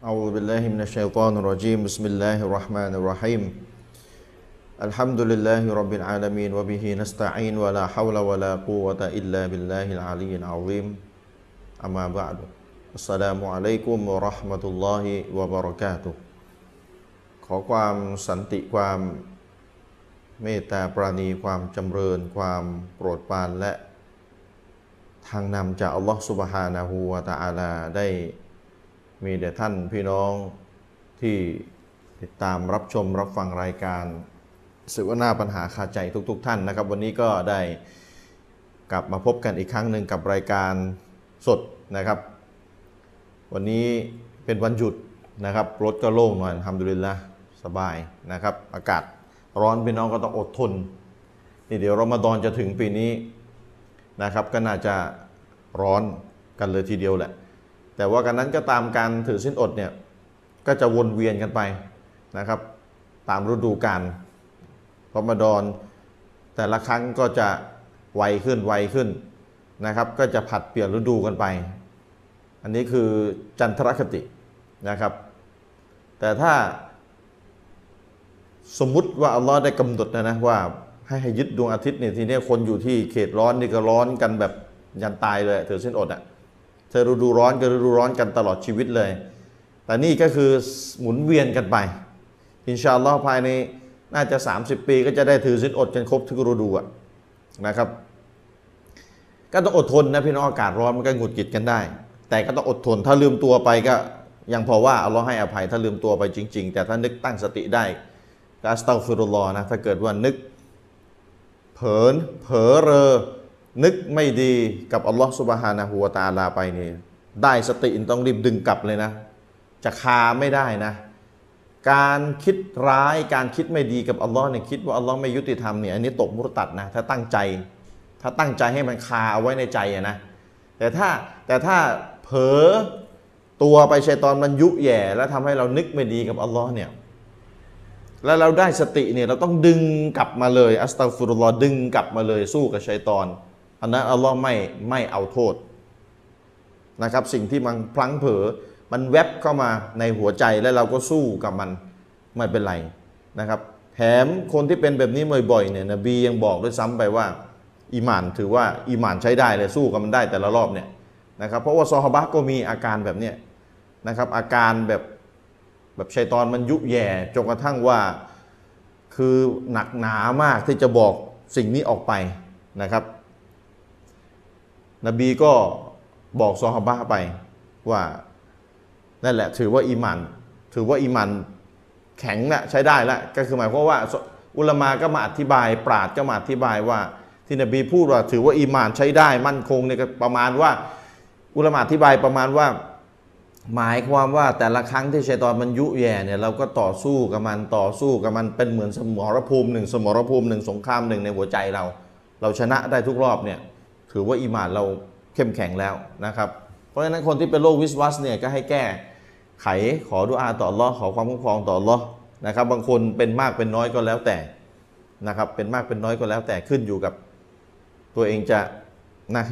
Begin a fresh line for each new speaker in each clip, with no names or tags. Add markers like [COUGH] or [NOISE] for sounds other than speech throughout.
أعوذ بالله من الشيطان الرجيم بسم الله الرحمن الرحيم الحمد لله رب العالمين وبه نستعين ولا حول ولا قوة إلا بالله العلي العظيم أما بعد السلام عليكم ورحمة الله وبركاته ขอความสันติความเมตตาปราณีความจำเริญ ความโปรดปรานและ ทางนำจากอัลลอฮ์สุบฮานาหูวาตาอาลาได้มีแด่ท่านพี่น้องที่ติดตามรับชมรับฟังรายการสิวนาปัญหาคาใจทุก ๆ ท่านนะครับ วันนี้ก็ได้กลับมาพบกันอีกครั้งหนึ่งกับรายการสดนะครับ วันนี้เป็นวันหยุดนะครับ รถก็โล่งหน่อยทำดุลิลละสบายนะครับ อากาศร้อนพี่น้องก็ต้องอดทนนี่เดี๋ยวรอมฎอนจะถึงปีนี้ นะครับก็น่าจะร้อนกันเลยทีเดียวแหละ แต่ว่ากันนั้นก็ตามการถือสิ้นอดเนี่ยก็จะวนเวียนกันไปนะครับ ตามฤดูกาลรอมฎอนแต่ละครั้งก็จะไวขึ้นไวขึ้นนะครับ ก็จะผัดเปลี่ยนฤดูกันไป อันนี้คือจันทรคตินะครับ แต่ถ้าสมมุติว่าอัลลอฮ์ได้กำหนดนะนะว่าให้ให้ยึดดวงอาทิตย์เนี่ยทีเนี้ยคนอยู่ที่เขตร้อนนี่ก็ร้อนกันแบบยันตายเลยถือเส้นอดอ่ะเธอฤดูร้อนก็ฤดูร้อนกันตลอดชีวิตเลย แต่นี่ก็คือหมุนเวียนกันไป อินชาอัลลอฮ์ภายในน่าจะ 30 ปีก็จะได้ถือสินอดกันครบทุกฤดูอะนะครับ ก็ต้องอดทนนะพี่น้องอากาศร้อนมันก็หงุดหงิดกันได้ แต่ก็ต้องอดทนถ้าลืมตัวไปก็ยังพอว่าอัลลอฮ์ให้อภัยถ้าลืมตัวไปจริง ๆ แต่ถ้านึกตั้งสติได้ก็อัสตัฆฟิรุลลอฮ์นะถ้าเกิดว่านึก เผลอเผลอเรอ นึกไม่ดีกับอัลลอฮ์สุบฮานะฮูวะตะอาลาไปนี่ได้สติต้องรีบดึงกลับเลยนะ จะคาไม่ได้นะ การคิดร้ายการคิดไม่ดีกับอัลลอฮ์เนี่ยคิดว่าอัลลอฮ์ไม่ยุติธรรมเนี่ยอันนี้ตกมุรตัดนะ ถ้าตั้งใจ ถ้าตั้งใจให้มันคาเอาไว้ในใจอะนะแต่ถ้าแต่ถ้าเผลอตัวไปชัยตอนมันยุแย่ แล้วทำให้เรานึกไม่ดีกับอัลลอฮ์เนี่ย แล้วเราได้สติเนี่ยเราต้องดึงกลับมาเลยอัสตัฟุรุลลอฮ์ดึงกลับมาเลยสู้กับชัยตอน อันนั้นอัลลอฮ์ไม่ไม่เอาโทษนะครับสิ่งที่มันพลั้งเผลอมันแวบเข้ามาในหัวใจแล้วเราก็สู้กับมันไม่เป็นไรนะครับแถมคนที่เป็นแบบนี้บ่อยๆเนี่ยนบียังบอกด้วยซ้ำไปว่าอีหมานถือว่าอีหมานใช้ได้เลยสู้กับมันได้แต่ละรอบเนี่ยนะครับเพราะว่าซอฮาบะห์ก็มีอาการแบบเนี้ยนะครับอาการแบบ แบบชัยตอนมันยุแย่จนกระทั่งว่าคือหนักหนามากที่จะบอกสิ่งนี้ออกไปนะครับ นบีก็บอกซอฮาบะห์ไปว่านั่นแหละ ถือว่าอีหมัน ถือว่าอีหมันแข็งละใช้ได้ละก็คือหมายความว่าอุลามาก็มาอธิบาย ปราดก็มาอธิบายว่า ที่นบีพูดว่า ถือว่าอีหมานใช้ได้มั่นคงเนี่ยก็ประมาณว่า อุลามาอธิบายประมาณว่า หมายความว่าแต่ละครั้งที่ชัยตอนมันยุแย่เนี่ยเราก็ต่อสู้กับมันต่อสู้กับมันเป็นเหมือนสมรภูมิหนึ่งสมรภูมิหนึ่งสงครามหนึ่งในหัวใจเรา เราชนะได้ทุกรอบเนี่ยถือว่าอิหมานเราเข้มแข็งแล้วนะครับ เพราะฉะนั้นคนที่เป็นโรควิสวัสเนี่ยก็ให้แก้ ไขขอดุอาต่ออัลลอฮ์ขอความคุ้มครองต่ออัลลอฮ์นะครับ บางคนเป็นมากเป็นน้อยก็แล้วแต่นะครับ เป็นมากเป็นน้อยก็แล้วแต่ขึ้นอยู่กับตัวเองจะนะ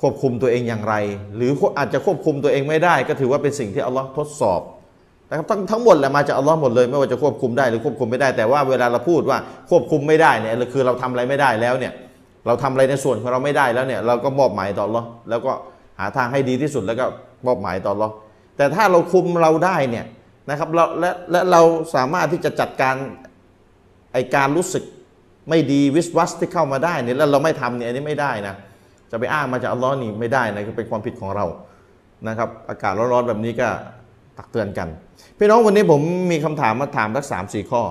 ควบคุมตัวเองอย่างไร หรืออาจจะควบคุมตัวเองไม่ได้ ก็ถือว่าเป็นสิ่งที่อัลลอฮ์ทดสอบนะครับทั้งทั้งหมดแหละมาจากอัลลอฮ์หมดเลย ไม่ว่าจะควบคุมได้หรือควบคุมไม่ได้แต่ว่าเวลาเราพูดว่าควบคุมไม่ได้เนี่ยคือเราทำอะไรไม่ได้แล้วเนี่ยเราทำอะไรในส่วนของเราไม่ได้แล้วเนี่ยเราก็มอบหมายต่ออัลลอฮ์แล้วก็หาทางให้ดีที่สุดแล้วก็มอบหมายต่ออัลลอฮ์แต่ถ้าเราคุมเราได้เนี่ยนะครับเราและและเราสามารถที่จะจัดการไอการรู้สึกไม่ดีวิสวัสที่เข้ามาได้เนี่ยแล้วเราไม่ทำเนี่ยอันนี้ไม่ได้นะ จะไปอ้างมาจากอัลลอฮ์นี่ไม่ได้นะคือเป็นความผิดของเรานะครับ อากาศร้อนๆแบบนี้ก็ตักเตือนกันพี่น้องวันนี้ผมมีคำถามมาถามสักสามสี่ข้อ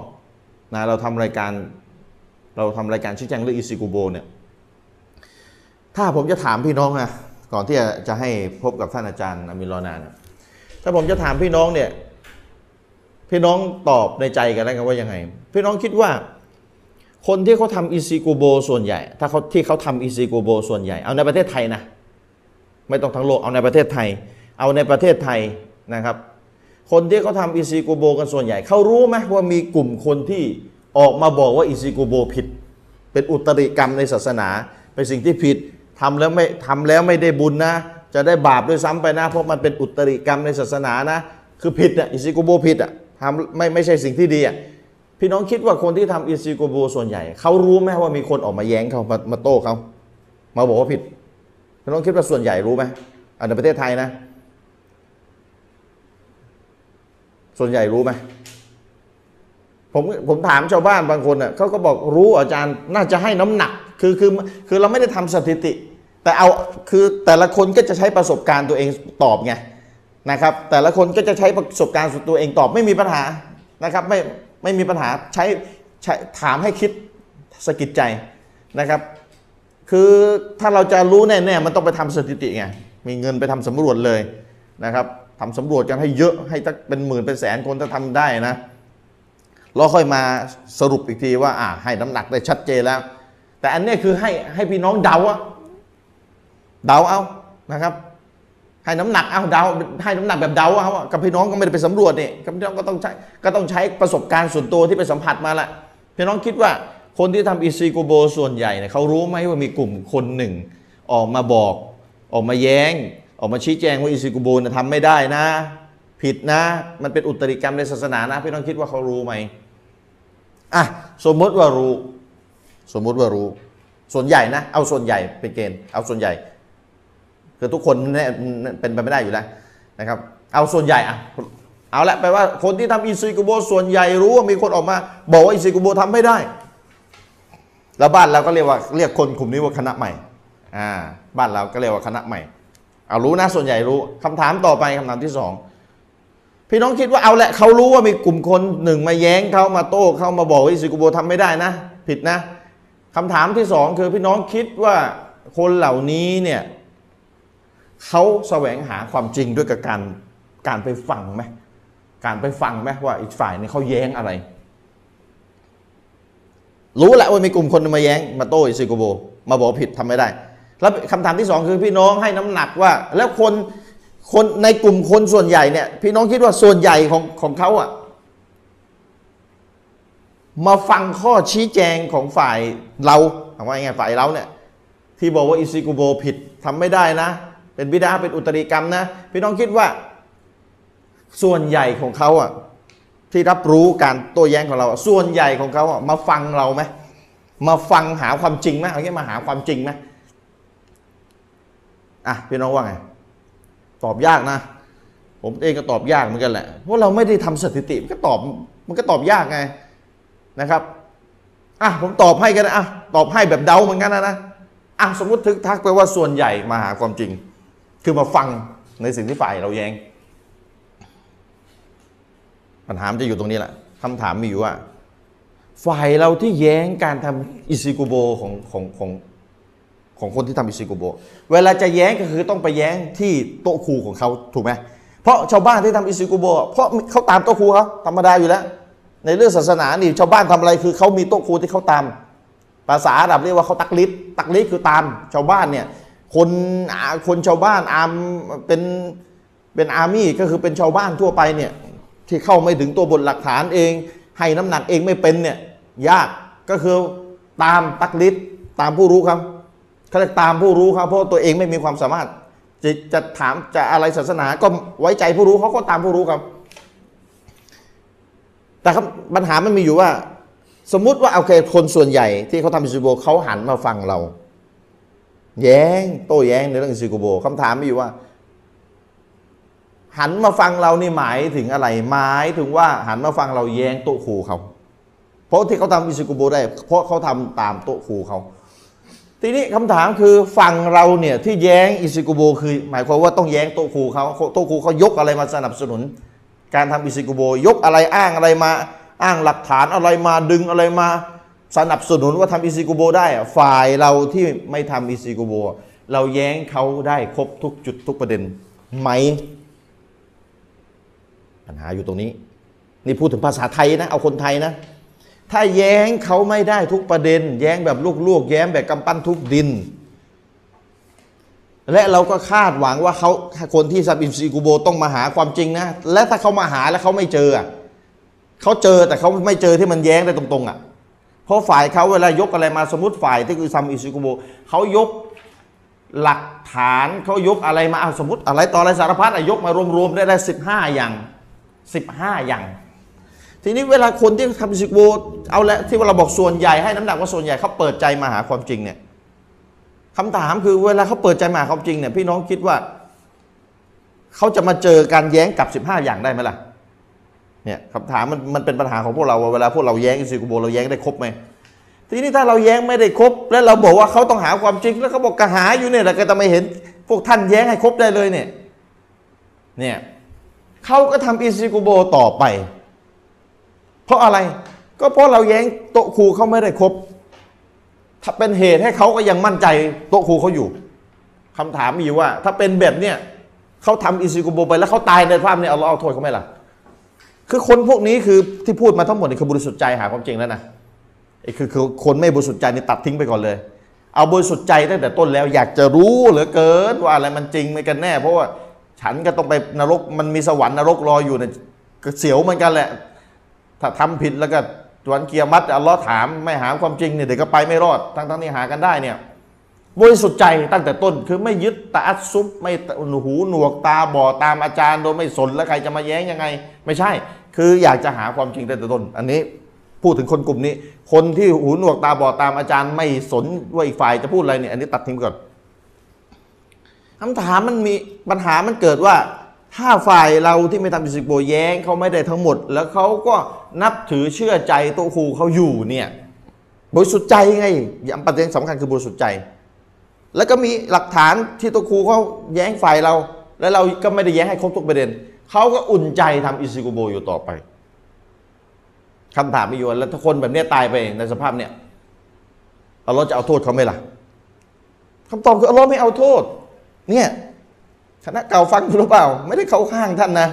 นะเราทำรายการเราทำรายการชี้แจงเรื่องอิซิกุโบเนี่ยถ้าผมจะถามพี่น้องนะก่อนที่จะจะให้พบกับท่านอาจารย์อามิรอนาเนี่ยถ้าผมจะถามพี่น้องเนี่ยพี่น้องตอบในใจกันแล้วกันว่ายังไง พี่น้องคิดว่า คนที่เขาทำอีซิกูโบส่วนใหญ่ ถ้าเขาที่เขาทำอีซิกูโบส่วนใหญ่ เอาในประเทศไทยนะ ไม่ต้องทั้งโลก เอาในประเทศไทย เอาในประเทศไทยนะครับ คนที่เขาทำอีซิกูโบกันส่วนใหญ่ เขารู้ไหมว่ามีกลุ่มคนที่ออกมาบอกว่าอีซิกูโบผิด เป็นอุตริกรรมในศาสนา เป็นสิ่งที่ผิดทำแล้วไม่ทำแล้วไม่ได้บุญนะ จะได้บาปด้วยซ้ำไปนะ เพราะมันเป็นอุตริกรรมในศาสนานะ คือผิดอ่ะอิซิโกโบผิดอ่ะทำไม่ไม่ใช่สิ่งที่ดีอ่ะพี่น้องคิดว่าคนที่ทำอิซิโกโบส่วนใหญ่ เขารู้ไหมว่ามีคนออกมาแย้งเขามามาโต้เขามาบอกว่าผิดพี่น้องคิดว่าส่วนใหญ่รู้ไหมอันในประเทศไทยนะ ส่วนใหญ่รู้ไหมผมผมถามชาวบ้านบางคนอ่ะเขาก็บอกรู้อาจารย์น่าจะให้น้ำหนัก คือคือคือเราไม่ได้ทำสถิติ แต่เอาคือแต่ละคนก็จะใช้ประสบการณ์ตัวเองตอบไง นะครับแต่ละคนก็จะใช้ประสบการณ์ส่วนตัวเองตอบไม่มีปัญหานะครับไม่ไม่มีปัญหาใช้ใช้ถามให้คิดสะกิดใจนะครับ คือถ้าเราจะรู้แน่ๆมันต้องไปทำสถิติไงมีเงินไปทำสำรวจเลยนะครับทำสำรวจกันให้เยอะให้สักเป็นหมื่นเป็นแสนคนถ้าทำได้นะแล้วค่อยมาสรุปอีกทีว่าอ่าให้น้ำหนักได้ชัดเจนแล้ว แต่อันเนี้ยคือให้ให้พี่น้องเดาอะเดาเอานะครับ ให้น้ำหนักเอาเดาให้น้ำหนักแบบเดาเอาอะกับพี่น้องก็ไม่ได้ไปสำรวจนี่กับพี่น้องก็ต้องใช้ก็ต้องใช้ประสบการณ์ส่วนตัวที่ไปสัมผัสมาละพี่น้องคิดว่าคนที่ทำอิซิโกโบส่วนใหญ่เนี่ยเขารู้ไหมว่ามีกลุ่มคนหนึ่ง ออกมาบอก ออกมาแย้ง ออกมาชี้แจงว่าอิซิโกโบเนี่ยทำไม่ได้นะ ผิดนะ มันเป็นอุตริกรรมในศาสนานะพี่น้องคิดว่าเขารู้ไหมอ่ะสมมติว่ารู้ สมมติว่ารู้ ส่วนใหญ่นะ เอาส่วนใหญ่เป็นเกณฑ์เอาส่วนใหญ่ คือทุกคนเนี่ยเป็นไปไม่ได้อยู่แล้วนะครับ เอาส่วนใหญ่อะเอาละแปลว่าคนที่ทำอิซิกุโบส่วนใหญ่รู้ว่ามีคนออกมา บอกว่าอิซิกุโบทำไม่ได้ แล้วบ้านเราก็เรียกว่าเรียกคนกลุ่มนี้ว่าคณะใหม่อ่าบ้านเราก็เรียกว่าคณะใหม่ เอารู้นะส่วนใหญ่รู้คำถามต่อไปคำถามที่สองพี่น้องคิดว่าเอาละเขารู้ว่ามีกลุ่มคนหนึ่งมาแย้งเขามาโต้เขามาบอกว่าอิซิกุโบทำไม่ได้นะ ผิดนะคำถามที่สองคือพี่น้องคิดว่าคนเหล่านี้เนี่ย เขาแสวงหาความจริงด้วยกับการการไปฟังไหมการไปฟังไหมว่าอีกฝ่ายเนี่ยเขาแย้งอะไร รู้แหละว่ามีกลุ่มคนมาแย้งมาโต้อิซิโกโบ มาบอกผิดทำไม่ได้ แล้วคำถามที่สองคือพี่น้องให้น้ำหนักว่า แล้วคนคนในกลุ่มคนส่วนใหญ่เนี่ย พี่น้องคิดว่าส่วนใหญ่ของของเขาอะมาฟังข้อชี้แจงของฝ่ายเราถามว่าไงฝ่ายเราเนี่ย ที่บอกว่าอิซิกุโบผิดทำไม่ได้นะ เป็นบิดาเป็นอุตริกรรมนะ พี่น้องคิดว่า ส่วนใหญ่ของเขาอ่ะที่รับรู้การโต้แย้งของเราอะส่วนใหญ่ของเขาอ่ะมาฟังเราไหมมาฟังหาความจริงไหมเอางี้มาหาความจริงไหมอ่ะพี่น้องว่าไง ตอบยากนะ ผมเองก็ตอบยากเหมือนกันแหละเพราะเราไม่ได้ทำสถิติมันก็ตอบมันก็ตอบยากไงนะครับอ่ะผมตอบให้กันนะอ่ะตอบให้แบบเดาเหมือนกันนะนะ อ่ะสมมติทึกทักไปว่าส่วนใหญ่มาหาความจริง คือมาฟังในสิ่งที่ฝ่ายเราแยง้ง ปัญหามันจะอยู่ตรงนี้แหละคำถามมีอยู่ว่า ฝ่ายเราที่แย้งการทำอิซิโกโบของของของของคนที่ทำอิซิโกโบ เวลาจะแย้งก็คือต้องไปแย้งที่โต๊ะครูของเขาถูกไหมเพราะชาวบ้านที่ทำอิซิโกโบอ่ะเพราะเขาตามโต๊ะครูเขาธรรมดาอยู่แล้ว ในเรื่องศาสนานี่ชาวบ้านทำอะไรคือเขามีโต๊ะครูที่เขาตาม ภาษาอาหรับเรียกว่าเขาตักลิดตักลิดคือตามชาวบ้านเนี่ย คนอ่าคนชาวบ้านอามเป็นเป็นอาร์มี่ก็คือเป็นชาวบ้านทั่วไปเนี่ย ที่เข้าไม่ถึงตัวบทหลักฐานเอง ให้น้ำหนักเองไม่เป็นเนี่ยยากก็คือตามตักลิดตามผู้รู้ครับเขาเรียกตามผู้รู้ครับเพราะตัวเองไม่มีความสามารถ จะจะถามจะอะไรศาสนาก็ไว้ใจผู้รู้เขาก็ตามผู้รู้ครับ แต่ครับปัญหามันมีอยู่ว่า สมมุติว่าโอเคคนส่วนใหญ่ที่เขาทำอิซิโบเขาหันมาฟังเรา แย้งโต้แย้งในเรื่องอิซิโกโบคำถามมีอยู่ว่า หันมาฟังเรานี่หมายถึงอะไรหมายถึงว่าหันมาฟังเราแย้งโต๊ะครูเขาเพราะที่เขาทำอิซิโกโบได้ เพราะเขาทำตามโต๊ะครูเขาทีนี้คำถามคือฝั่งเราเนี่ยที่แย้งอิซิโกโบคือ หมายความว่าต้องแย้งโต๊ะครูเขาโต๊ะครูเขายกอะไรมาสนับสนุน การทำอิซิกุโบยกอะไรอ้างอะไรมาอ้างหลักฐานอะไรมาดึงอะไรมาสนับสนุนว่าทำอิซิกุโบได้อะฝ่ายเราที่ไม่ทำอิซิกุโบอะเราแย้งเขาได้ครบทุกจุดทุกประเด็นไหม ปัญหาอยู่ตรงนี้ นี่พูดถึงภาษาไทยนะเอาคนไทยนะ ถ้าแย้งเขาไม่ได้ทุกประเด็น แย้งแบบลวกๆแย้งแบบกำปั้นทุบดิน และเราก็คาดหวังว่าเขาคนที่ซับอินซีกูโบต้องมาหาความจริงนะ และถ้าเขามาหาแล้วเขาไม่เจออะเขาเจอแต่เขาไม่เจอที่มันแย้งได้ตรงๆอ่ะ เพราะฝ่ายเขาเวลายกอะไรมาสมมติฝ่ายที่คือซัมอิซิกุโบเขายกหลักฐานเขายกอะไรมาเอาสมมติอะไรต่ออะไรสารพัดอะยกมารวมๆได้ได้สิบห้าอย่าง
15 อย่าง
ทีนี้เวลาคนที่ทำซิกโบเอาละที่เราบอกส่วนใหญ่ให้น้ำหนักว่าส่วนใหญ่เขาเปิดใจมาหาความจริงเนี่ยคำถามคือเวลาเขาเปิดใจมาหาความจริงเนี่ยพี่น้องคิดว่า เขาจะมาเจอการแย้งกับ 15 อย่างได้ไหมล่ะเนี่ยคำถามมันมันเป็นปัญหาของพวกเราว่าเวลาพวกเราแย้งอิซิกุโบเราแย้งได้ครบไหมทีนี้ถ้าเราแย้งไม่ได้ครบ แล้วเราบอกว่าเขาต้องหาความจริง แล้วเขาบอกกระหายอยู่เนี่ยแหละก็จะไม่เห็น พวกท่านแย้งให้ครบได้เลยเนี่ย เนี่ยเขาก็ทำอิซิกุโบต่อไป เพราะอะไรก็เพราะเราแย้งโตะครูเขาไม่ได้ครบ ถ้าเป็นเหตุให้เขาก็ยังมั่นใจโตะครูเขาอยู่คำถามมีอยู่ว่า ถ้าเป็นแบบเนี่ยเขาทำอิซิกุโบไปแล้วเขาตายในภาพเนี่ยเอาเราเอาโทษเขาไหมล่ะ คือคนพวกนี้คือที่พูดมาทั้งหมดนี่คือบริสุทธิ์ใจหาความจริงแล้วนะไอ้คือคือคนไม่บริสุทธิ์ใจนี่ตัดทิ้งไปก่อนเลย เอาบริสุทธิ์ใจตั้งแต่ต้นแล้วอยากจะรู้เหลือเกินว่าอะไรมันจริงไหมกันแน่ เพราะว่าฉันก็ต้องไปนรกมันมีสวรรค์นรกรออยู่เนี่ยก็เสียวเหมือนกันแหละ ถ้าทำผิดแล้วก็วันเกียรมัดอัลเลอฮ์ถามไม่หาความจริงเนี่ยเดี๋ยวก็ไปไม่รอด ทั้งๆที่หากันได้เนี่ยบริสุทธิ์ใจตั้งแต่ต้นคือไม่ยึดตาอัดซุปไม่หูหนวกตาบอดตามอาจารย์โดยไม่สนแล้วใครจะมาแย้งยังไง ไม่ใช่ คืออยากจะหาความจริงตั้งแต่ต้น อันนี้พูดถึงคนกลุ่มนี้ คนที่หูหนวกตาบอดตามอาจารย์ ไม่สนว่าอีกฝ่ายจะพูดอะไรเนี่ยอันนี้ตัดทิ้งไปก่อนคำถามมันมีปัญหามันเกิดว่า ถ้าฝ่ายเราที่ไม่ทำอิสิกโบแย้งเขาไม่ได้ทั้งหมด แล้วเขาก็นับถือเชื่อใจโตะครูเขาอยู่เนี่ยบริสุทธิ์ใจไงย้ำประเด็นสำคัญคือบริสุทธิ์ใจ แล้วก็มีหลักฐานที่โตะครูเขาแย้งฝ่ายเรา แล้วเราก็ไม่ได้แย้งให้ครบทุกประเด็นเขาก็อุ่นใจทำอิสิกโบอยู่ต่อไปคำถามมีอยู่ว่าแล้วถ้าคนแบบเนี้ยตายไปในสภาพเนี่ยอัลเลอฮ์จะเอาโทษเขาไหมล่ะคำตอบคืออัลเลอฮ์ไม่เอาโทษ เนี่ย คณะเก่าฟังอยู่หรือเปล่า ไม่ได้เข้าข้างท่านนะ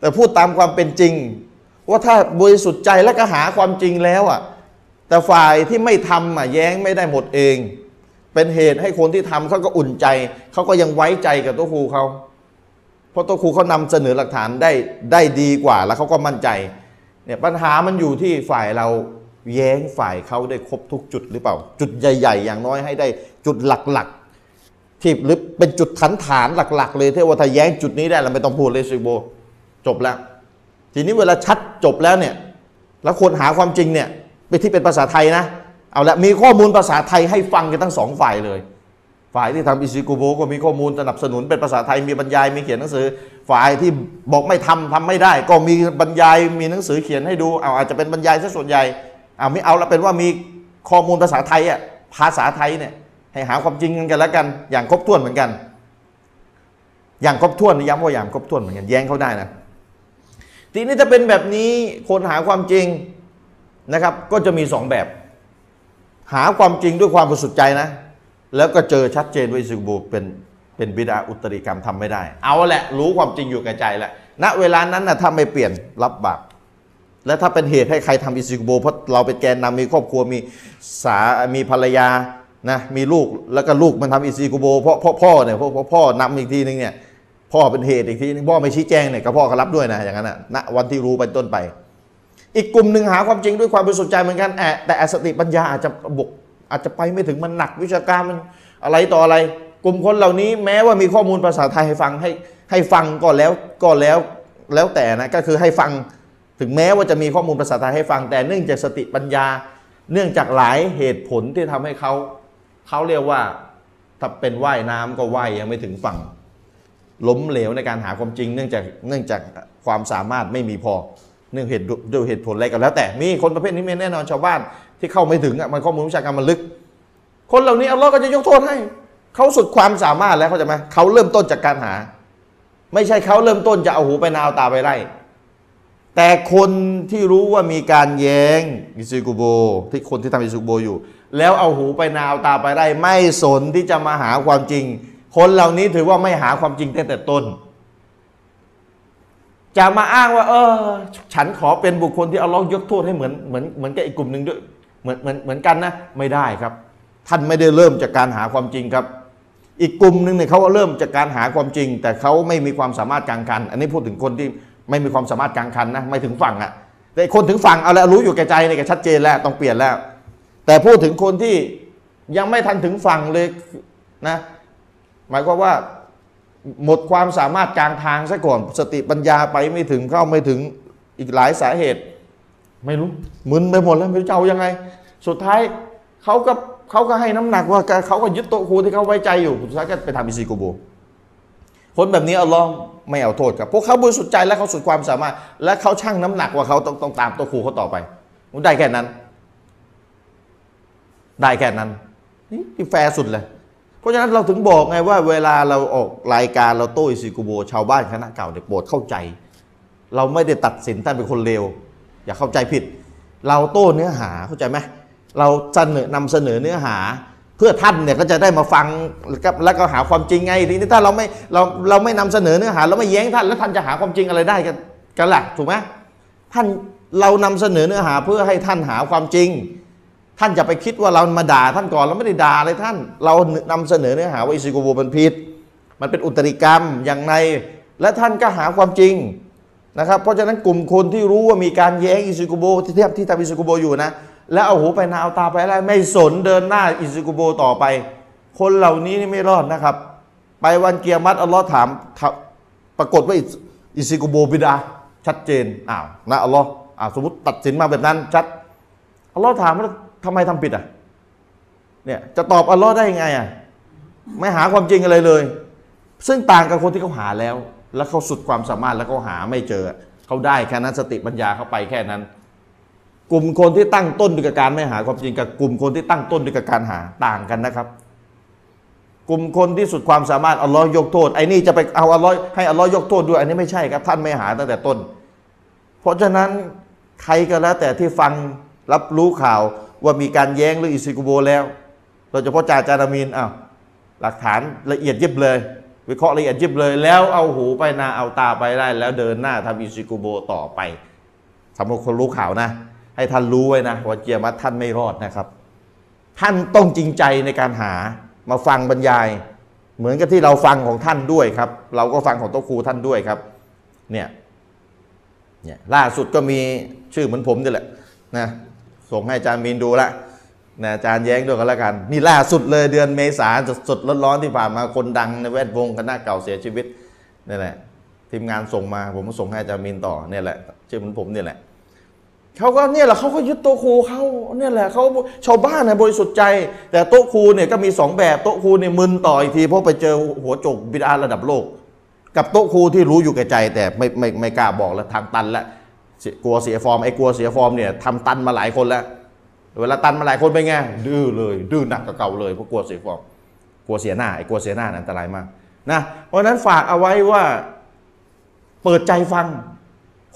แต่พูดตามความเป็นจริง ว่าถ้าบริสุทธิ์ใจและก็หาความจริงแล้วอ่ะ แต่ฝ่ายที่ไม่ทำอ่ะแย้งไม่ได้หมดเอง เป็นเหตุให้คนที่ทำเขาก็อุ่นใจ เขาก็ยังไว้ใจกับตัวครูเขาเพราะตัวครูเขานำเสนอหลักฐานได้ได้ดีกว่าแล้วเขาก็มั่นใจ เนี่ยปัญหามันอยู่ที่ฝ่ายเราแย้งฝ่ายเขาได้ครบทุกจุดหรือเปล่า จุดใหญ่ ๆ อย่างน้อยให้ได้จุดหลักๆ ที่หรือเป็นจุดฐานฐานหลัก ๆ เลยที่ว่าถ้าแย้งจุดนี้ได้เราไม่ต้องพูดเลยซิโบ จบแล้ว ทีนี้เวลาชัดจบแล้วเนี่ย แล้วคนหาความจริงเนี่ยไปที่เป็นภาษาไทยนะ เอาละมีข้อมูลภาษาไทยให้ฟังกันทั้งสองฝ่ายเลย ฝ่ายที่ทำอิซิกุโบก็มีข้อมูลสนับสนุนเป็นภาษาไทยมีบรรยายมีเขียนหนังสือ ฝ่ายที่บอกไม่ทำทำไม่ได้ ก็มีบรรยายมีหนังสือเขียนให้ดูเอาอาจจะเป็นบรรยายซะส่วนใหญ่เอาไม่เอาละเป็นว่ามีข้อมูลภาษาไทยอ่ะภาษาไทยเนี่ยให้หาความจริงกันกันแล้วกัน อย่างครบถ้วนเหมือนกัน อย่างครบถ้วนย้ำว่าอย่างครบถ้วนเหมือนกันแย้งเขาได้นะทีนี้ถ้าเป็นแบบนี้คนหาความจริงนะครับ ก็จะมีสองแบบ หาความจริงด้วยความบริสุทธิ์ใจนะ แล้วก็เจอชัดเจนว่าอิสุกบูเป็นเป็นบิดาอุตริกรรมทำไม่ได้ เอาแหละ รู้ความจริงอยู่แก่ใจแล้วณเวลานั้นนะถ้าไม่เปลี่ยนรับบาปและถ้าเป็นเหตุให้ใครทำอิสุกบูเพราะเราเป็นแกนนำมีครอบครัวมีสามีภรรยานะมีลูกแล้วก็ลูกมันทำอิสุกบูเพราะพ่อพ่อเนี่ยเพราะเพราะพ่อนำอีกทีนึงเนี่ยพ่อเป็นเหตุอีกทีนึงพ่อไม่ชี้แจงเนี่ยก็พ่อก็รับด้วยนะอย่างนั้นนะณวันที่รู้เป็นต้นไป อีกกลุ่มหนึ่งหาความจริงด้วยความบริสุทธิ์ใจเหมือนกันแอะแต่อสติปัญญาอาจจะบกอาจจะไปไม่ถึงมันหนักวิชาการมันอะไรต่ออะไร กลุ่มคนเหล่านี้แม้ว่ามีข้อมูลภาษาไทยให้ฟังให้ให้ฟังก็แล้วก็แล้วแล้วแต่นะก็คือให้ฟังถึงแม้ว่าจะมีข้อมูลภาษาไทยให้ฟัง แต่เนื่องจากสติปัญญา เนื่องจากหลายเหตุผลที่ทำให้เขาเขาเรียกว่าถ้าเป็นว่ายน้ำก็ว่ายยังไม่ถึงฝั่ง ล้มเหลวในการหาความจริง เนื่องจากเนื่องจากความสามารถไม่มีพอ เนื่องเหตุด้วยเหตุผลอะไรก็แล้ว แต่มีคนประเภทนี้มีแน่นอนชาวบ้านที่เข้าไม่ถึงอ่ะมันข้อมูลวิชาการมันลึก คนเหล่านี้อัลลอฮ์ก็จะยกโทษให้ เขาสุดความสามารถแล้วเขาใจะไหมเขาเริ่มต้นจากการหา ไม่ใช่เขาเริ่มต้นจะเอาหูไปนาเอาตาไปไล่แต่คนที่รู้ว่ามีการแย้งอิซูกุโบ ที่คนที่ทำอิซูกุโบอยู่ แล้วเอาหูไปนาเอาตาไปไล่ไม่สนที่จะมาหาความจริง คนเหล่านี้ถือว่าไม่หาความจริงตั้งแต่ต้น จะมาอ้างว่า เออ ฉันขอเป็นบุคคลที่เอาล็อกยกโทษให้เหมือนเหมือนเหมือนกับอีกกลุ่มหนึ่งด้วยเหมือนเหมือนเหมือนกันนะ ไม่ได้ครับ ท่านไม่ได้เริ่มจากการหาความจริงครับ อีกกลุ่มหนึ่งเนี่ยเขาเริ่มจากการหาความจริง แต่เขาไม่มีความสามารถกลางคัน อันนี้พูดถึงคนที่ไม่มีความสามารถกลางคันนะไม่ถึงฝั่งอะแต่คนถึงฝั่งเอาละรู้อยู่แก่ใจเนี่ยก็ชัดเจนแล้วต้องเปลี่ยนแล้ว แต่พูดถึงคนที่ยังไม่ทันถึงฝั่งเลยนะหมายความว่า หมดความสามารถกลางทางซะก่อน สติปัญญาไปไม่ถึงเข้าไม่ถึงอีกหลายสาเหตุ ไม่รู้มึนไปหมดแล้วไม่รู้จะเอายังไง สุดท้ายเขาก็เขาก็ให้น้ำหนักว่าเขาก็ยึดโต๊ะครูที่เขาไว้ใจอยู่สุดท้ายก็ไปทำอิซีกูโบคนแบบนี้อัลลอฮ์ไม่เอาโทษครับพวกเขาบริสุทธิ์ใจและเขาสุดความสามารถ และเขาชั่งน้ำหนักว่าเขาต้องต้องตามโต๊ะครูเขาต่อไปได้แค่นั้น ได้แค่นั้นนี่ที่แฟร์สุดเลย เพราะฉะนั้นเราถึงบอกไงว่าเวลาเราออกรายการเราโต้อิซิกุโบชาวบ้านคณะเก่าเนี่ยโปรดเข้าใจ เราไม่ได้ตัดสินท่านเป็นคนเลวอย่าเข้าใจผิด เราโต้เนื้อหาเข้าใจไหมเราเสนอนำเสนอเนื้อหา เพื่อท่านเนี่ยก็จะได้มาฟังแล้วก็แล้วก็หาความจริงไงทีนี้ถ้าเราไม่เราเราไม่นำเสนอเนื้อหาเราไม่แย้งท่านแล้วท่านจะหาความจริงอะไรได้กันกันล่ะถูกไหมท่านเรานำเสนอเนื้อหาเพื่อให้ท่านหาความจริง ท่านอย่าไปคิดว่าเรามาด่าท่านก่อนเราไม่ได้ด่าอะไรท่าน เรานำเสนอเนื้อหาว่าอิซิโกโบมันผิด มันเป็นอุตริกรรมอย่างไรและท่านก็หาความจริงนะครับ เพราะฉะนั้นกลุ่มคนที่รู้ว่ามีการแย้งอิซิโกโบที่เทียบที่ทำอิซิโกโบอยู่นะ แล้วเอาหูไปนาเอาตาไปอะไรไม่สนเดินหน้าอิซิโกโบต่อไป คนเหล่านี้นี่ไม่รอดนะครับ ไปวันเกียรมัดอัลลอฮ์ถามถามปรากฏว่าอิสอิซิโกโบบิดาชัดเจนอ้าวนะอัลลอฮ์อ้าวสมมติตัดสินมาแบบนั้นชัด อัลลอฮ์ถามว่าทำไมทำผิดอ่ะ เนี่ยจะตอบอัลลอฮ์ได้ยังไงอ่ะ ไม่หาความจริงอะไรเลย ซึ่งต่างกับคนที่เขาหาแล้ว แล้วเขาสุดความสามารถแล้วเขาหาไม่เจอ เขาได้แค่นั้นสติปัญญาเขาไปแค่นั้น กลุ่มคนที่ตั้งต้นด้วยกับการไม่หาความจริงกับกลุ่มคนที่ตั้งต้นด้วยกับการหาต่างกันนะครับ กลุ่มคนที่สุดความสามารถอัลลอฮ์ยกโทษไอ้นี่จะไปเอาอัลลอฮ์ให้อัลลอฮ์ยกโทษด้วยอันนี้ไม่ใช่ครับ ท่านไม่หาตั้งแต่ต้น เพราะฉะนั้นใครก็แล้วแต่ที่ฟังรับรู้ข่าวว่ามีการแย้งเรื่องอิซิกุโบแล้วโดยเฉพาะจ่าจารามีนอ้าวหลักฐานละเอียดยิบเลย วิเคราะห์ละเอียดยิบเลย แล้วเอาหูไปนาเอาตาไปได้ แล้วเดินหน้าทำอิซิกุโบต่อไปสำหรับคนรู้ข่าวนะ ให้ท่านรู้ไว้นะว่าเกียรมัดท่านไม่รอดนะครับ ท่านต้องจริงใจในการหามาฟังบรรยาย เหมือนกับที่เราฟังของท่านด้วยครับ เราก็ฟังของโต๊ะครูท่านด้วยครับ เนี่ย เนี่ยล่าสุดก็มีชื่อเหมือนผมนี่แหละนะส่งให้อาจารย์มีนดูละนะอาจารย์แย้งด้วยกันแล้วกัน นี่ล่าสุดเลยเดือนเมษาสดๆร้อนๆที่ผ่านมาคนดังในแวดวงคณะเก่าเสียชีวิตนี่แหละทีมงานส่งมาผมก็ส่งให้อาจารย์มีนต่อเนี่ยแหละชื่อเหมือนผมนี่แหละเขาก็เนี่ยแหละเขาก็ยึดโต๊ะครูเขาเนี่ยแหละเขาชาวบ้านเนี่ยบริสุทธิ์ใจ แต่โต๊ะครูเนี่ยก็มีสองแบบโต๊ะครูเนี่ยมึนต่ออีกทีเพราะไปเจอหัวโจกบิดาระดับโลก กับโต๊ะครูที่รู้อยู่แก่ใจแต่ไม่ไม่ไม่กล้าบอกแล้วทางตันแล้วเสียกลัวเสียฟอร์มไอ้กลัวเสียฟอร์มเนี่ยทำตันมาหลายคนแล้ว เวลาตันมาหลายคนเป็นไงดื้อเลยดื้อหนักกว่าเก่าเลยเพราะกลัวเสียฟอร์มกลัวเสียหน้าไอ้กลัวเสียหน้านั้นอันตรายมากนะเพราะฉะนั้นฝากเอาไว้ว่าเปิดใจฟัง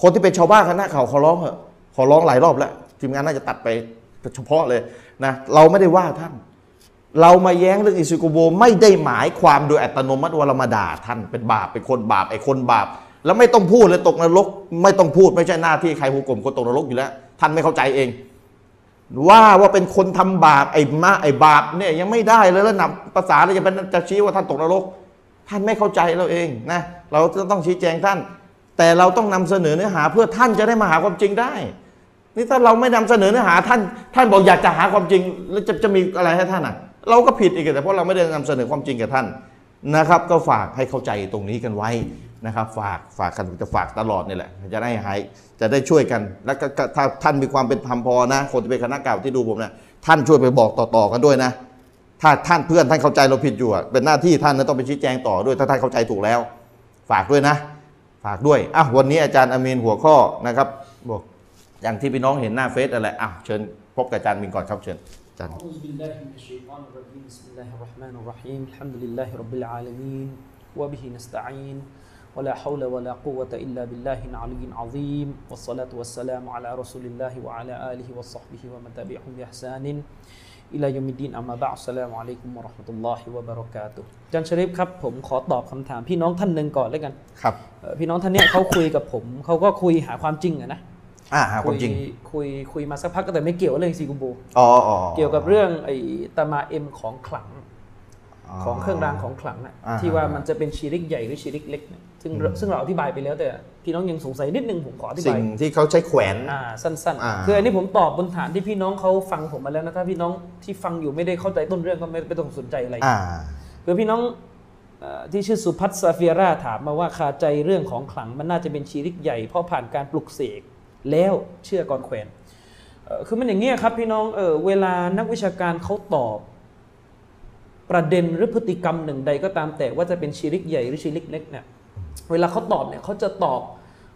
คนที่เป็นชาวบ้านคณะเขาวขอร้องเหอะขอร้องหลายรอบแล้วทีมงานน่าจะตัดไปเฉพาะเลยนะเราไม่ได้ว่าท่าน เรามาแย้งเรื่องอิซิโกโบไม่ได้หมายความโดยอัตโนมัติว่าเรามาด่าท่านเป็นบาปเป็นคนบาปไอ้คนบาป แล้วไม่ต้องพูดเลยตกนรก ไม่ต้องพูดไม่ใช่หน้าที่ใครหูกลมคนตกนรกอยู่แล้ว ท่านไม่เข้าใจเอง ว่าว่าเป็นคนทำบาปไอ้มาไอ้บาปเนี่ยยังไม่ได้เลยแล้วนำภาษาอะไรจะเป็นจะชี้ว่าท่านตกนรก ท่านไม่เข้าใจเราเองนะเราต้องชี้แจงท่าน แต่เราต้องนำเสนอเนื้อหาเพื่อท่านจะได้มาหาความจริงได้ นี่ถ้าเราไม่นำเสนอเนื้อหาท่าน ท่านบอกอยากจะหาความจริงแล้วจะจะมีอะไรให้ท่านอ่ะ เราก็ผิดอีกแต่เพราะเราไม่ได้นำเสนอความจริงกับท่านนะครับ ก็ฝากให้เข้าใจตรงนี้กันไว้นะครับ ฝากฝากกันจะฝากตลอดนี่แหละจะได้หายจะได้ช่วยกัน แล้วก็ก็ถ้าท่านมีความเป็นธรรมพอนะ คนที่เป็นคณะเก่าที่ดูผมนะท่านช่วยไปบอกต่อๆกันด้วยนะ ถ้าท่านเพื่อนท่านเข้าใจเราผิดอยู่อะเป็นหน้าที่ท่านนะต้องไปชี้แจงต่อด้วยถ้าท่านเข้าใจถูกแล้ว ฝากด้วยนะ ฝากด้วยอ่ะวันนี้อาจารย์อามีนหัวข้อนะครับบอก อย่างที่พี่น้องเห็นหน้าเฟซอะไรอ่ะเชิญพบกับอาจารย์มินก่อนครับเชิญอาจารย์
أعوذ بالله من الشيطان الرجيم بسم الله الرحمن الرحيم الحمد لله رب العالمين وبه نستعين ولا حول ولا قوة إلا بالله العلي العظيم والصلاة والسلام على رسول الله وعلى آله وصحبه ومن تبعهم بإحسان إلى يوم الدين أما بعد السلام عليكم ورحمة الله وبركاته อาจารย์ชริฟครับผมขอตอบคำถามพี่น้องท่านหนึ่งก่อนแล้วกัน
ครับ
เอ่อพี่น้องท่านเนี้ยเขาคุยกับผมเขาก็คุยหาความจริงอะนะ
อ่าหาความจริง
ยคุยคุยมาสักพักก็แต่ไม่เกี่ยวกับเรื่องซีกุโบ
อ๋ออ๋อ
เกี่ยวกับเรื่องไอ้ตามาเอ็มของขลังของเครื่องรางของขลังน่ะ
อ่า
ที่ว่ามันจะเป็นชีริกใหญ่หรือชีริกเล็กเนี่ยซึ่งเราซึ่งเราอธิบายไปแล้วแต่พี่น้องยังสงสัยนิดนึงผมขออธิ
สิ่
บางย
ที่เขาใช้แขวน
อ่าสั้น
อ่า
ๆ คืออันนี้ผมตอบบนฐานที่พี่น้องเขาฟังผมมาแล้วนะถ้าพี่น้องที่ฟังอยู่ไม่ได้เข้าใจต้นเรื่องก็ไม่ไม่ต้องสนใจอะไร
อ่า
คือพี่น้อง เอ่อที่ชื่อสุพัฒน์ซาเฟียราถามมาว่าคาใจเรื่องของขลังมันน่าจะเป็นชีริกใหญ่เพราะผ่านการปลุกเสกแล้วเชื่อก่อนแขวนเอ่อคือมันอย่างเงี้ยครับพี่น้องเออเวลานักวิชาการเขาตอบ ประเด็นหรือพฤติกรรมหนึ่งใดก็ตามแต่ว่าจะเป็นชีริกใหญ่หรือชีริกเล็กเนี่ยเวลาเขาตอบเนี่ยเขาจะตอบ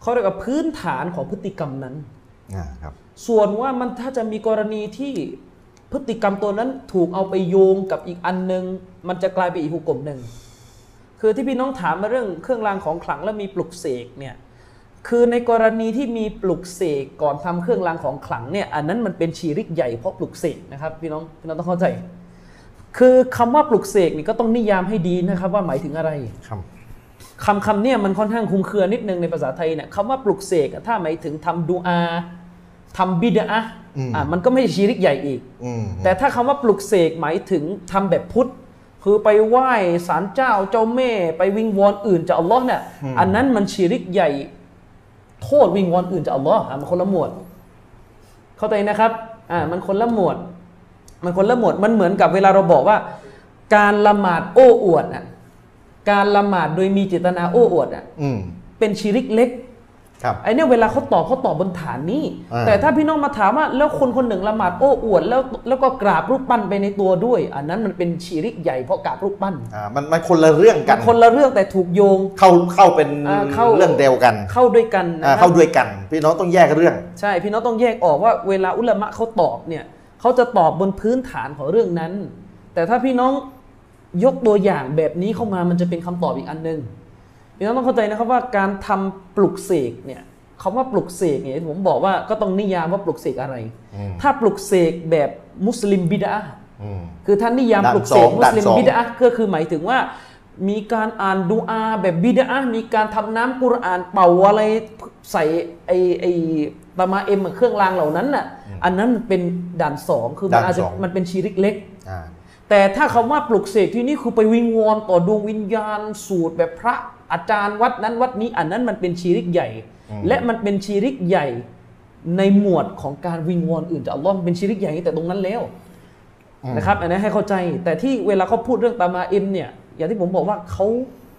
เขาเรียกว่าพื้นฐานของพฤติกรรมนั้น
อ่าครับ
ส่วนว่ามันถ้าจะมีกรณีที่พฤติกรรมตัวนั้นถูกเอาไปโยงกับอีกอันหนึง มันจะกลายเป็นอีกหุกกลมหนึ่ง คือที่พี่น้องถามมาเรื่องเครื่องรางของขลังและมีปลุกเสกเนี่ยคือในกรณีที่มีปลุกเสกก่อนทำเครื่องรางของขลังเนี่ยอันนั้นมันเป็นชีริกใหญ่เพราะปลุกเสกนะครับพี่น้องพี่น้องต้องเข้าใจ คือคำว่าปลุกเสกนี่ก็ต้องนิยามให้ดีนะครับว่าหมายถึงอะไร
ครับ
คำคำเนี่ยมันค่อนข้างคลุมเครือนิดนึงในภาษาไทยเนี่ยคำว่าปลุกเสกอะถ้าหมายถึงทำดูอาทำบิดาอะห์
อืม
อ่ะมันก็ไม่ใช่ชีริกใหญ่อีก
อืม
แต่ถ้าคำว่าปลุกเสกหมายถึงทำแบบพุทธ คือไปไหว้ศาลเจ้าเจ้าแม่ ไปวิงวอนอื่นจากอัลลอฮ์เนี่ยอันนั้นมันชีริกใหญ่ โทษวิงวอนอื่นจากอัลลอฮ์อ่ะมันคนละหมวด เข้าใจนะครับอ่ามันคนละหมวด มันคนละหมวดมันเหมือนกับเวลาเราบอกว่า การละหมาดโอ้อวดน่ะการละหมาดโดยมีเจตนาโอ้อวดน่ะ
อืม
เป็นชีริกเล็ก
ครับ
ไอเนี่ยเวลาเขาตอบเขาตอบบนฐานนี้
อ่า
แต่ถ้าพี่น้องมาถามว่าแล้วคนคนหนึ่งละหมาดโอ้อวดแล้วแล้วก็กราบรูปปั้นไปในตัวด้วย อันนั้นมันเป็นชีริกใหญ่เพราะกราบรูปปั้น
อ่ามันมันคนละเรื่องกัน
คนละเรื่องแต่ถูกโยง
เข้าเข้าเป็น
อ่าเข้า
เรื่องเดียวกัน
เข้าด้วยกันนะค
อ่า
รับ
เข้าด้วยกัน พี่น้องต้องแยกเรื่อง
ใช่พี่น้องต้องแยกออกว่าเวลาอุลามะเขาตอบเนี่ยเขาจะตอบบนพื้นฐานของเรื่องนั้น แต่ถ้าพี่น้องยกตัวอย่างแบบนี้เข้ามามันจะเป็นคำตอบอีกอันหนึ่งพี่น้องต้องเข้าใจนะครับว่าการทำปลุกเสกเนี่ยคำว่าปลุกเสกเนี่ยผมบอกว่าก็ต้องนิยามว่าปลุกเสกอะไร
อืม
ถ้าปลุกเสกแบบมุสลิมบิดา
อืม
คือท่านนิยาม
ด่าน
ปลุกเส
ส
ก
อง
มุสลิ
ด่า
ม
นสอง
บิดาก็คือหมายถึงว่า มีการอ่านดูอาแบบบิดามีการทำน้ำกุรอานเป่าอะไรใส่ไอไอตะมาเอ็มเครื่องรางเหล่านั้นน่ะ อันนั้นเป็นด่านสองคือมันอาจจะมันเป็นชีริกเล็ก
อ่า
แต่ถ้าคำว่าปลุกเสกที่นี่คือไปวิงวอนต่อดวงวิญญาณสูตรแบบพระอาจารย์วัดนั้นวัดนี้ อันนั้นมันเป็นชีริกใหญ่ และมันเป็นชีริกใหญ่ในหมวดของการวิงวอนอื่นจากอัลลอฮ์มันเป็นชีริกใหญ่แต่ตรงนั้นแล้วนะครับอันนี้นให้เข้าใจแต่ที่เวลาเขาพูดเรื่องตามาอินเนี่ยอย่างที่ผมบอกว่าเขา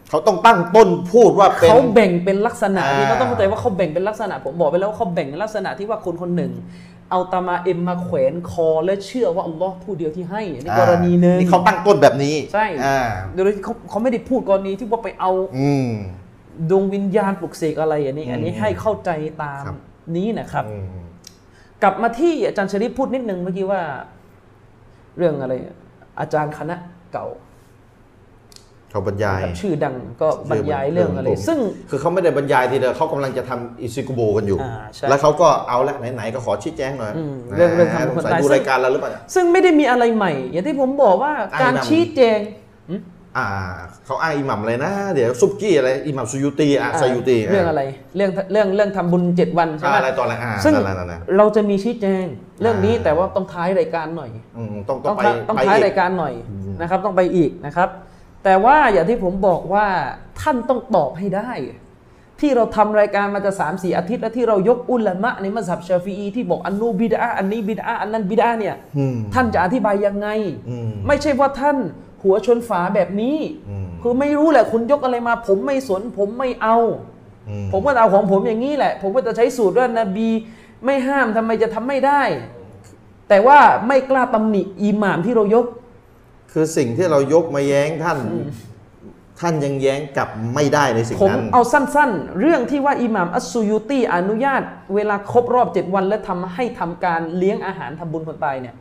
เขาต้องตั้งต้นพูดว่าเป็น
เขาแบ่งเป็นลักษณะที่
อ่า
เราต้องเข้าใจว่าเขาแบ่งเป็นลักษณะ ผมบอกไปแล้วว่าเขาแบ่งเป็นลักษณะที่ว่าคนคนหนึ่ง เอาตามาเอ็มมาแขวนคอ และเชื่อว่าอัลลอฮ์ผู้เดียวที่ให้อันนี่กรณีหนึ่ง
อ่านี่เขาตั้งต้นแบบนี้
ใช่
อ่า
โดยที่เขาเขาไม่ได้พูดกรณีที่ว่าไปเอา
อืม
ดวงวิญญาณปลุกเสกอะไรอันนี้ อันนี้ให้เข้าใจตาม
ครับ
นี้นะครับ
อืม
กลับมาที่อาจารย์ชริฟพูดนิดนึงเมื่อกี้ว่า เรื่องอะไร อาจารย์คณะเก่า
เขาบรรยาย
กับชื่อดังก็บรรยายเรื่องอะไร
เรื่องผม
ซึ่ง
คือเขาไม่ได้บรรยายทีเดียวเขากำลังจะทำอิซิกุโบกันอยู่
อ่าใช่
แล้วเขาก็เอาละไหนๆก็ขอชี้แจงหน่อย
อืมเรื่องเรื่องทำคน
สงสัย
ตาย
ดูรายการเราหรือเปล่าเนี่ย
ซึ่งไม่ได้มีอะไรใหม่ อย่างที่ผมบอกว่า
อ้าง
การ
นำ
ชี้แจง
อ่าเขาอ้างอิหมัมอะไรนะ เดี๋ยวซุบกี้อะไรอิหมัมซูยุตีอ่ะซายุตี
เรื่องอะไร เรื่องเรื่องเรื่องทำบุญเจ็ดวันใช่
อ่า
ไหม
อะไรต่ออะไรอ่า
ซึ่ง
นั่นแหละนั่นแหละ
เราจะมีชี้แจงเรื่องนี้
อ่า
แต่ว่าต้องท้ายรายการหน่อย
อืมต้องต้
ต้
อ
อง ง
ไป
ท้ายต้อง
ไป
ท้าย
อีก
รายการหน่อยนะครับ ต้องไปอีกนะครับ แต่ว่าอย่างที่ผมบอกว่าท่านต้องตอบให้ได้ ที่เราทำรายการมาจะสามสี่อาทิตย์ และที่เรายกอุลามะในมัสยิดชาฟีอีที่บอกอันนู้นบิดาอันนี้บิดาอันนั้นบิดาเนี่ย
อืม
ท่านจะอธิบายยังไง
อืม
ไม่ใช่ว่าท่านหัวชนฝาแบบนี้
อืม
คือไม่รู้แหละคุณยกอะไรมา ผมไม่สน ผมไม่เอา
อืม
ผมก็เอาของผมอย่างนี้แหละ ผมก็จะใช้สูตรว่านบีไม่ห้ามทำไมจะทำไม่ได้ แต่ว่าไม่กล้าตำหนิอิหม่ามที่เรายก
คือสิ่งที่เรายกมาแย้งท่าน ท่านยังแย้งกลับไม่ได้ในสิ่ง
ผม
นั้น
เอาสั้นๆ เรื่องที่ว่าอิหม่ามอัสซูยุตีอนุญาต เวลาครบรอบ 7 วัน และทำให้ทำการเลี้ยงอาหารทำบุญคนตายเนี่ย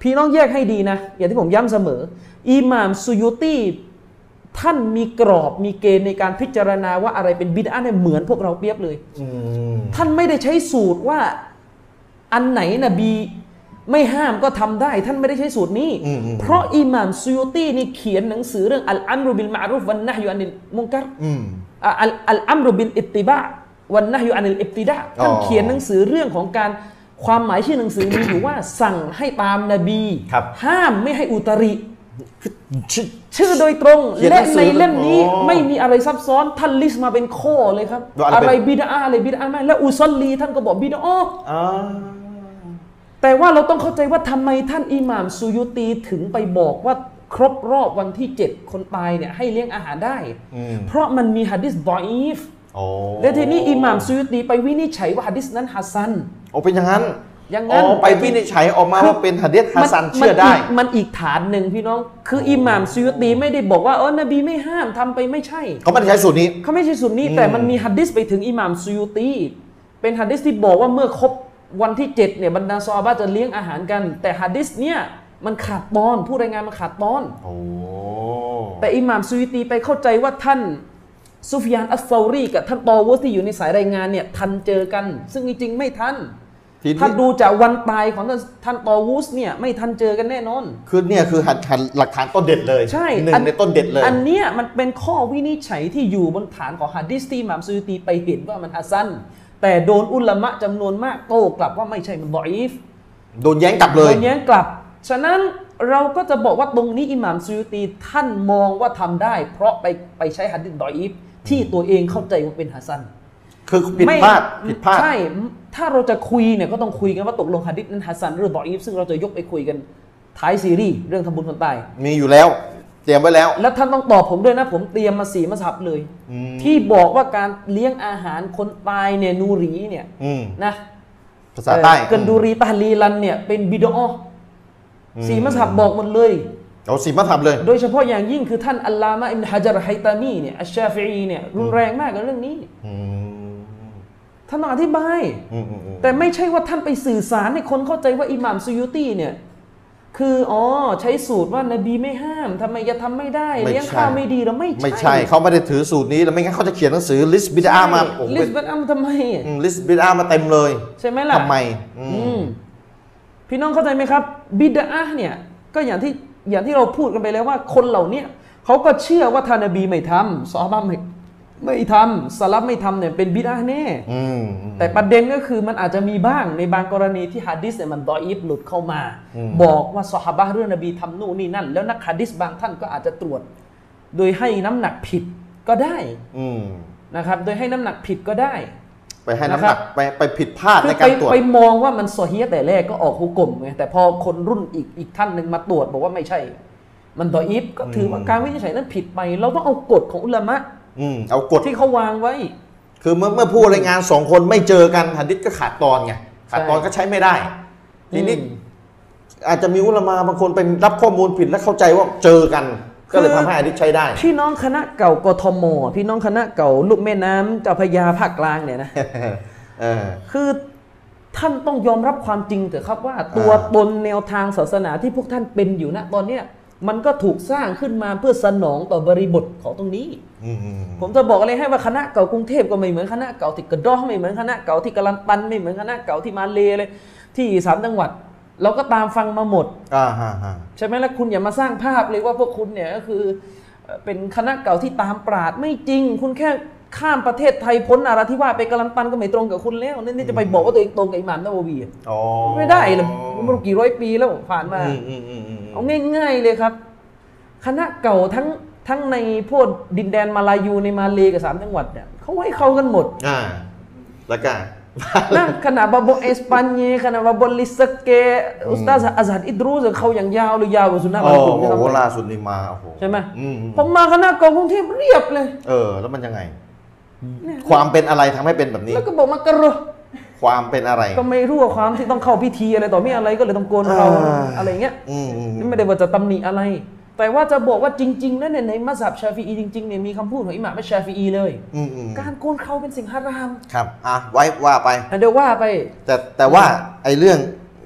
พี่น้องแยกให้ดีนะ อย่างที่ผมย้ำเสมอ อิหม่ามซูยุตีท่านมีกรอบมีเกณฑ์ในการพิจารณาว่าอะไรเป็นบิดาเนี่ยเหมือนพวกเราเปรียบเลย
อืม
ท่านไม่ได้ใช้สูตรว่าอันไหนนบีไม่ห้ามก็ทำได้ ท่านไม่ได้ใช้สูตรนี้ เพราะอิหม่ามซูยุตีนี่เขียนหนังสือเรื่องอัลอัมรุบิลมารุฟวันนะฮยูอันิลมุงกัร
อืม
อ่ะอัลอัลอัมรุบิลอิตติบะวันนะฮยูอันิลอิบติดะ
อ๋อ
ท่านเขียนหนังสือเรื่องของการความหมายชื่อหนังสือมีอยู่ว่า สั่งให้ตามนบีห้ามไม่ให้อุตริ
ชิด
ชื่อโดยตรง
เขียนหนั
และ
งสื
ใน
อ
เล่มนี้
อ๋อ
ไม่มีอะไรซับซ้อนท่านลิสต์มาเป็นข้อเลยครับ
ว่าอะไรเป็น
อะไรบิดาอะไรบิดาไม่แล้วอุซอลลีท่านก็บอกบิดาอ้อ
อ่า
แต่ว่าเราต้องเข้าใจว่าทำไมท่านอิหม่ามซูยุตีถึงไปบอกว่า ครบรอบวันที่ 7 คนตายเนี่ยให้เลี้ยงอาหารได้
อืม
เพราะมันมีฮะดิษบออีฟ
โอ้
และทีนี้อิหม่ามซุยตีไปวินิจฉัยว่าฮะดิษนั้นฮัสซัน
โอ้เป็นอย่างนั้น
อย่าง
อ๋
นั้น
อไปวินิจฉัยออกมาว่าเป็นหะดีษฮัสซันเชื่อได้
มันมันอีกฐานหนึ่งพี่น้อง คืออิหม่ามซิยตีไม่ได้บอกว่าเออนบีไม่ห้ามทำไปไม่ใช่
เขาไม่ได้ใช้สูตรนี้
เขาไม่ใช่สุนนีแต่มันมีฮัดดิสไปถึงอิหม่ามซิยตีเป็นฮัดดิสที่บอกว่าเมื่อครบวันที่ 7เนี่ยบรรดาซอฮาบะห์จะเลี้ยงอาหารกัน แต่ฮัดดิสเนี่ยมันขาดตอนผู้รายงานมันขาดตอน
โอ้
แต่อิหม่ามซุยตีไปเข้าใจว่าท่านซุฟยานอัสซอรีกับท่านตอวุสที่อยู่ในสายรายงานเนี่ยทันเจอกัน ซึ่งจริงๆไม่ทัน
ทีนี้
ถ้าดูจากวันตายของท่านท่านตอวุสเนี่ยไม่ทันเจอกันแน่นอน
คือเนี่ยคือหัดหัดหลักฐานต้นเด็ดเลย
ใช่
หนึ่
อั
งในต้นเด็ดเลย
อันเนี้ยมันเป็นข้อวินิจฉัยที่อยู่บนฐานของฮะดิสที่อิหมามซูยตีไปเห็นว่ามันฮัสซัน แต่โดนอุลามะจำนวนมากโต้กลับว่าไม่ใช่มันบออีฟ
โดนแย้งกลับเล
โด
ย
นแย้งกลับ ฉะนั้นเราก็จะบอกว่าตรงนี้อิหมามซูยตีท่านมองว่าทำได้ เพราะไปไปใช้ฮะดิษบออีฟที่ตัวเองเข้าใจว่าเป็นฮัสซัน
คือผิดพลาด
ไม่
ผิดพลาด
ใช่ถ้าเราจะคุยเนี่ยก็ต้องคุยกันว่าตกลงฮะดิษนั้นฮัสซันหรือบออีฟซึ่งเราจะยกไปคุยกันท้ายซีรีส์เรื่องทำบุญคนตาย
มีอยู่แล้ว เตรียมไว้แล้ว
แล้วท่านต้องตอบผมด้วยนะ ผมเตรียมมาสี่มัสฮับเลย
อืม
ที่บอกว่าการเลี้ยงอาหารคนตายเนี่ยนูรีเนี่ย
อืม
นะ
ภาษาใต้
เอ่อกันดูรีตาลีลันเนี่ยเป็นบิดออสี่มัสฮับบอกหมดเลย
เอาสีมาทำเลย
โดยเฉพาะอย่างยิ่งคือท่านอัลลามะอิมนฮะจาร์ไฮตามีเนี่ยอัชชาฟิอีเนี่ยรุนแรงมากกับเรื่องนี้
อืม
ท่านต้องอธิบาย
อืมอืมอืม
แต่ไม่ใช่ว่าท่านไปสื่อสารให้คนเข้าใจว่าอิหม่ามซุยูตี้เนี่ยคืออ๋อใช้สูตรว่านบีไม่ห้ามทำไมจะทำไม่ได้เลี้ยงข้าวไม่ดีเราไม่
ไม่ใช่เขาไม่ได้ถือสูตรนี้แล้วไม่งั้นเขาจะเขียนหนังสือลิสบิดามาผม
ลิสเบนอัมทำไม
ลิสบิดามาเต็มเลย
ใช่ไหมล่ะ
ทำไมอืม
อืมพี่น้องเข้าใจไหมครับ บิดาเนี่ยก็อย่างที่อย่างที่เราพูดกันไปแล้วว่าคนเหล่าเนี้ยเขาก็เชื่อว่าทานนบีไม่ทำซอฮาบ้าไม่ไม่ทำสลับไม่ทำเนี่ยเป็นบิดาแน่
อืมอืม
แต่ประเด็นก็คือมันอาจจะมีบ้างในบางกรณีที่ฮะดิษเนี่ยมันดออีฟหลุดเข้ามา บอกว่าสหบะห์เรื่องนบีทำนู่นนี่นั่น แล้วนักฮะดิษบางท่านก็อาจจะตรวจ โดยให้น้ำหนักผิดก็ได้
อืม
นะครับ โดยให้น้ำหนักผิดก็ได้
ไปให้น้ำ
นะค
ห
รั
นั
บ
กไปไปผิดพลาด
คือ
ใน
ไป
การตรวจ
ไปมองว่ามันโซเฮียแต่แรกก็ออกฮุกกลมไงแต่พอคนรุ่นอีกอีกท่านหนึ่งมาตรวจบอกว่าไม่ใช่ มันดออีฟก็ถือว่า
อืม
การวินิจฉัยนั้นผิดไป เราต้องเอากฎของอุลามะ
อืมเอากฎ
ที่เขาวางไว้
คือเมื่อเมื่อผู้รายงานสองคนไม่เจอกันหัดดิษก็ขาดตอนไงขาดตอนก็ใช้ไม่ได้ ทีนี้
อืม
อาจจะมีอุลามาบางคนไปรับข้อมูลผิดและเข้าใจว่าเจอกัน ก็เลยทำให้หัดดิษใช้
[LAUGHS]
ได้
พี่น้องคณะเก่ากทมพี่น้องคณะเก่าลูกแม่น้ำเจ้าพระยาภาคกลางเนี่ยนะ
เออ
คือท่านต้องยอมรับความจริงเถอะครับว่า ตัว
อ่า
ตนแนวทางศาสนาที่พวกท่านเป็นอยู่นะตอนเนี้ยมันก็ถูกสร้างขึ้นมาเพื่อสนองต่อบริบทของตรงนี้
อืมอืม
ผมจะบอกอะไรให้ว่าคณะเก่ากรุงเทพก็ไม่เหมือนคณะเก่าที่กระดอไม่เหมือนคณะเก่าที่กะลันตันไม่เหมือนคณะเก่าที่มาเลเลย ที่สามจังหวัด เราก็ตามฟังมาหมด
อ่าฮะฮะ
ใช่ไหมล่ะคุณอย่ามาสร้างภาพเลยว่าพวกคุณเนี่ยก็คือเอ่อเป็นคณะเก่าที่ตามปราดไม่จริง คุณแค่ข้ามประเทศไทยพ้นอาราธิวาสไปกะลันตันก็ไม่ตรงกับคุณแล้วนี่นี่จะไปบอกว่าตัวเองตรงกับอิหม่ามนาบวีอะ
อ๋อ
ไม่ได้เลยมันไม่รู้กี่ร้อยปีแล้วผ่านมา
อืมอืมอืมอืม
เอาง่ายๆเลยครับ คณะเก่าทั้งทั้งในพวกดินแดนมาลายูในมาเลกับสามจังหวัดเนี่ยเขาให้เขากันหมด
อ่าแล้วกัน
นะขณะบาโบเอสปันเยขณะบาโบลิสเกอุสตาซอัซฮัดอิดรูสเขาอย่างยาวหรือยาวกว่าสุนนะ
โอ้
บางกลุ่ม
โห
ด้วยซ้ำไป
ล่าสุดนี่มาโอ้โห
ใช่ไหม
อืมอืม
ผมมาคณะกองกรุงเทพเรียบเลย
เออ แล้วมันยังไง ความเป็นอะไรทำให้เป็นแบบนี้
แล้วก็บอกมากระโรอ
ความเป็นอะไร
ก็ไม่รู้ว่าความที่ต้องเข้าพิธีอะไรต่อมีอะไรก็เลยต้องโกนเรา
อ่า
อะไรเงี้ย
อืมอืมอื
นี่
ม
ไม่ได้ว่าจะตำหนิอะไร แต่ว่าจะบอกว่าจริงๆนั่นยในมัสยิดชาฟีอีจริงๆเนี่ยมีคำพูดของอิหม่ามอัชชาฟีอีเลย
อืมอืม
การโกนเขาเป็นสิ่งฮาราม
ครับ อ่ะ ไว้ว่าไป
อันเดียวว่าไป
แต่แต่ว่าไอ้เรื่อง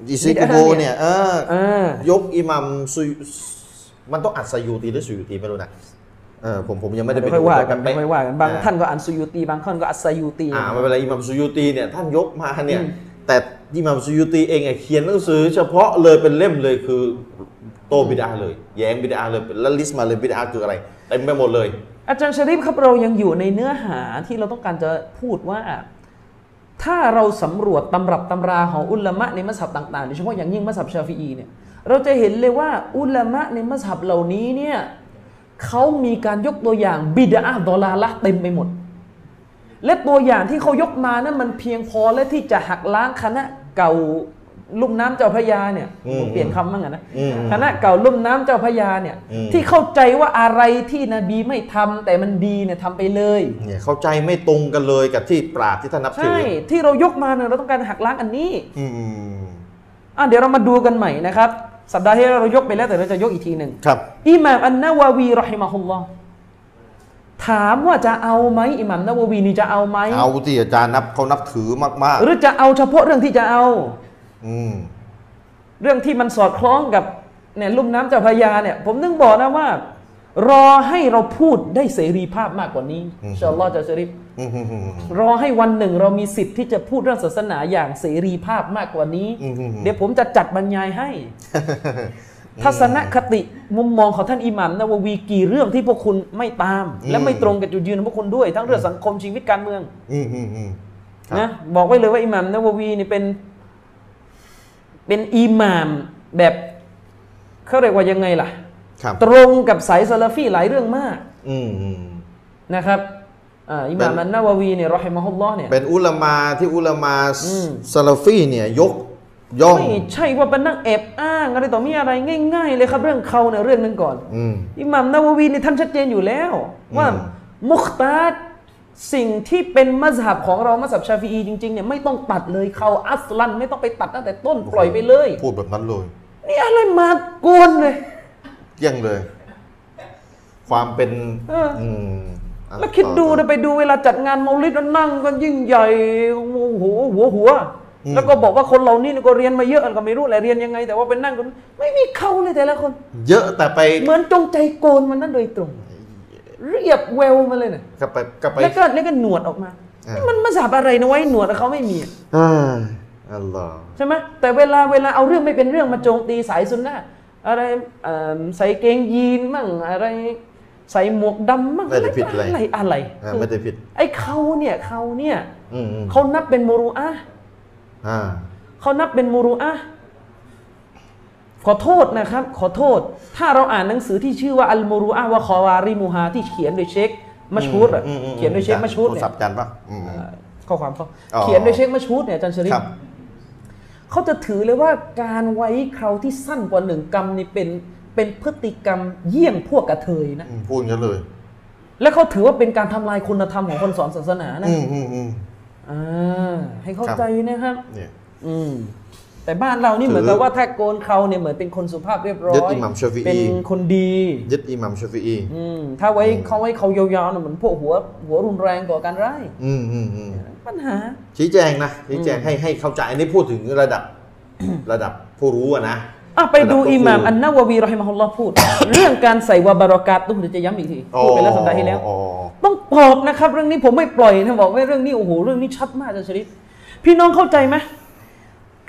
อิซิกุโบ
ไม่ได้
เนี่
เนี่ย
ย เออ
อ่าย
กอิหมัมซุยมันต้องอัดสยูตีหรือสุยูตีไม่รู้นะ เออ ผมผมยังไม่ได้
เดี๋
ไป
ยวค่อยว่ากัน
เป๊ะ
เดี๋ยวค่อยว่ากันบาง
อ่
ท่านก็อันซุยูตีบางท่านก็อัสซายูตี
อ่าไม่เป็นไรอิหมัมซุยูตีเนี่ยท่านยกมาเนี่ย แต่อิหมัมซุยูตีเองอะเขียนหนังสือ เฉพาะเลยเป็นเล่มเลยคือโตบิดาเลย แย้งบิดาเลยแล้วลิสต์มาเลยบิดาคืออะไรเต็มไปหมดเลย
อาจารย์ชริปครับเรายังอยู่ในเนื้อหาที่เราต้องการจะพูดว่า ถ้าเราสำรวจตำรับตำราของอุลามะในมัสฮับต่างๆโดยเฉพาะอย่างยิ่งมัสฮับชาฟีอีเนี่ยเราจะเห็นเลยว่าอุลามะในมัสฮับเหล่านี้เนี่ยเขามีการยกตัวอย่างบิดาดอลาละห์เต็มไปหมด และตัวอย่างที่เขายกมานั้นมันเพียงพอและที่จะหักล้างคณะเก่า ลุ่มน้ำเจ้าพระยาเนี่ย
อืม
ผมเปลี่ยนคำบ้างอะนะ
อืม
คณะเก่าลุ่มน้ำเจ้าพระยาเนี่ย
อืม
ที่เข้าใจว่าอะไรที่นบีไม่ทำแต่มันดีเนี่ยทำไปเลย
เนี่ยเข้าใจไม่ตรงกันเลยกับที่ปราชญ์ที่ท่านนับถื
ใช่ที่เรายกมาเนี่ยเราต้องการหักล้างอันนี้
อืม
อ่ะเดี๋ยวเรามาดูกันใหม่นะครับ สัปดาห์ที่แล้วเรายกไปแล้วแต่เราจะยกอีกทีหนึ่ง
ครับ
อิหม่ามอันนาวาวีรอฮิมะฮุลลอฮ์ถามว่าจะเอาไหมอิหม่ามนาวาวีนี่จะเอาไหม
เอาที่อาจารย์นับเขานับถือมาก
หรือจะเอาเฉพาะเรื่องที่จะเอา
ๆ อืม
เรื่องที่มันสอดคล้องกับเนี่ยลุ่มน้ำเจ้าพระยาเนี่ยผมนึงบอกนะว่า รอให้เราพูดได้เสรีภาพมากกว่านี้
อืม
อินชาอัลลอฮ์เจะชริฟ
อืมอืมอืมอืม
รอให้วันหนึ่งเรามีสิทธิ์ที่จะพูดเรื่องศาสนาอย่างเสรีภาพมากกว่านี้
อืมอืมอืม
เดี๋ยวผมจะจัดบรรยาย
[LAUGHS]
ให้ ทัศนคติมุมมองของท่านอิหมัมนะววีกี่เรื่องที่พวกคุณไม่ตาม และไม่ตรงกับจุดยืนของพวกคุณด้วย ทั้งเรื่องสังคมชีวิตการเมือง
อืมอืมอืม ครับ
นะบอกไว้เลยว่าอิหมัมนะววีนี่เป็น เป็นอิหมัมแบบเขาเรียกว่ายังไงล่ะ
ครับ
ตรงกับสายซาลาฟีหลายเรื่องมาก
อืมอืม
นะครับอ่าอิหมัม
เป็น
อันนาววีเนี่ยรอฮิมะฮุลลอฮ์เนี่ย
เป็นอุลามาที่อุลามา
อืม
ซาลาฟีเนี่ยยกย่อง
ไม่ใช่ว่าเป็นนักแอบอ้างอะไรต่อมีอะไรง่าย ๆ เลยครับเรื่องเขาเนี่ยเรื่องหนึงก่อน
อืม
อิหมัมนาววีนี่ท่านชัดเจนอยู่แล้ว ว่า
อืม
มุขตาดสิ่งที่เป็นมัสฮับของเรามัสฮับชาฟีอีจริงๆเนี่ยไม่ต้องตัดเลยเขาอัสลันไม่ต้องไปตัดตั้งแต่ต้นปล่อยไปเลย
พูดแบบนั้นเลย
นี่อะไรมากวนเลย
เกลี้ยงเลย ความเป็น
เอออื
มอ่ะ
แล้วคิด
ต่อ
ดู
ต่อ
นะไปดูเวลาจัดงานเมาลิดแล้วนั่งกันยิ่งใหญ่โอ้โหหัวหัว
อืม
แล้วก็บอกว่าคนเหล่านี้เนี่ยก็เรียนมาเยอะก็ไม่รู้แหละเรียนยังไง แต่ว่าเป็นนั่งกันไม่มีเขาเลยแต่ละคน
เยอะแต่ไป
เหมือนจงใจโกนมันนั่นโดยตรง เรียบแววมาเลยนะ
ก็ไปก็ไป
แล้วก็แล้วก็หนวดออกมา
อ่ามั
มันมาสาบอะไรนะไว้ยหนวดเขาไม่มีอะ
อ่าอัลลอฮ์
ใช่ไหมแต่เวลาเวลาเอาเรื่องไม่เป็นเรื่องมาโจมตีสายซุนนะอะไรเอิ่มใส่เกงยีนมั่งอะไร ใส่หมวกดำมั่ง
ไม่ได้ผิดอะไร
อะไรอะไร
อ่าไม่ได้ผิด
ไอ้เขาเนี่ยเขาเนี่ย
อืมอืม
เขานับเป็นมูรูอะห์
อ่า
เขานับเป็นมูรูอะห์ขอโทษนะครับ ขอโทษ ถ้าเราอ่านหนังสือที่ชื่อว่าอัลมูรูอะห์วะคอวาริมูฮาที่เขียนโดยเชคมัชฮูดอะ
อืมอืมอืม
เขียนโดยเชคมัชฮูด
โท
เนี่
ร
ย
ศัพท์จันทร์ปะอืม
เอ่อข้อความเขา
อ๋อ
เขียนโดยเชคมาชูดเนี่ยอาจันชริฟ
ครับ
เขาจะถือเลยว่าการไว้เคราวที่สั้นกว่าหนึ่งกรรมนี่เป็นเป็นพฤติกรรมเยี่ยงพวกกระเทยนะ
อืมพูดกันเลย
และเขาถือว่าเป็นการทำลายคุณธรรมของคนสอนศาสนานะ
อืมอืมอืม
อ่าให้เข้า
ครับ
ใจนะครับ
เนี่ย
อืมแต่บ้านเรานี่
ถือ
เหมือนกับว่าถ้าโกนเขาเนี่ยเหมือนเป็นคนสุภาพเรียบร้อย
ยึดอิหม่ามชาฟิอี
เป็นคนดี
ยึดอิหมัมชาฟีอี
อืมถ้าไว้เขาไว้เขายาวๆเนี่ยเหมือนพวกหัวหัวรุนแรงก่อการร้าย
อืมอืมอืม
ปัญหา
ชี้แจงนะชี้แจงให้ให้เข้าใจอันนี้พูดถึงระดับ ระดับผู้รู้อะนะ
อ่ะไปดู
ระดับผู้
อิหม่าม
รู้
อันนาววีรอฮิมะฮุลลอฮ์พูด เรื่องการใส่วาบารอกาตุฮ์เดี๋ยวจะย้ำอีกทีพูดไปแล้วสัปดาห์ที่แล้ว
อ๋อ
ต้องตอบนะครับ เรื่องนี้ผมไม่ปล่อยนะบอกว่าเรื่องนี้โอ้โหเรื่องนี้ชัดมากอาจารย์ชริฟพี่น้องเข้าใจไหม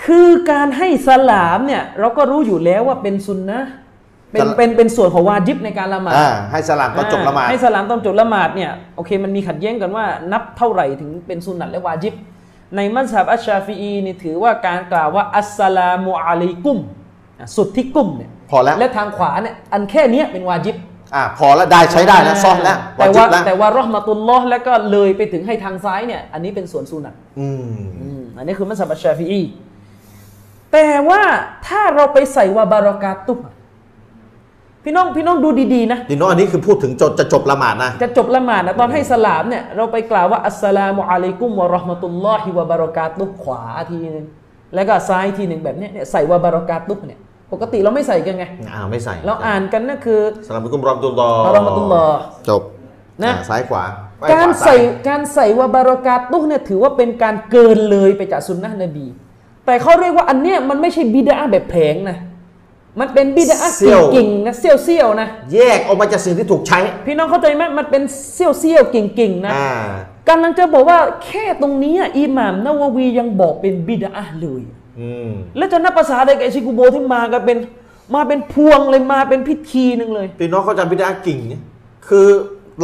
คือการให้สลามเนี่ย เราก็รู้อยู่แล้วว่าเป็นซุนนะห์เป็น
สลาม
เป็นเป็นส่วนของวาจิบในการละหมาด
อ่าให้สลามก็จบละหมาด
ให้สลามตอนจบละหมาดเนี่ยโอเคมันมีขัดแย้งกันว่านับเท่าไหร่ถึงเป็นซุนนะห์และวาจิบ ในมัสยิดอัชชาฟีอีนี่ถือว่าการกล่าวว่าอัสสลามุอะลัยกุมอ่ะสุดที่กุมเนี่ย
พอแล้ว
และทางขวาเนี่ยอันแค่เนี้ยเป็นวาจิบ
อ่าพอแล้วได้ใช้ได้แล้วซ่อนแล้ว
แต่ว่า
บแล้ว
แต่ว่ารอห์มาตุลลอฮ์แล้วก็เลยไปถึงให้ทางซ้ายเนี่ย อันนี้เป็นส่วนสุนัต
อืม
อันนี้คือมัสยิดอัชชาฟีอีแต่ว่าถ้าเราไปใส่วาบารอกาตุฮ์อะพี่น้องพี่น้องดูดีๆนะ
ดีโนอันนี้คือพูดถึงจบจะจบละหมาดนะ
จะจบละหมาดนะตอนให้สลามเนี่ย เราไปกล่าวว่าอัสสลามุอะลัยกุมวะเราะห์มะตุลลอฮิวะบารอกาตุฮ์ขวาทีนึงแล้วก็ซ้ายทีหนึ่งแบบเนี้ยเนี่ยใส่วะบารอกาตุฮ์เนี่ยปกติเราไม่ใส่กันไง
อ่าไม่ใส่
เราอ่านกันนั่นคือ
สลามกุมรอมตุลลอ
วะเราะมะตุลลอฮ์
จบ
นะ
อ่าซ้ายขวาไปขว
การใส่การใส่วาบารอกาตุฮ์เนี่ยถือว่าเป็นการเกินเลยไปจากสุนนะห์นบี แต่เขาเรียกว่าอันเนี้ยมันไม่ใช่บิดาแบบแผงนะ มันเป็นบิดากิ่งๆนะเซี่ยวๆนะ
แยกออกมาจากสิ่งที่ถูกใช้
พี่น้องเข้าใจไหมมันเป็นเซี่ยวๆกิ่งๆนะ
อ่า
กำลังจะบอกว่าแค่ตรงนี้อ่ะอิหม่ามนาววียังบอกเป็นบิดาเลย
อืม
แล้วจะนับภาษาอะไรกับไอชิคุโบที่มากันเป็นมาเป็นพวงเลยมาเป็นพิธีหนึ่งเลย
พี่น้องเขาจำพิดากิ่งเนี่ยคือ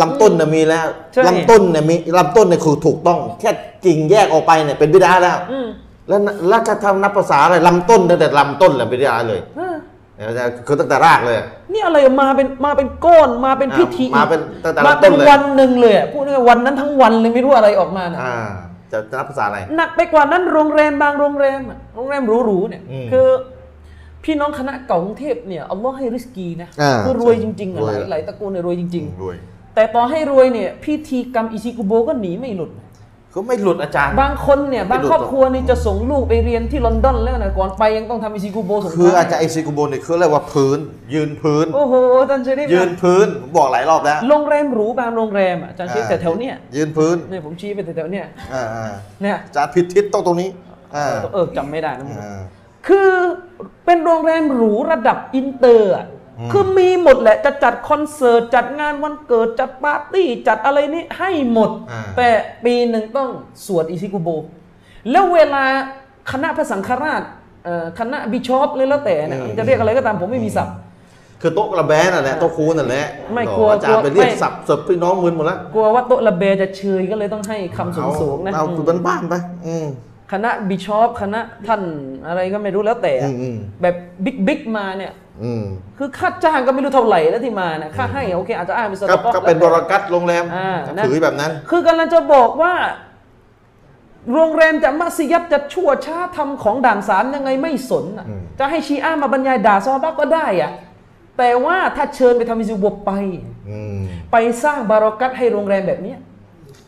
ลำต้นน่ะมีแล้ว
ใช่
ลำต้นเนี่ยมีลำต้นเนี่ยคือถูกต้อง แค่กิ่งแยกออกไปเนี่ยเป็นบิดาแล้ว
อืม
แล้วน่ะแล้วจะทำนับภาษาอะไรลำต้นตั้งแต่ลำต้นแหละบิดาเลย
อ่า
นะจ๊ะคือตั้งแต่รากเลย
นี่อะไรอะมาเป็นมาเป็นก้อนมาเป็นพิธี
อ่ะมาเป็นตั้งแต่
มาเป็น
ต้นเลย
วันหนึ่งเลยอะพูดง่ายๆวันนั้นทั้งวันเลยไม่รู้อะไรออกมานะ
อ่า จะจะนับภาษาอะไร
หนักไปกว่านั้นโรงแรมบางโรงแรมอะโรงแรมหรูๆเนี่ย
อืม
คือพี่น้องคณะเก่ากรุงเทพเนี่ยอัลลอฮ์ให้ริสกีนะ
อ่า
คือรวยจริงๆอะ
ร
ห
วย
ลาย
ละ
หลายตระกูลเนี่ยรวยจริง
รวย
ๆ แต่ต่อให้รวยเนี่ยพิธีกรรมอิชิกุโบก็หนีไม่หลุด
ก็ไม่หลุดอาจารย์
บางคนเนี่ยบาง
ไม่หลุด
ครอบครัวนี่จะส่งลูกไปเรียนที่ลอนดอนแล้วนะก่อนไปยังต้องทำอิชิกุโบส่ง
คือ
ท้ย
อาจารย์ไอซิกุโบเนี่ยคือเรียกว่าพื้น ยืนพื้น
โอ้โหอาจารย์เชริฟ
ยืนพื้นผมบอกหลายรอบแล้ว
โรงแรมหรูบางโรงแรมอะอาจารย์เชริฟแต่แถวเนี้ย
ยืนพื้น
เนี่ยผมชี้ไปแต่แถวเนี้ย
อ่าอ่า
เนี่ย
อาจารย์ผิดทิศต้องตรงนี้อ่า
เออจำไม่ได้นะ
อ่า
คือเป็นโรงแรมหรูระดับอินเตอร์อะ
อืม
คือมีหมดแหละจะจัดคอนเสิร์ต จัดงานวันเกิด จัดปาร์ตี้ จัดอะไรนี่ให้หมด
อ่า
แต่ปีหนึ่งต้องสวดอิชิกุโบ แล้วเวลาคณะพระสังฆราชเอ่อคณะบิชอปเลยแล้วแต่เนี่ย
อืม
จะเรียกอะไรก็ตามผมไม่มีศัพท์
คือโต๊ะกระแบนน่ะแหละโต๊ะคูนั่นแหละ
ไม่กลัว
อาจารย์ไปเรียก
ไม่
สับเสิร์ฟพี่น้องมึนหมดแล้ว
กลัวว่าโต๊ะละเบจะเชยก็เลยต้องให้คำสูงสูงๆนะ
เอา
อืม
เอาบ้านๆไป อืม
คณะบิชอปคณะท่านอะไรก็ไม่รู้แล้วแต่อะ
อืมอืม
แบบบิ๊กบิ๊กๆมาเนี่ย
อืม
คือค่าจ้างก็ไม่รู้เท่าไหร่แล้วที่มานะค่าให้โอเคอาจจะอ้างเป็นส
ก็
ต๊อก
ก็เป็นบรกัตโรงแรม
อ่านะ
ถือแบบนั้น
คือกำลังจะบอกว่า โรงแรมจะมัสยิดจะชั่วช้าทำของด่านสามยังไงไม่สนน่ะ
อืม
จะให้ชีอ้ามาบรรยายด่าซอฮาบ้าก็ได้อะแต่ว่าถ้าเชิญไปทำมิซูบวไป
อืม
ไปสร้างบารอกัตให้โรงแรมแบบเนี้ย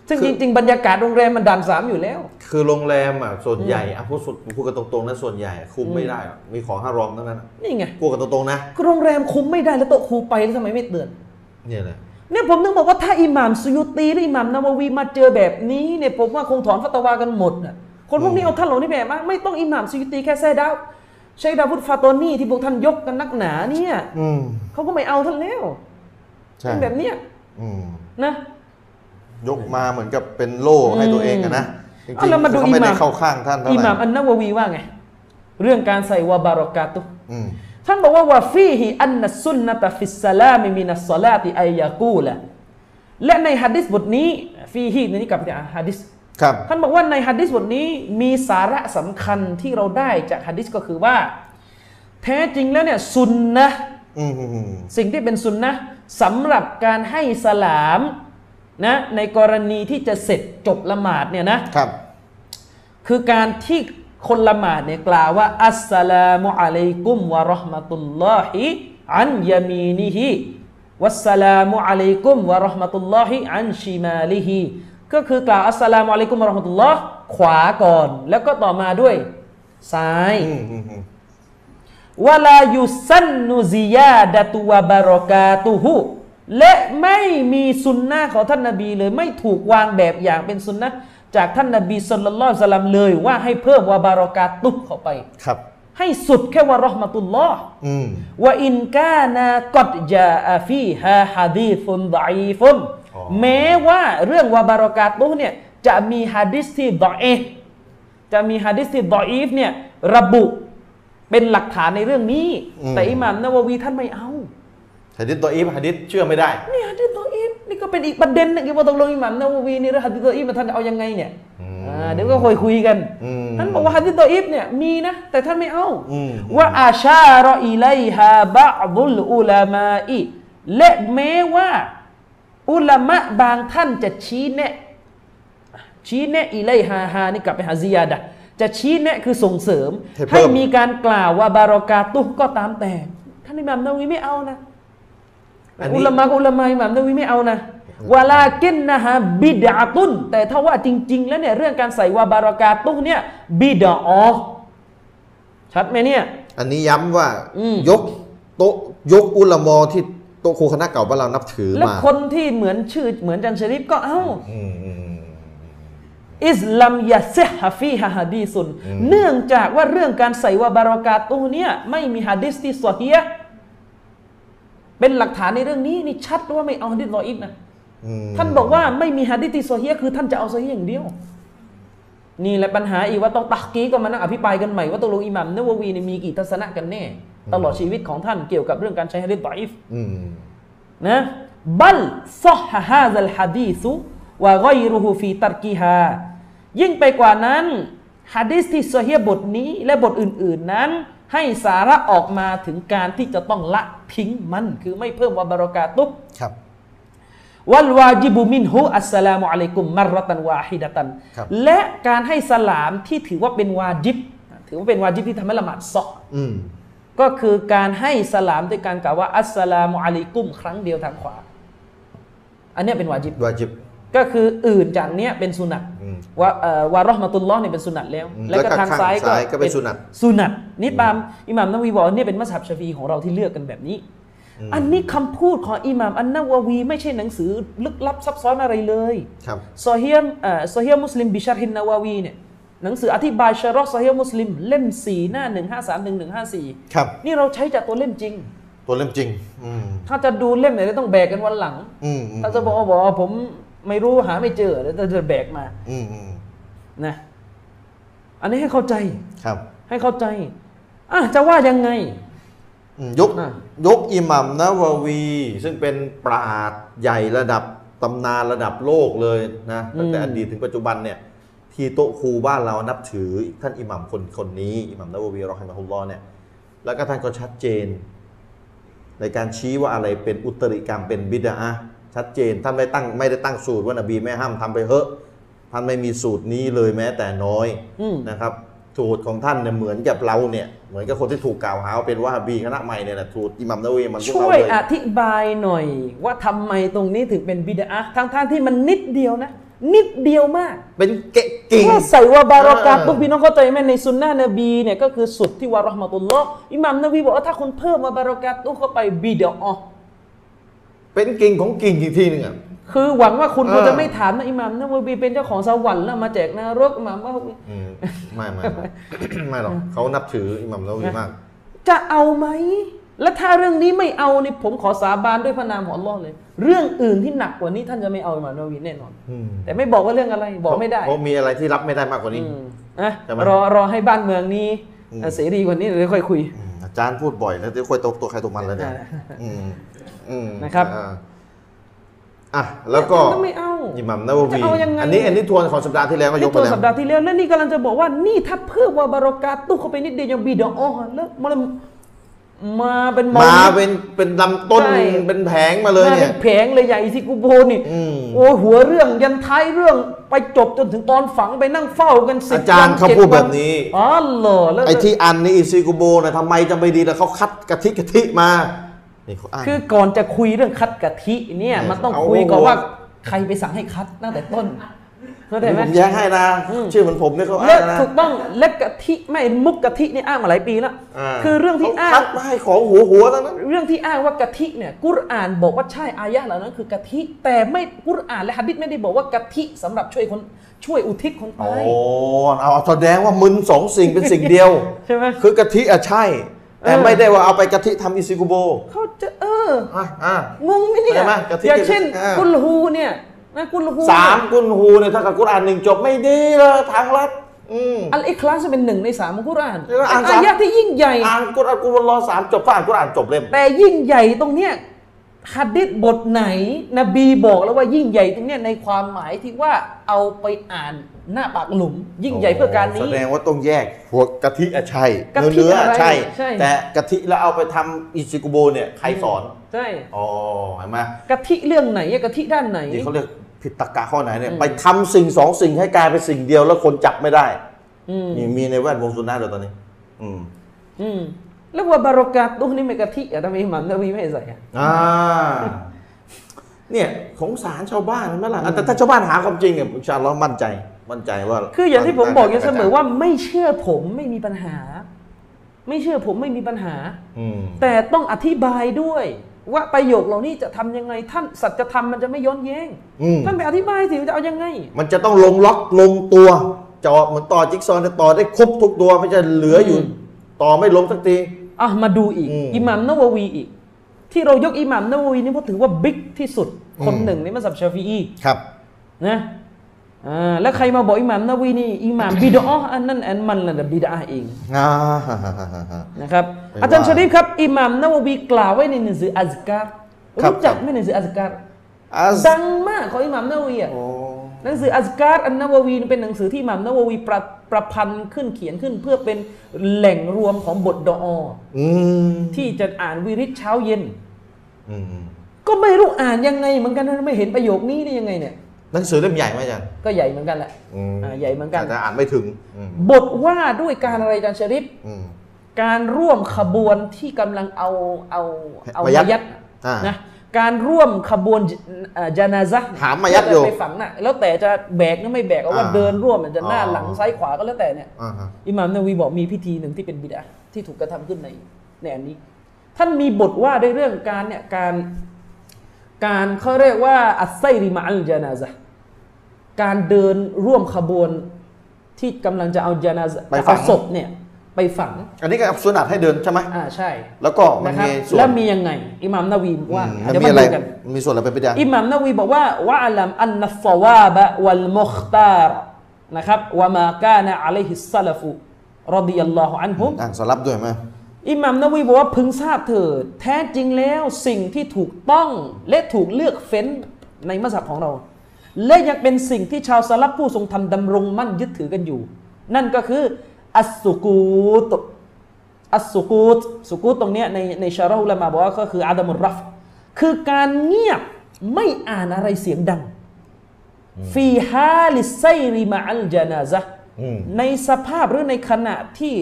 ซึ่ง
คือ
จริง ๆ บรรยากาศโรงแรมมันด่านสามอยู่แล้ว
คือโรงแรมอ่ะส่วนใหญ่อ่ะพูดสุดพูดกันตรงๆนะส่วนใหญ่อะคุมไม่ได้หรอกมีของห้ารอมทั้งนั้นอะ
นี่ไง
พูดกันตรงๆนะ
โรงแรมคุมไม่ได้แล้วโต๊ะครูไปแล้วทำไมไม่เตือน
เนี่ยแหละ
เนี่ยผมต้องบอกว่าถ้าอิหม่ามสุยุตีหรืออิหม่ามนาววีมาเจอแบบนี้เนี่ยผมว่าคงถอนฟัตวากันหมดน่ะคนพวกนี้เอาท่านเหล่านี้แบบมากไม่ต้องอิหม่ามสุยุตีแค่แซ่ดาวใช้ดาวุธฟาโตนี่ที่พวกท่านยกกันนักหนาเนี่ย
อืม
เขาก็ไม่เอาท่านแล้ว
ใช่
เป็นแบบเนี้ย
อืม
นะ
ยกมาเหมือนกับเป็นโล่ให้ตัวเองอะนะจริงๆ
เอาแล้วมาดู
เขาไม่
อิห
ได้
ม่าม
เข้าข้างท่านเท่า
อิห
ไห
ม่า
ร่
มอันนาววีว่าไง เรื่องการใส่วาบารอกาตุฮ์
อืม
ท่านบอกว่าวาฟีฮิอันนัสซุนนะตะฟิสสลามมินัสซาลาติอัยยากูละและในฮะดิษบทนี้ฟีฮิในนี้กลับไปอ่านฮะดิษ
ครับ
ท่านบอกว่าในฮะดิษบทนี้มีสาระสำคัญที่เราได้จากฮะดิษก็คือว่า แท้จริงแล้วเนี่ยซุนนะห์
อืมอืมอืม
สิ่งที่เป็นซุนนะห์สำหรับการให้สลามนะในกรณีที่จะเสร็จจบละหมาดเนี่ยนะครับ คือการที่คนละหมาดเนี่ยกล่าวว่า อัสสลามุอะลัยกุมวะเราะห์มะตุลลอฮิอันยามีนิฮิวัสสลามุอะลัยกุมวะเราะห์มะตุลลอฮิอันชิมาลิฮิก็คือกล่าวอัสสลามุอะลัยกุมวะเราะห์มะตุลลอฮ์ขวาก่อน แล้วก็ต่อมาด้วยซ้าย
อืมอืมอืม
วลายุสันนุซิยาดะตุวะบารอกาตุฮุและไม่มีสุนนะของท่านนบีเลย ไม่ถูกวางแบบอย่างเป็นสุนนะจากท่านนบีสุลต่านละสลัมเลยว่าให้เพิ่มวะบารอกาตุฮ์เข้าไป
ครับ
ให้สุดแค่วะเราะห์มะตุลลอฮ์
อืม
วะอินกานากอดจาอาฟีฮาฮะดีฟุนดอีฟุน
อ๋อ
แม้ว่าเรื่องวะบารอกาตุฮ์เนี่ยจะมีฮะดิษที่ดอเอฟจะมีฮะดิษที่ดออีฟเนี่ยระบุเป็นหลักฐานในเรื่องนี้
อืม
แต่อิหม่ามนาวาวีท่านไม่เอา
ฮะดิษตัวอีฟฮะดิษเชื่อไม่ได้
นี่ฮะดิษดออีฟนี่ก็เป็นอีกประเด็นหนึงที่ว่าตกลงอิหม่ามนาวาวีนี่เรื่องฮะดิษดออีฟมันท่านจะเอายังไงเนี่ย
อืม
อ่าเดี๋ยวก็คุยคุยกัน
อืม
ท่านบอกว่าฮะดิษดออิฟเนี่ยมีนะ แต่ท่านไม่เอา
อืม
ว่าอาชารออิไลฮาบะอ์ดุลอุลามาอิและแม้ว่า อุลามะบางท่านจะชี้แนะ ชี้แนะอิไลฮาฮานี่กลับไปหาซียาดะจะชี้แนะคือส่งเสริม
ให้เพิ่
ให้
ม
มีการกล่าวว่าบารอกาตุฮ์ก็ตามแต่ ท่านอิหม่ามนาวีไม่เอานะ
อัน
อุ
นี้
ลามะกับอุลามะอิหม่ามนาวีไม่เอานะวาลากินนะฮะบิดาตุนแต่ถ้าว่าจริง ๆ แล้วเนี่ยเรื่องการใส่วาบารากาตุนเนี่ยบิดาออชัดไหมเนี่ย
อันนี้ย้ำว่า
อืม
ยกโต๊ะยกอุลามอที่โต๊ะครูคณะเก่าบ้านเรานับถือ
แล้ว
มา
คนที่เหมือนชื่อเหมือนจันชริฟก็เอ้า
อืมอืมอืม
อิสลามยาเซฮฟีฮะฮะดีซุนเนื่องจากว่าเรื่องการใส่วาบารากาตุฮ์เนี่ยไม่มีฮะดิษที่สอฮีฮ์เป็นหลักฐานในเรื่องนี้นี่ชัดว่าไม่เอาฮะดิษรออิฟนะ
อืม
ท่านบอกว่าไม่มีฮะดิษที่โซเฮียคือท่านจะเอาโซเฮียอย่างเดียว นี่แหละปัญหาอีกว่าต้องตักกีก็มานั่งอภิปรายกันใหม่ว่าตกลงอิหมัมนาวะวีเนี่ยมีกี่ทัศนะกันแน่ ตลอดชีวิตของท่านเกี่ยวกับเรื่องการใช้ฮะดิษดออิฟ
อืม
นะบัลซอฮฮาซัลฮะดีซุวะกอยรุฮูฟีตัรกีฮายิ่งไปกว่านั้นฮะดีสที่โซเฮียบทนี้และบทอื่น ๆนั้น ให้สาระออกมาถึงการที่จะต้องละทิ้งมัน คือไม่เพิ่มวาบารอกาตุก
ครับ
วัลวาจิบุมินฮุอัสสลามุอะลัยกุมมารรอตันวาฮิดะตัน
ครับ
และการให้สลามที่ถือว่าเป็นวาจิบ ถือว่าเป็นวาจิบที่ทำให้ละหมาดซอก
อืม
ก็คือการให้สลามด้วยการกล่าวว่าอัสสลามุอะลัยกุมครั้งเดียวทางขวา อันเนี้ยเป็นวาจิบ
วาจิบ
ก็คืออื่นจากเนี้ยเป็นสุนัต
อืม
วะเอ่อวะเรอห์มะตุลลอฮ์เนี่ยเป็นสุนัตแล้ว
อืม
แล้ว
แล้
ก็
วก็
ทางซ้าย
ทางซ้ายก็เป็นสุนัต
สุนัตนี่ตามอิหม่ามนะวีบอกว่าเนี่ยเป็นมัสฮับชาฟีของเราที่เลือกกันแบบนี้ อันนี้คำพูดของอิหม่ามอันนะวะวีไม่ใช่หนังสือลึกลับซับซ้อนอะไรเลย
ครับ
ซอฮียมเอ่อซอฮียมุสลิมบิชารินนะวะวีเนี่ยหนังสืออธิบายชะรอซอฮียมุสลิมเล่มสี่หน้าหนึ่งห้าสามหนึ่งหนึ่งห้าสี่
ครับ
นี่เราใช้จากตัวเล่มจริง
ตัวเล่มจริง อืม
ถ้าจะดูเล่มไหนเนี่ยต้องแบกกันวันหลัง
อืมอืม
ถ้าจะบอกว่าบอกว่าผมไม่รู้หาไม่เจอแล้วจะแบกมา
อืมอืม
นะ อันนี้ให้เข้าใจ
ครับ
ให้เข้าใจอ่ะจะว่ายังไง
อืมยก
อ่ะ
ยกอิหมัมนะวาวี ซึ่งเป็นปราดใหญ่ระดับตำนานระดับโลกเลยนะ ตั้งแต่อดีตถึงปัจจุบันเนี่ย ที่โต๊ะครูบ้านเรานับถือท่านอิหมัมคนคนนี้อิหมัมนะวาวีรอฮิมะฮุลลอฮ์เนี่ย แล้วก็ท่านก็ชัดเจน ในการชี้ว่าอะไรเป็นอุตริกรรมเป็นบิดาอะห์ชัดเจนท่านไม่ตั้งไม่ได้ตั้งสูตรว่านบีไม่ห้ามทำไปเถอะท่านไม่มีสูตรนี้เลยแม้แต่น้อย
อืม
นะครับสูตรของท่านเนี่ยเหมือนกับเราเนี่ยเหมือนกับคนที่ถูกกล่าวหาว่าเป็นว่าฮาบีคณะใหม่เนี่ยแหละสูตรอิหมัมนะวะวีมันพวก
ช่
เรา
วย
เลย
อธิบายหน่อย ว่าทำไมตรงนี้ถึงเป็นบิดาทางท่านที่มันนิดเดียวนะ นิดเดียวมาก
เป็นเกะกิ่ง
แค่ใส่ว่าบารอกา
เออ
ปุ๊บพี่น้องเข้าใจไหมในซุนนะนบีเนี่ยก็คือสุดที่วะเราะห์มะตุลลอฮ์อิหมัมนบีบอกว่าถ้าคุณเพิ่มว่าบารอกาตุ๊บเข้าไปบิดาอ์
เป็นกิ่งของกิ่งอีกทีหนึงอ่ะ
คือหวังว่าคุณ
เออ
คงจะไม่ถามนะอิหมัมนะวะบีเป็นเจ้าของสวรรค์แล้วมาแจกนรกอิหมัมว่า
อืมไม่ไม่ [COUGHS] ไม่ ไม่หรอกเขานับถืออิหมัมนะวะวีมาก
จะเอาไหม และถ้าเรื่องนี้ไม่เอาเนี่ยผมขอสาบานด้วยพระนามของอัลลอฮ์เลย เรื่องอื่นที่หนักกว่านี้ท่านจะไม่เอาอิหมามนาวีแน่นอน
อืม
แต่ไม่บอกว่าเรื่องอะไรบอกไม่ได้
เพราะมีอะไรที่รับไม่ได้มากกว่านี้
อืมนะ
ใช่ไหม
รอรอให้บ้านเมืองนี้
อืม
เสรีกว่านี้เดี๋ยวค่อยคุย
อืมอาจารย์พูดบ่อยแล้วเดี๋ยวคอยตกตัวใครตัวมันแล้วเนี่ย
อ่า
อืมอืม
นะครับ
อ่าอ่ะ แล้วก็
ก็ไม่เอา
อิหมัมนาวาวี
จะเอายังไง
อันนี้อันนี้ทวนของสัปดาห์ที่แล้วก็ย
ใน
กไป
ตัว
แล้ว
สัปดาห์ที่แล้วและนี่กำลังจะบอกว่านี่ถ้าเพิ่มว่าบารอกาตุเข้าไปนิดเดียวยังบีดออแล้วมันมาเป็น
มา
ลิด
เป็นเป็นลำต้น
ใช่
เป็นแผงมาเลย
มา
เนี่ย
เป็นแผงเลยใหญ่ที่กูโบนี่
อืม
โอ้หัวเรื่องยันท้ายเรื่องไปจบจนถึงตอนฝังไปนั่งเฝ้ากันสิบ
อาจารย์
วัน
เขา
จ็
พูด
วั
แบบนี้
อ๋อเหรอแล้ว
ไอ้ที่อันนี่อิซิกุโบนะทำไมจำไปดีแล้วเขาคัดกะทิกะทิมานี่เขาอ้าง
คือก่อนจะคุยเรื่องคัดกะทิเนี่ย
เนี่ย
มันต้อง
เอา
คุยก่อน
หัว
ว่าใครไปสั่งให้คัดตั้งแต่ต้นเข้าใจไห
ผม มแย้งให้นะชื่อเหมือนผมเนี่ยเขา
และ
อ้างนะ
ถูกต้องและกะทิไม่มุกกะทิเนี่ยอ้างมาหลายปีแล้ว
อ่า
คือเรื่องที่อ้า
เขคั
ง
ดมาให้ของหัวหัวทั้งนั้น
เรื่องที่อ้างว่ากะทิเนี่ยกุรอานบอกว่าใช่อายะห์เหล่านั้นคือกะทิแต่ไม่กุรอานและหะดิษไม่ได้บอกว่ากะทิสำหรับช่วยคนช่วยอุทิศคน
โอ้
ตาย
เอาแสดงว่ามึนสองสิ่งเป็นสิ่งเดียว
ใช่ไหม
คือกะทิอะใช่ แต่
เออ
ไม่ได้ว่าเอาไปกะทิทำอิซิกุโบ
เขาจะเออ
อ่ะอ่ะ
งงไหมเนี่ย
ใช่ไหมกะทิ
อย่างเช่น
อ่า
กุลฮูเนี่ยนะกุลฮู
สามกุนฮูเนี่ยถ้ากับกุรอานหนึ่งจบไม่ดีเลยทางลัดอืม
อัลอิคลาสเป็นหนึ่งในสามของกุรอาน
แล้วอ่าน
เป็น
สาม
ยะที่ยิ่งใหญ่
อ่านกุรอานกุรอานสามจบก็อ่านกุรอานจบเล่ม
แต่ยิ่งใหญ่ตรงเนี้ยฮัดดิษบทไหน นบีบอกแล้วว่ายิ่งใหญ่ตรงเนี้ยในความหมายที่ว่าเอาไปอ่านหน้าปากหลุม ยิ่งใหญ่เพื่อการ
แส
นี้
ดงว่าต้องแยกหัวกะทิอะใช่
กะทิ
เนื้ออะ
อะไร
ใช่
ใช่
แต่กะทิแล้วเอาไปทำอิซิกุโบเนี่ยใครสอน
ใช่
อ๋อเห็นไหม
กะทิเรื่องไหนอะกะทิด้านไหน
นี่เขาเรียกผิดตรรกะข้อไหนเนี่ยไปทำสิ่งสองสิ่งให้กลายเป็นสิ่งเดียวแล้วคนจับไม่ได้
อืม
นี่มีในแวดวงสุนนะเดี๋ยวตอนนี้ อืม
อืมแล้วว่าบารอกาตุนี่ไม่กะทิอะทำไมอิหมันทำไมไม่ใส่อะ
อ่าเนี่ยสงสารชาวบ้านใช่ไหมล่ะอ่ะแต่ถ้าชาวบ้านหาความจริงเนี่ยอินชาอัลลอฮ์มั่นใจมั่นใจว่า
คืออย่างที่ผมบอกอยู่เสมอ
จะ
ว่าไม่เชื่อผมไม่มีปัญหา ไม่เชื่อผมไม่มีปัญหา
อืม
แต่ต้องอธิบายด้วย ว่าประโยคเหล่านี้จะทำยังไง ท่านสัจธรรมมันจะไม่ย้อนแย้ง
อืม
ท่านไปอธิบายสิว่าจะเอายังไง
มันจะต้องลงล็อกลงตัวจอเหมือนต่อจิ๊กซอว์เนี่ยต่อได้ครบทุกตัวไม่จะเหลืออยู่
อืม
ต่อไม่ลงสักที
อ่ะมาดูอีก
อืม
อิหมัมนาววีอีก ที่เรายกอิหมัมนาววีนี่เพราะถือว่าบิ๊กที่สุด คน
อืม
หนึ่งในมัสยิดชาฟีอี
ครับ
นะอ่าแล้วใครมาบอกอิหมัมนาวีนี่อิหมัมบิดออันนั้นอันมันละนะบิดอเอง
อ่า
นะครับ
ไม่ว่า
อาจารย์ชริฟครับอิหม่ามนาววีกล่าวไว้ในหนังสืออัซการ
ครับ
รู้จักไหมหนังสืออัซการ
อัซ
ดังมากของอิหม่ามนาววีอะ
โอ้
หนังสืออัซการอันนาววีเป็นหนังสือที่อิหม่ามนาววีประประพันธ์ขึ้นเขียนขึ้น เพื่อเป็นแหล่งรวมของบทดออ
อืม
ที่จะอ่านวิริตเช้าเย็น
อืม
ก็ไม่รู้อ่านยังไงเหมือนกันนะไม่เห็นประโยคนี้ได้ยังไงเนี่ย
หนังสือเล่มใหญ่ไหมอาจารย์
ก็ใหญ่เหมือนกันแหละ
อืม
อ่าใหญ่เหมือนกัน
แต่อ่านไม่ถึงอืม
บทว่าด้วยการอะไรอาจารย์ชริป
อืม
การร่วมขบวนที่กำลังเอาเอาเอา
มายัด
มายัด
อ่าน
นะการร่วมขบวนเอ่อจานาซะ
หามมายัดอยู่
ไปฝังน่ะแล้วแต่จะแบกหรือไม่แบกเอาว่า
อ่า
เดินร่วมอาจจะหน้า
อ๋อ
หลังซ้ายขวาก็แล้วแต่เนี่ย
อ่าฮะ
อิหม่ามนาวีบอกมีพิธีหนึ่งที่เป็นบิดาที่ถูกกระทำขึ้นในในอันนี้ ท่านมีบทว่าด้วยเรื่องการเนี่ยการการเขาเรียกว่าอัสไซริมาอัลจานาซะการเดินร่วมขบวนที่กำลังจะเอาจานาซะ
ไปฝั
เอา
ง
ศพเนี่ยไปฝัง
อันนี้ก็สุนัตให้เดินใช่ไหม
อ่าใช่
แล้วก็มัน
นะครับ
มีส่วน
แล้วมียังไง อิหม่ามนาวีว่า
อืม
ไง
มันมี
เดี๋ยวมา
อะไร
ดูกัน
มีส่วนอะไรเป็นบิดา
อิหม่ามนาวีบอกว่าวะอัลัมอันนัสซาวาบะวัลมุขตาร์นะครับวะมากานะอะลัยฮิสซาลฟุรดิยัลลอฮุอันฮุม
อ่านสลับด้วยไหม
อิหม่ามนาวีบอกว่าพึงทราบเถิดแท้จริงแล้วสิ่งที่ถูกต้องและถูกเลือกเฟ้นในมัสยิดของเรา และยังเป็นสิ่งที่ชาวสลับผู้ทรงธรรมดำรงมั่นยึดถือกันอยู่ นั่นก็คืออัสสุกูต อัสสุกูตสุกูตตรงเนี้ยในในชาราอุลามาบอกว่าก็คืออาดามุรรัฟ คือการเงียบไม่อ่านอะไรเสียงดัง ฟีฮาลิไซริมาอัลจานาซะห์
อืม
ในสภาพหรือในขณะที่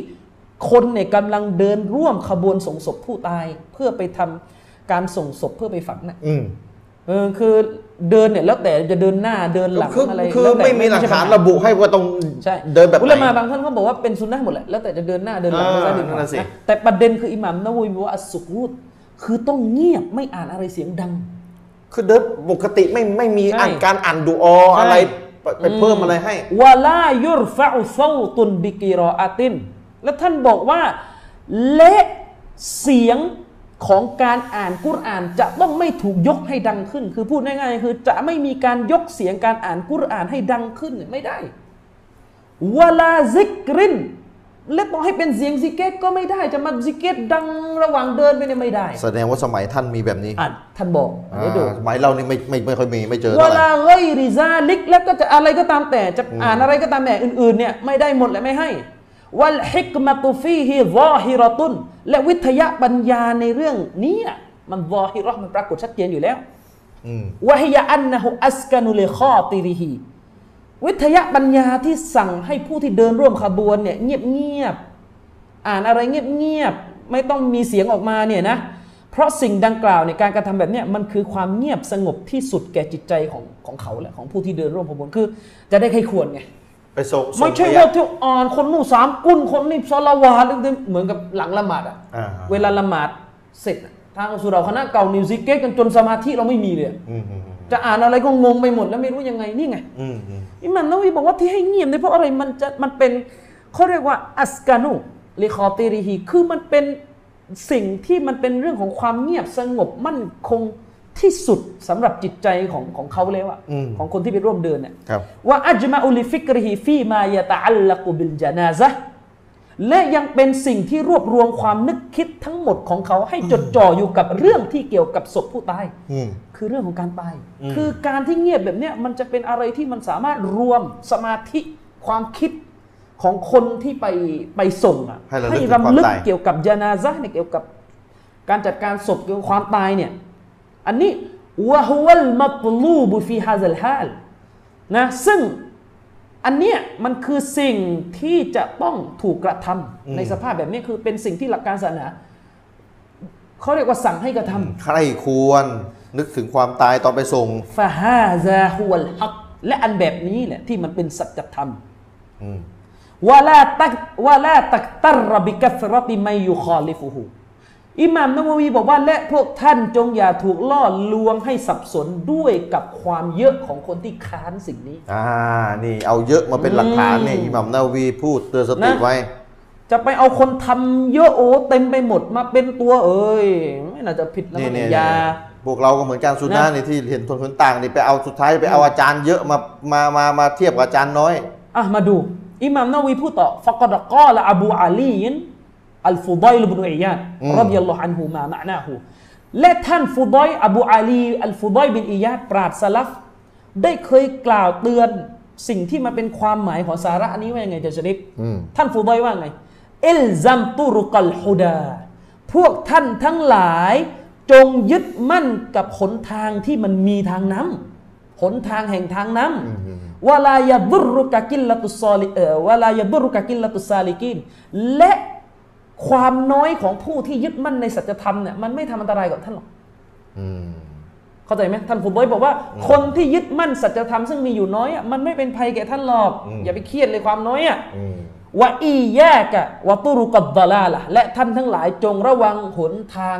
คนเนี่ยกำลังเดินร่วมขบวนส่งศพผู้ตาย เพื่อไปทำการส่งศพเพื่อไปฝังน่ะ
อืม
เออคือเดินเนี่ยแล้วแต่จะเดินหน้าเดินหลัง
คือ
อะไร
คือ
แล้วแต่
ไม่มีหลัก
ใช่
ฐาน
ปัญห
ระบุให้ว่าต้อง
ใช่
เดินแบบไห
อุลามาน บางท่านก็บอกว่าเป็นซุนนะห์หมดแหละแล้วแต่จะเดินหน้าเดินหลัง
เออ
เดินซ้ายเดินข
นั่
วาน
น่ะสิ
นะแต่ประเด็นคืออิหมัมนะวุยบอกว่าอัสสุกูดคือต้องเงียบไม่อ่านอะไรเสียงดัง
คือเดินปกติไม่ไม่มี
ใช่
อ่านการอ่านดูออ
ใช่
อะไรไปไปเพิ่มอะไรให้
วะลายุรฟะอุเซาตุนบิกิรออาติน และท่านบอกว่าเละเสียงของการอ่านกุรอานจะต้องไม่ถูกยกให้ดังขึ้น คือพูดง่ายๆคือจะไม่มีการยกเสียงการอ่านกุรอานให้ดังขึ้นเนี่ยไม่ได้ วะลาซิกรินและต้องให้เป็นเสียงซิกเกตก็ไม่ได้จะมาซิกเกตดังระหว่างเดินไปเนี่ยไม่ได้
แสดงว่าสมัยท่านมีแบบนี้
อ่ะท่านบอกเดี๋ยวดู
อ่าสมัยเรานี่ไม่ไม่ไม่ค่อยมีไม่เจอ
เว
เท่าไหร่
ลาเอยริซาลิกแล้วก็จะอะไรก็ตามแต่จะอ่านอะไรก็ตามแต่อื่นๆเนี่ยไม่ได้หมดและไม่ให้ วัลฮิกมาตุฟีฮิวอฮิรอตุนและวิทยาปัญญาในเรื่องนี้น่ะมันวอฮิรอมันปรากฏชัดเจนอยู่แล้ว
อืม
วะฮิยาอันนะฮุอัสกานุเลคอติริฮีวิทยาปัญญาที่สั่งให้ผู้ที่เดินร่วมขบวนเนี่ยเงียบๆอ่านอะไรเงียบๆไม่ต้องมีเสียงออกมาเนี่ยนะเพราะสิ่งดังกล่าวในยการกระทำแบบเนี้ยมันคือความเงียบสงบที่สุดแก่จิตใจของของเขาและของผู้ที่เดินร่วมขบวนคือ จะได้ใครควรไง
ไปส่งส่ง
ไม่ใช่
พยา
ว่าที่อ่านคนนู่นสามกุนคนนี่สลาวาดเหมือนกับหลังละหมาดอะ
อ่า
เวลาละหมาดเสร็จอะทางสุเราคณะเก่านิวซิกเกตกันจนสมาธิเราไม่มีเลยอะ
อืมอืม
จะอ่านอะไรก็งงไปหมดแล้วไม่รู้ยังไงนี่ไง
อืมอืม
อิหมันนวีบอกว่าที่ให้เงียบเนี่ยเพราะอะไรมันจะมันเป็นเขาเรียกว่าอัสกานุลิคอติริฮีคือมันเป็นสิ่งที่มันเป็นเรื่องของความเงียบสงบมั่นคงที่สุดสำหรับจิตใจของของเขาแล้วอะของคนที่ไปร่วมเดินเนี่ย
ครับ
ว่าอัจมาอุลิฟิกรฮีฟีมายะตะอัลลักุบิลจานาซะห์และยังเป็นสิ่งที่รวบรวมความนึกคิดทั้งหมดของเขาให้จดจ่ออยู่กับเรื่องที่เกี่ยวกับศพผู้ตาย
อืม
คือเรื่องของการตาย คือการที่เงียบแบบเนี้ยมันจะเป็นอะไรที่มันสามารถรวมสมาธิความคิดของคนที่ไปไปส่งอะ
ให้ระลึก
รำลึก
ถึงความตาย
เกี่ยวกับยานาซะห์เนี่ยเกี่ยวกับการจัดการศพเกี่ยวกับความตายเนี่ย อันนี้วะฮุวัลมัตลูบุฟีฮาซัลฮาลนะซึ่งอันเนี้ยมันคือสิ่งที่จะต้องถูกกระทำในสภาพแบบนี้คือเป็นสิ่งที่หลักการศาสนาเขาเรียกว่าสั่งให้กระทำ
ใครควรนึกถึงความตายตอนไปส่ง
ฟาฮาซาฮุลฮักและอันแบบนี้แหละที่มันเป็นสัจธรรม
อืม
วะลาตักวะลาตักตรรบิกัสรติไมยุคอลิฟูฮูอิหม่ามนาวาวีบอกว่าและพวกท่านจงอย่าถูกล่อลวงให้สับสนด้วยกับความเยอะของคนที่ค้านสิ่งนี้
อ่า นี่เอาเยอะมาเป็นหลักฐานนี่อิหม่ามนาวีพูดเตือนสติ
นะ
ไว้
จะไปเอาคนทำเยอะโอ้เต็มไปหมดมาเป็นตัวเอ้ยไม่น่าจะผิดแล้ว
นี่
มั้ง
เนี่ย
อยา
พวกเราก็เหมือนกันสุนา
นะ
นี่ที่เห็นทนคนต่างนี่ไปเอาสุดท้ายไปเอาอาจารย์เยอะมามามามาเทียบกับอาจารย์น้อย
อ่ะมาดู อิหม่ามนาวีพูดต่อฟะกดกอละอบูอาลีนอัลฟุดอยลบุนอียาด
อืม
รดิยัลลอฮุอันฮูมามะนาฮูและท่านฟุดอยอบูอาลีอัลฟุดอยบินอียาดปราดสลัฟได้เคยกล่าวเตือนสิ่งที่มันเป็นความหมายของสาระอันนี้ว่ายังไงจะชริก
อืม
ท่านฟุดอยว่าไงอิลซัมตุรุกัลฮุดา พวกท่านทั้งหลาย จงยึดมั่นกับหนทางที่มันมีทางน้ำหนทางแห่งทางน้ำวะลายะดุรุกะกิลละตุซอลิเออวะลายะดุรุกะกิลละตุซาลิกินและความน้อยของผู้ที่ยึดมั่นในสัจธรรมเนี่ยมันไม่ทำอันตรายกับท่านหรอก
อืม
เข้าใจไหมท่านฟุบอยบอกว่า คนที่ยึดมั่นสัจธรรมซึ่งมีอยู่น้อยอะมันไม่เป็นภัยแก่ท่านหรอก
อืม
อย่าไปเครียดเลยความน้อยอ่ะ
อืม
วะอีแยกะวะตุรุกัดดลาละและท่านทั้งหลายจงระวังหนทาง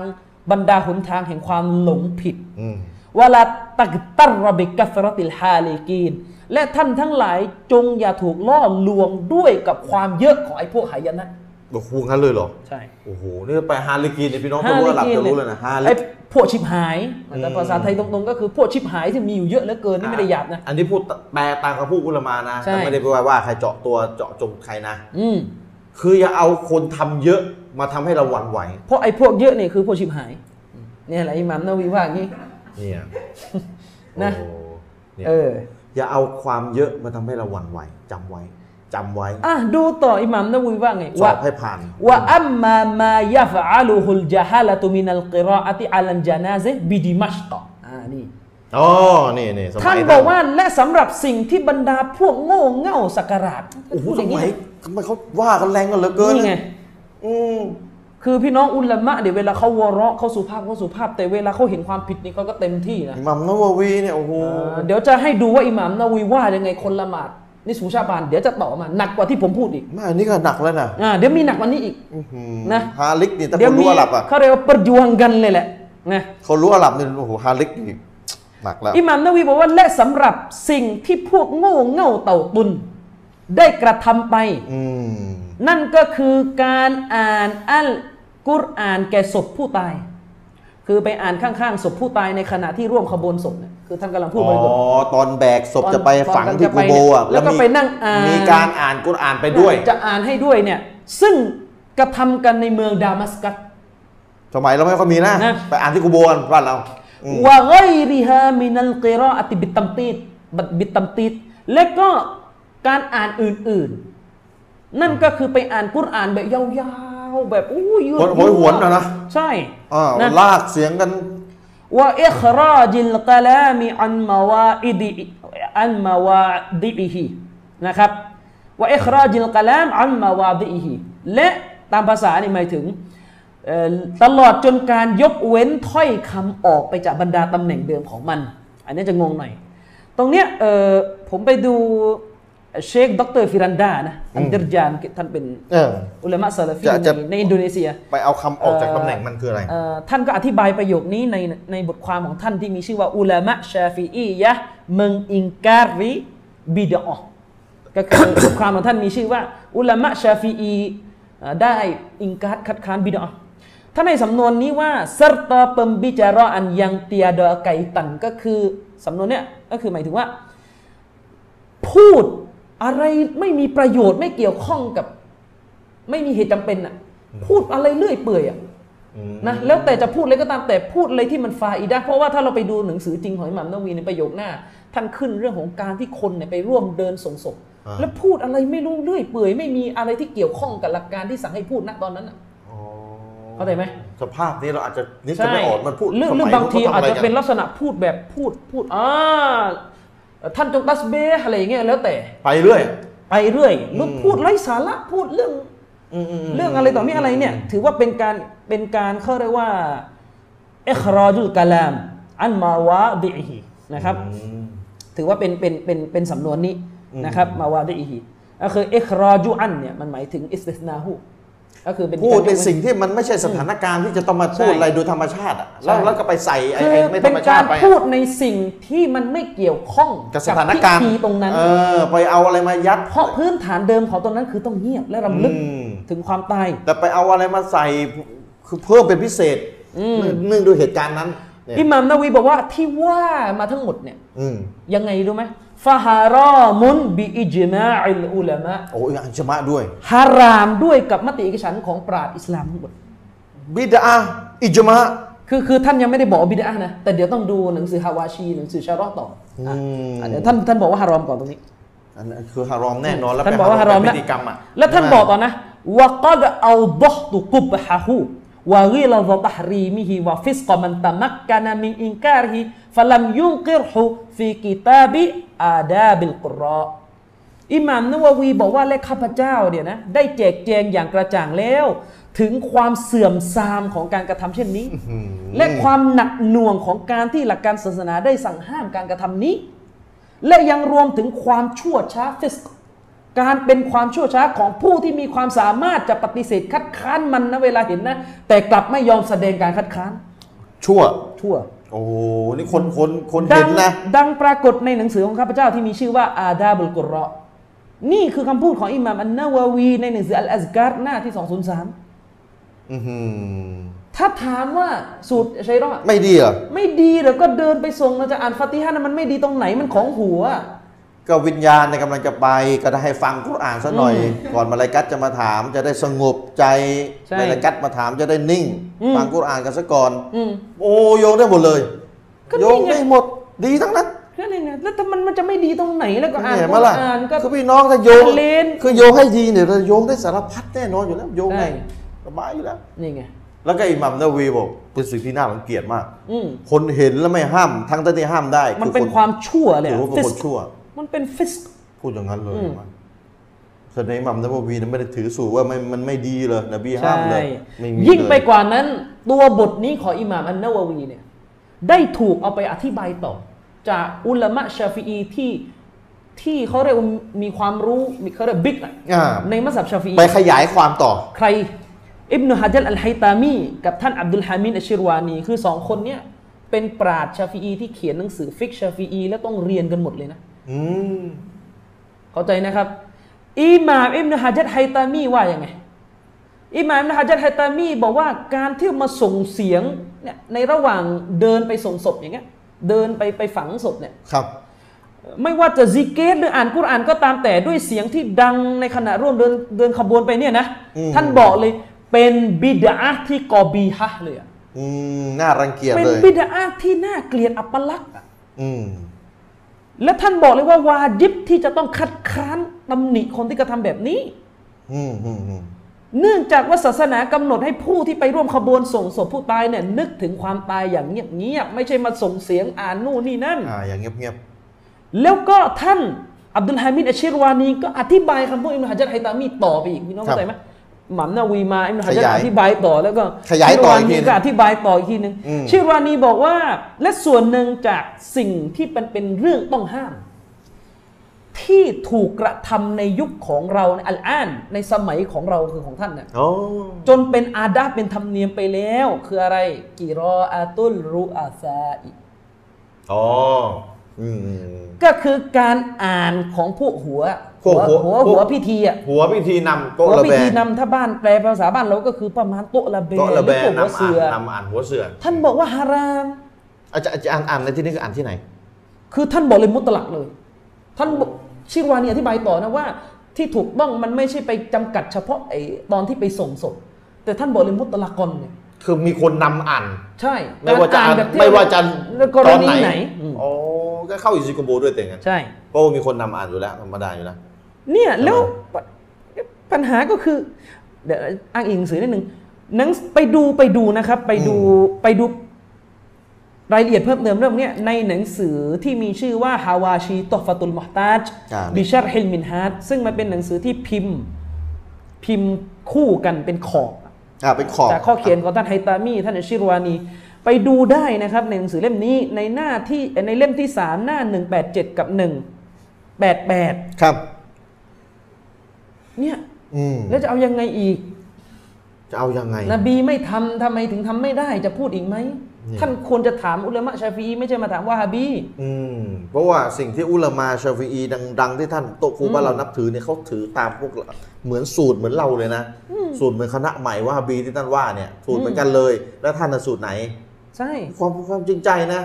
บรรดาหนทางแห่งความหลงผิด
อืม
วะลาตักตัรบิกัฟรติลฮาลิกีน และท่านทั้งหลายจงอย่าถูกล่อลวงด้วยกับความเยอะของไอ้พวกหายนะ
โอ้โหงั้นเลยเหรอ
ใช่
โอ้โห นี่ไปฮาลิกินเนี่ยพี่น้องจะรู้ว่าหลับจะรู้เลยนะฮาลิ
ไอ้
ก
พวกชิบหายแต่ภาษาไทยตรงๆก็คือพวกชิบหายที่มีอยู่เยอะเหลือเกินนี่ไม่ได้หยาบนะ
อันนี้พูดแปลตามคำพูดอุลามานะ
ใช่
แต่ไม่ได้แปลว่าใครเจาะตัวเจาะจงใครนะ
อืม
คืออย่าเอาคนทำเยอะมาทำให้เราหวั่นไหว
เพราะไอ้พวกเยอะเนี่ยคือพวกชิบหาย เนี่ยแหละอิหมัมนาวีว่าอย่างนี้
เนี่ย
นะ
โอ้โหเนี่ย
เออ
อย่าเอาความเยอะมาทำให้เราหวั่นไหวจำไว้จำไว้
อ่ะดูต่ออิหมัมนาวีว่าไง
สอ
ว่า
บให้ผ่าน
ว่าอัมมามายะฟะอาลูฮุลจาฮาละตุมินัลกิรออะติอัลันจานาเซะบิดิมัชกะอ่านี่
อ๋อนี่นี่สมัย
ท่านบอกว่าและสำหรับสิ่งที่บรรดาพวกโง่เง่าสักการะ
โอ้โห
พูด
ส
ย่างนี้
มัยทำไมเขาว่ากันแรงกันเหลือเกิน
นี่ไง
อืม
คือพี่น้องอุลามะเดี๋ยวเวลาเขาวอเราะเขาสุภาพเขาสุภาพแต่เวลาเขาเห็นความผิดนี่เขาก็เต็มที่นะ
อิหมัมนาวาวีเนี่ยโอ้โห
เอ่อเดี๋ยวจะให้ดูว่าอิหมัมนาวีว่ายังไงคนละหมาดนี่สุชาบานเดี๋ยวจะต่อมาหนักกว่าที่ผมพูดอีก
มาอันนี้ก็หนักแล้วนะ
อ่าเดี๋ยวมีหนักกว่านี้อีก
อื้อหือ
นะ
ฮาลิกนี่แต่ค
เดี๋ยวน มี
รู้อาหรับอ่ะ
เขาเรียกว่าประยวงกันเลยแหละนะ
คนรู้อาหรับเนี่ยโอ้โหฮาลิกนี่หนักแล้ว
อิหมัมนาวีบอกว่าและสำหรับสิ่งที่พวกโง่เง่าเต่าตุน ได้กระทำไป
อืม
นั่นก็คือการอ่านอัลกุรอานแก่ศพผู้ตาย คือไปอ่านข้างๆศพผู้ตายในขณะที่ร่วมขบวนศพเนี่ยคือท่านกำลังพูด
อ๋
บริบท
อตอนแบกศพ
ตอน
จะไปฝัง
ตอน
ที่กูโบอ่ะ
แล้วก็
มี
ไปนั่งอ่าน
มีการอ่านกุรอานไปด้วย
จะอ่านให้ด้วยเนี่ยซึ่งกระทำกันในเมืองดามัสกัส
สมัยเราไม่ค่อยมีนะ
นะ
ไปอ่านที่กูโบกันบ้านเราอืม
วะไกอยริฮามินัลกิรออะติบิตตัมตีดบัดบิตตัมตีดและก็การอ่านอื่นๆ นั่นก็คือไปอ่านกุรอานแบบยาวๆ แบบอู้ยืด
โหยหวนอะนะ
ใช่
อ่า
นะ
ลากเสียงกัน
ว่าอิคราจิลกะลามิอันมาวาอิดิอันมาวาดิอิฮินะครับว่าอิคราจิลกะลามอันมาวาดิอิฮิและตามภาษานี่หมายถึงเอ่อตลอดจนการยกเว้นถ้อยคำออกไปจากบรรดาตำแหน่งเดิมของมัน อันนี้จะงงหน่อย ตรงเนี้ยเอ่อผมไปดูเชคดรฟิรันดานะอันเดอร์จานท่านเป็น
เออ
อุลามะซาลาฟี
จะจะ
ในในอินโดนีเซีย
ไปเอาคำออกจากตำแหน่งมันคืออะไร
เอ่อท่านก็อธิบายประโยคนี้ในในบทความของท่านที่มีชื่อว่าอุลามะชาฟีอียะเมืองอิงการิบิดอะห์ก็คือ บทความของท่านมีชื่อว่า อุลามะชาฟีอีเอ่อได้อิงการคัดค้านบิดอะห์ท่านในสำนวนนี้ว่า serta pembicaraan yang tiada kaitan ก็คือสำนวนเนี้ยก็คือหมายถึงว่า พูดอะไรไม่มีประโยชน์ไม่เกี่ยวข้องกับ ไม่มีเหตุจำเป็นอ่ะพูดอะไรเลื่อยเปื่อยอ่ะ นะแล้วแต่จะพูดอะไรก็ตามแต่พูดอะไรที่มันฟาอิดะห์เพราะว่าถ้าเราไปดูหนังสือจริงของอิหมัมนาวีในประโยคหน้า ท่านขึ้นเรื่องของการที่คนเนี่ยไปร่วมเดินส่งศพ
อ่า
แล้วพูดอะไรไม่รู้เรื่อยเปื่อยไม่มีอะไรที่เกี่ยวข้องกับหลักการที่สั่งให้พูดณตอนนั้นน่ะ
อ๋อ
เข้าใจไหม
สภาพนี้เราอาจจะนึกจะไม่ออกมันพูด
เรื่อง
สมัย
เรื่องบางที
ข
อาจ
ไร
จะ
กั
เป็นลักษณะพูดแบบพูดพูดอ่าท่านจงตัสเบฮ์อะไรอย่างเงี้ยแล้วแต่
ไปเรื่อย
ไปเรื่อยหรือพูดไร้สาระพูดเรื่อง เรื่องอะไรต่อมีอะไรเนี่ย ถือว่าเป็นการเป็นการเขาเรียกว่าเอครอจุลกาลาม อันมาวาดิอิฮินะครับ ถือว่าเป็นเป็นเป็นเป็นสำนวนนี้นะครับ มาวาดิอิฮิก็คือเอครอจุอันเนี่ยมันหมายถึงอิสติสนาหูก็คือเป็น
พูดในสิ่
การยกเว้
งที่มันไม่ใช่สถานการณ์ที่จะต้องมาพูด
ใช่
อะไรโดยธรรมชาติอะแล้ว
ใช่
แล้วก็ไปใส่ไอ้
คือ
ไอ้ไม่ธ
เป็
ร
น
รม
กา
ชาร ติไป
พู
อะ
ดในสิ่งที่มันไม่เกี่ยวข้อง
กับสถานการณ์
พิธีตรงนั้น
เออไปเอาอะไรมายัด
เพราะพื้นฐานเดิมของตรงนั้นคือต้องเงียบและรำลึก
อืม
ถึงความตาย
แต่ไปเอาอะไรมาใส่คือเพิ่มเป็นพิเศษเนื่องด้วยเหตุการณ์นั้นเนี่ย
อิหมัมนาวีบอกว่าที่ว่ามาทั้งหมดเนี่ย
อืม
ยังไงรู้ไหมฟาฮารอมุนบิอิจมาอิลอุลามะ
โอ้ยอัญชมะด้วย
ฮารามด้วยกับมติเอกฉันท์ของปราชญ์อิสลามทั้งหมด
บิดาอิจมะ
คือคือท่านยังไม่ได้บอกว่าบิดอะห์นะ แต่เดี๋ยวต้องดูหนังสือฮาวาชี หนังสือชาร์ต่ออ่ะ
อืม
อ่ะเดี๋ยวท่านท่านบอกว่าฮารอมก่อนตรงนี้
อันนั้นคือฮารอมแน่นอนแล้ว
ท่านบอกว่าฮารอม
เป็น
นะ
พิธีกรรมอ่ะ
แล้วท่านบอกต่อนะวะกอดเอาดอตุกุบฮะฮู วะกิลาซะตะฮรีมิฮิวะฟิสกะมันตะมักกะนะมินอินการฮิฟัลัมยุนกิรฮุฟีกิตาบิอาดาบิลกุรออิหม่ามนาวาวีบอกว่าและข้าพเจ้าเนี่ยนะได้แจกแจงอย่างกระจ่างแล้ว ถึงความเสื่อมทรามของการกระทำเช่นนี้ และความหนักหน่วงของการที่หลักการศาสนาได้สั่งห้ามการกระทำนี้ และยังรวมถึงความชั่วช้าฟิสการเป็นความชั่วช้าของผู้ที่มีความสามารถจะปฏิเสธคัดค้านมันนะเวลาเห็นนะ แต่กลับไม่ยอมแสดงการคัดค้าน
ชั่ว
ชั่ว
โอ้โหนี่คนคนคน
ดั
เห็
ง
นนะ
ดังปรากฏในหนังสือของข้าพเจ้าที่มีชื่อว่าอาดาบุลกุรอนี่คือคำพูดของอิหม่ามอันนาวาวี ในหนังสืออัลอัซการหน้าที่ 203
อื้อหือ
ถ้าถามว่าสูตรชัยรอด
ไม่ดีเหรอ
ไม่ดีเหรอก็เดินไปส่งเราจะอ่านฟาติฮะนะมันไม่ดีตรงไหนมันของหัว
ก็วิญญาณในยกำลังจะไปก็ได้ให้ฟังกุรอานซะหน่อย
อืม
ก่อนมาลายกัตจะมาถาม จะได้สงบใจ
ใช่
มาลายกัตมาถามจะได้นิ่ง
อืม
ฟังกุรอานกันซะก่อน
อืม
โอ้โยงได้หมดเลย
ก็นี่ไง
โยงได้หมดดีทั้งนั้น
ก็เลยนะแล้วถ้ามันมันจะไม่ดีตรงไหนแล้วก็อ่าน
เห็นไห
ก็
มาล่ะ
อ่านก็
คือพี่น้องถ้าโยง
เล่น
คือโยงให้ดีเนี่ยเราโยงได้สารพัดแน่นอนอยู่แล้วโยง
ใช่
ได้สบายอยู่แล้ว
นี่ไง
แล้วก็อิหมัมนาวีบอกเป็นสิ่งที่น่ารังเกียจมาก
อืม
คนเห็นแล้วไม่ห้ามทั้งที่ห้ามได้
มันเป็นความชั่วเลย
ถือ
อะ
ว่าเป็น
ฟิ
คน
ส
ชั่ว
มันเป็นฟิส
พูดอย่างนั้นเลย
อืม
ว่าแสดงอิหมัมนบวีนั้นไม่ได้ถือสูตรว่ามันมันไม่ดีเลยนบีห้ามเลยไม่มี
ยิ่ง
เล
ไปกว่านั้น ตัวบทนี้ของอิหม่ามอันนาวาวีเนี่ยได้ถูกเอาไปอธิบายต่อ จากอุลามะชาฟีอีที่ที่เขาเรียกว่ามีความรู้มีเขาเรียกบิ๊กอะ
อ่า
ในมัสยิดชาฟีอี
ไปขยายความต่อ
ใครอิบนุฮะจัรอัลไฮตามี กับท่านอับดุลฮามิดอัชชิรวานี คือสองคนเนี้ยเป็นปราชญ์ชาฟีอีที่เขียนหนังสือฟิกชาฟีอีแล้วต้องเรียนกันหมดเลยนะ
อืม
เข้าใจนะครับอิหม่ามอิบนุฮะจัรไฮตามีว่ายังไงอิหม่ามอิบนุฮะจัรไฮตามีบอกว่าการที่มาส่งเสียงเนี่ยในระหว่างเดินไปส่งศพอย่างเงี้ยเดินไปไปฝังศพเนี่ย
ครับ
ไม่ว่าจะซิกเกตหรืออ่านกุรอานก็ตามแต่ด้วยเสียงที่ดังในขณะร่วมเดินเดินขบวนไปเนี่ยนะ
อืม
ท่านบอกเลยเป็นบิดาที่กอบีฮะเลยอะ
อืมน่ารังเกียจ
เป็น
เลย
บิดาที่น่าเกลียดอัปลักษณ์อะ
อืม
และท่านบอกเลยว่าวาญิบที่จะต้องคัดค้านตำหนิคนที่กระทำแบบนี้
อืมอืมอืม
เนื่องจากว่าศาสนากำหนดให้ผู้ที่ไปร่วมขบวนส่งศพผู้ตายเนี่ยนึกถึงความตายอย่างเงียบๆไม่ใช่มาส่งเสียงอ่านนู่นนี่นั่น
อ่าอย่างเงียบ
แล้วก็ท่านอับดุลฮามิดอัชชิรวานีก็อธิบายคำพูดอิมนุฮะจัรไฮตามีต่อไปอีกพี่น้องเข้าใจไหมหมัมนาวีมาอิมนุฮะจัร
ขยาย
อธิบายต่อแล้วก็
ขยายต่ออีกที
ชิรวานีก็อธิบายต่ออีกทีหนึ่ง
อืม
ชิรวานีบอกว่า และส่วนหนึ่งจากสิ่งที่เป็นเป็นเรื่องต้องห้าม ที่ถูกกระทำในยุคของเราในอัลอานในสมัยของเราคือของท่านเนี่ย
ๆโอ้
จนเป็นอาดาเป็นธรรมเนียมไปแล้ว คืออะไรกิรออาตุลรุอาซาอิ
อ๋ออืมอืม
ก็คือการอ่านของพวกหัว
พวกหัว
หัว
พวก
หัวพิธีอ่ะ
หัวพิธีนำ
หั
โต๊ะ
ว
ระ
พิ
แบ
ธี
น
นำถ้าบ้านแปลภาษาบ้านเราก็คือประมาณโต๊ะระเบน
โต๊ะระแบน
หรือพวกหัว
นำอ่าน
เสือ
นำอ่านหัวเสือ
ท่านบอกว่าฮาราม
อาจารย์อาจารย์อ่านอ่านในที่นี้คืออ่านที่ไหน
คือท่านบอกเลยมุตลักเลย ท่านบอกชิรวานีอธิบายต่อนะว่า ที่ถูกต้องมันไม่ใช่ไปจำกัดเฉพาะไอ้ตอนที่ไปส่งศพแต่ท่านบอกเลยมุตลักกอนเนี่ย
คือมีคนนำอ่าน
ใช่
ไม่ว่าจะ
กร
อ่าน
อ่นแบบที่
ไม่ว่าจะ
กรณีไหนอืม
อ๋อก็เข้าอิซิโกโบด้วยแต่งั้น
ใช่
เพราะว่ามีคนนำอ่านอยู่แล้วธรรมดาอยู่แล้ว
เนี่ย
ทำไม
แล้วปะปัญหาก็คือ เดี๋ยวอ้างอิงหนังสือนิดหนึ่งหนังไปดูไปดูนะครับ ไปดูไปดูรายละเอียดเพิ่มเติมเรื่องเนี้ยในหนังสือที่มีชื่อว่าฮาวาชีตอฟตุลมอตาจ
อ่ามี
บิชาร์ฮิลมินฮัดซึ่งมันเป็นหนังสือที่พิมพ์ พิมพ์คู่กันเป็นขอบ
อ่าเป็นขอบ
จากข้อเขียนของท่านไฮตามี ท่านอิชิรวานี ไปดูได้นะครับในหนังสือเล่มนี้ในหน้าที่ในเล่มที่สามหน้าหนึ่งแปดเจ็ดกับหนึ่งแปดแปด
ครับ
เนี่ย
อืม
แล้วจะเอายังไงอีก
จะเอายังไง
นบีไม่ทำทำไมถึงทำไม่ได้จะพูดอีกไหม
นี่
ท่านควรจะถามอุลามะชาฟีอีไม่ใช่มาถามว่าฮาบี
อืมเพราะว่าสิ่งที่อุลามาชาฟีอีดัง ๆ ที่ท่านโตะครูบ้านเรานับถือเนี่ยเขาถือตามพวกเราเหมือนสูตรเหมือนเราเลยนะ สูตรเหมือนคณะใหม่ว่าบีที่ท่านว่าเนี่ย สูตรเหมือนกันเลย แล้วท่านน่ะสูตรไหน
ใช่
ความความจริงใจนะ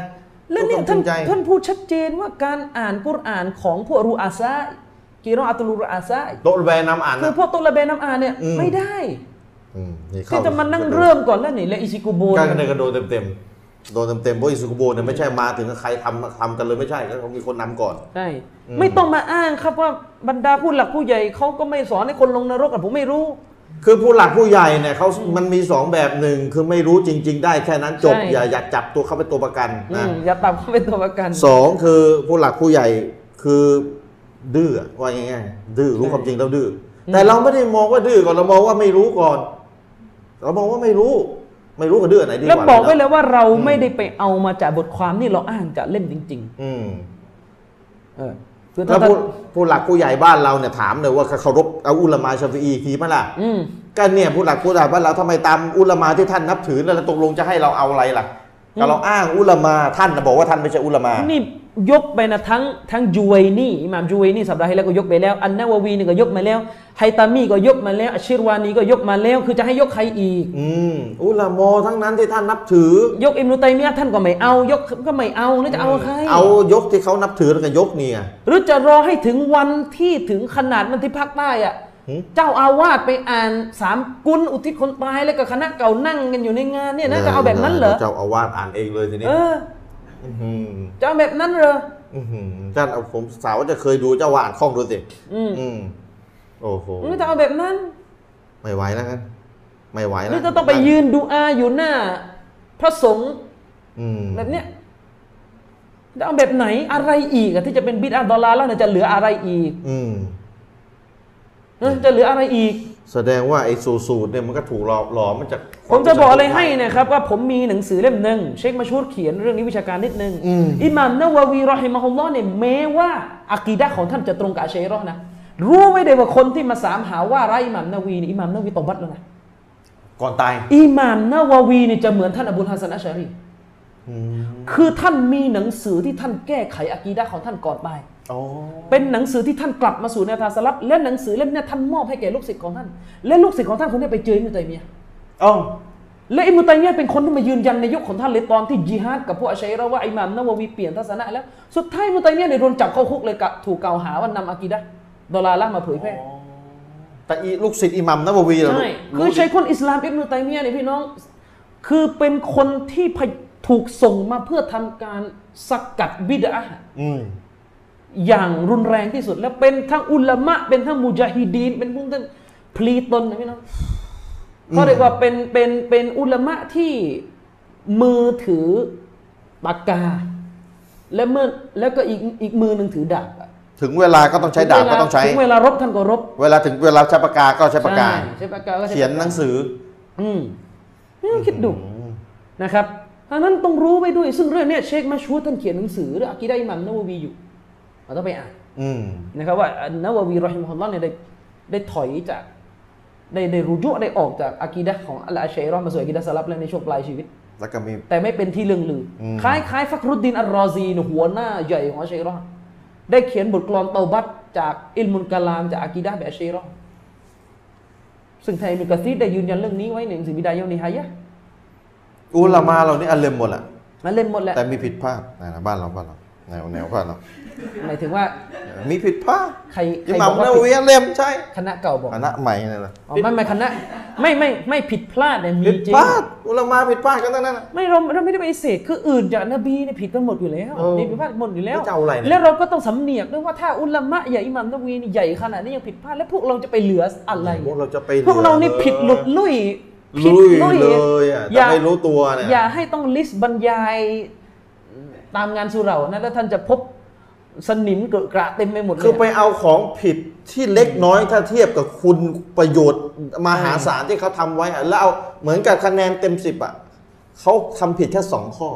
แล้วเนี่ย
คว
ท่า
มจ
น
ริงใจ
ท่านพูดชัดเจนว่าการอ่านกุรอานของพวกรูอาซากีรออัตุลูรูอาซา
โตะระแบนนำอ่าน
คือ
นะ
พวกตุลาเบนน้ำอานเนี่ย
อืม
ไม่ได้
อืมเข้า
ที่จะมานั่งเริ่มก่อนแล้วนี่และอิชิกุโบ
กล้า
เน
รกันเลยก็
ย
โดนเต็มๆ โดนเต็มๆเพราะอิสุกุโบเนี่ยไม่ใช่มาถึงกับใครทำทำกันเลยไม่ใช่ก็เขามีคนนำก่อน
ใช่ไม่ต้องมาอ้างครับว่าบรรดาผู้หลักผู้ใหญ่เขาก็ไม่สอนให้คนลงนรกอะผมไม่รู้
คือผู้หลักผู้ใหญ่เนี่ยเขามันมีสองแบบหนึ่งคือไม่รู้จริง ๆ ได้แค่นั้นจบ
ใช่
อย่าอยากจับตัวเขาเป็นตัวประกัน
อื
นะ
มอย่าตามเขาเป็นตัวประกัน
สองคือผู้หลักผู้ใหญ่คือดื้ออะว่าง่ายๆดื้อรู้ความจริงแล้วดื้ออ
ม
แต่เราไม่ได้มองว่าดื้อก่อนเรามองว่าไม่รู้ก่อน เรามองว่าไม่รู้ ไม่รู้กับดื้ออนไหนดีกว่า
แล้วบอกไว้
นะ
แล้วว่าเราไม่ได้ไปเอามาจากบทความนี่เราอ้างจากเล่มจริง
อืม
ๆ เออคือ
แล้
ถ้าว
ผู้ผู้หลักผู้ใหญ่บ้านเราเนี่ยถามเลยว่าเคารพเอาอุลามาชาฟีอีทีไหมล่ะ
อืม
ก็เนี่ยผู้หลักผู้ใหญ่บ้านเราทำไมตามอุลามาที่ท่านนับถือแล้วแล้วตกลงจะให้เราเอาอะไรล่ะก็เราอ้างอุลามาท่านน่ะบอกว่าท่านไม่ใช่อุลามา
นี่ยกไปนะทั้งทั้งจุยนี่อิหม่ามจุยนี่สัปดาห์ที่แล้วก็ยกไปแล้ว อันนาวาวีนี่ก็ยกมาแล้วไฮตามีก็ยกมาแล้วอัชชิรวานีก็ยกมาแล้ว คือจะให้ยกใครอีก
อืมอุลามอทั้งนั้นที่ท่านนับถือ
ยกอิมนุตัยมียะห์ท่านก็ไม่เอา ยกก็ไม่เอาแล้วจะเอาใคร
เอายกที่เขานับถือแล้วก็ยกเนี่ย
หรือจะรอให้ถึงวันที่ถึงขนาดมันที่ภาคใต้อะ
หืม
เจ้าอาวาสไปอ่านสามกุลอุทิศคนตายแล้วก็คณะเก่านั่งกันอยู่ในงานเนี่ยนะจะเอาแบบนั้นเหรอ
เจ้าอาวาสอ่านเองเลยทีนี้
เออ
อื้อหือ
จะเอาแบบนั้นเหรอ
อื้อหือท่านเอาผมสาวจะเคยดูเจ้าอาวาสคล่องดูสิ
อืม
อืมโอ้โห
หรือจะเอาแบบนั้น
ไม่ไหวแล้วครับไม่ไหว
ห
แล้ว
รือจะต้องไปยืนดูอาอยู่หน้า พระสงฆ์
อืม
แบบเนี้ยจะเอาแบบไหนอะไรอีกอะที่จะเป็นบิดอาดอลลาร์แล้วเนี่ยจะเหลืออะไรอีก
อืม
เออจะเหลืออะไรอีก
แสดงว่าไอ้สูตรสูตรเนี่ยมันก็ถูกหลอมหลอมมาจากค
ผ
วาม
จะบอกอะไร
เป็นสังคม
ให้นะครับว่าผมมีหนังสือเล่มหนึ่งเชคมาชูดเขียนเรื่องนี้วิชาการนิดนึง
อืม
อิหม่ามนาวาวีรอฮิมะฮุลลอฮ์เนี่ยแม้ว่าอากีดะห์ของท่านจะตรงกับอาชัยรอฮ์นะรู้ไม่ได้ว่าคนที่มาสามหาว่าร้ายอิหม่ามนาวีเนี่ยอิหม่ามนาวีตอบัตแล้วนะ
ก่อนตาย
อิหม่ามนาวาวีเนี่ยจะเหมือนท่านอบุลฮัสซันอัชชารี
อืม
คือท่านมีหนังสือที่ท่านแก้ไขอากีดะห์ของท่านก่อนไป
อ๋อ
เป็นหนังสือที่ท่านกลับมาสู่แนวทางสลับและหนังสือเล่มเนี้ท่านมอบให้แก่ลูกศิษย์ของท่านและลูกศิษย์ของท่านคนนี้ไปเจออิหม่ามตัยมียะห์
เอ้า
และอิมนุตัยมียะห์เป็นคนที่มายืนยันในยุคของท่านเลยตอนที่ยิฮาดกับพวกอาชัยเราะห์ว่าอิหม่ามนาวาวีเปลี่ยนทัศนะแล้ว สุดท้ายอิมนุตัยมียะห์เนี่ยโดนจับเข้าคุกเลยกับถูกกล่าวหาว่านำอากีดะห์ดอลาละห์มาเผยแพร่
แต่อีลูกศิษย์อิหมัมนะบวีเหรอ
ใช่
รู้
คือชัยคนอิสลามอิมนุตัยมียะห์เนี่ยพี่น้อง คือเป็นคนที่พยถูกส่งมาเพื่อทำการสกัดบิดา
อืม
อย่างรุนแรงที่สุด และเป็นทั้งอุลามะเป็นทั้งมุจาฮิดีนเป็นพวกทั้งพลีตนนะพี่น้อง เขาเรียกว่าเป็นเป็นเป็นอุลามะที่มือถือปากกา และเมื่อแล้วก็อีกอีกมือหนึ่งถือดาบอะ
ถึงเวลาก็ต้องใช้ดาบก็ต้องใช้
ถึงเวลารบท่านก็รบ
เวลาถึงเวลาใช้ปากกาก็ใช้ปากกา
ใช่ใช้ปากกาก็ใช้
เขียนหนังสือ
อืมนี่ต้องคิดดูนะครับดังนั้นต้องรู้ไปด้วย ซึ่งเรื่องเนี้ยเชคมาชูดท่านเขียนหนังสือเรื่องอากีดะอิหมัมนาวาวีอยู่เราต้องไปอ่าน
อืม
นะครับว่าอันนาวาวีรอฮิมฮุลลอฮ์เนี่ยได้ได้ถอยจากได้ได้รุจุได้ออกจากอากีดะห์ของอัลอาชัยรอฮ์มาสู่อากีดะห์สลับแล้วในช่วงปลายชีวิต
แล้วก็มี
แต่ไม่เป็นที่เรื่องลืออ
ม
คล้ายคล้ายฟักรุดดินอัลรอซีเนี่ยหัวหน้าใหญ่ของอาชัยรอฮ์ได้เขียนบทกลอนเตาบัตจากอิลมุนกะลามจากอากีดะห์แบบอาชัยรอฮ์ซึ่งไทยมิกะซีดได้ยืนยันเรื่องนี้ไว้ในหนังสือบิดายะห์วะนิฮายะห์
อุลามาเรานี่อันเลมหมดแหละ
มันเล่นหมดแหละ
แต่มีผิดพลาดนะนะบ้านเราบ้านเราแนวแนวบ้านเรา
หมายถึงว่า
มีผิดพลาด
ใครใค
อิ
ร
หมั
บ
ม
อกว่า
นา
ผิ
วี
ด
อันเลมใช่
คณะเก่าบอก
คณะใหม่นี่แหละ
อ๋อไม่ไม่คณะไม่ไม่ไม่ผิดพลาดเนี่ยมี
ผิด
จริ
พลาง ดอุลามาผิดพลาดกันทั้งนั้นน่ะ
ไม่เราเราไม่ได้ไปเสกคืออื่นจากนบีเนี่ยผิดกันหมดอยู่แล้ว
เออ
นี่ผิดพลาดหมดอยู่แล้ว
แล้วจะเอาอะไรเนี่ย
แล้วเราก็ต้องสำเนียกด้วยว่าถ้าอุลามะใหญ่อิหมัมตะวีนี่ใหญ่ขนาดนี้ยังผิดพลาดแล้วพวกเราจะไปเหลืออะไร
พวกเราจะไป
พวกเรานี่ผิดหลุดลุ่ยผิด
ลุยเลยอ่ะ
อ
แต่
ย่า
ไม่รู้ตัวเนี่ย
อย่าให้ต้องลิสต์บรรยายตามงานสุเหรานะแล้วท่านจะพบสนิมเกลอะกระเต็มไปหมดเลย
คือไปเอาของผิดที่เล็กน้อยถ้าเทียบกับคุณประโยชน์มหาศาลที่เขาทำไว้อ่ะแล้วเอาเหมือนกับคะแนนเต็มสิบอ่ะเขาทำผิดแค่สองข้อ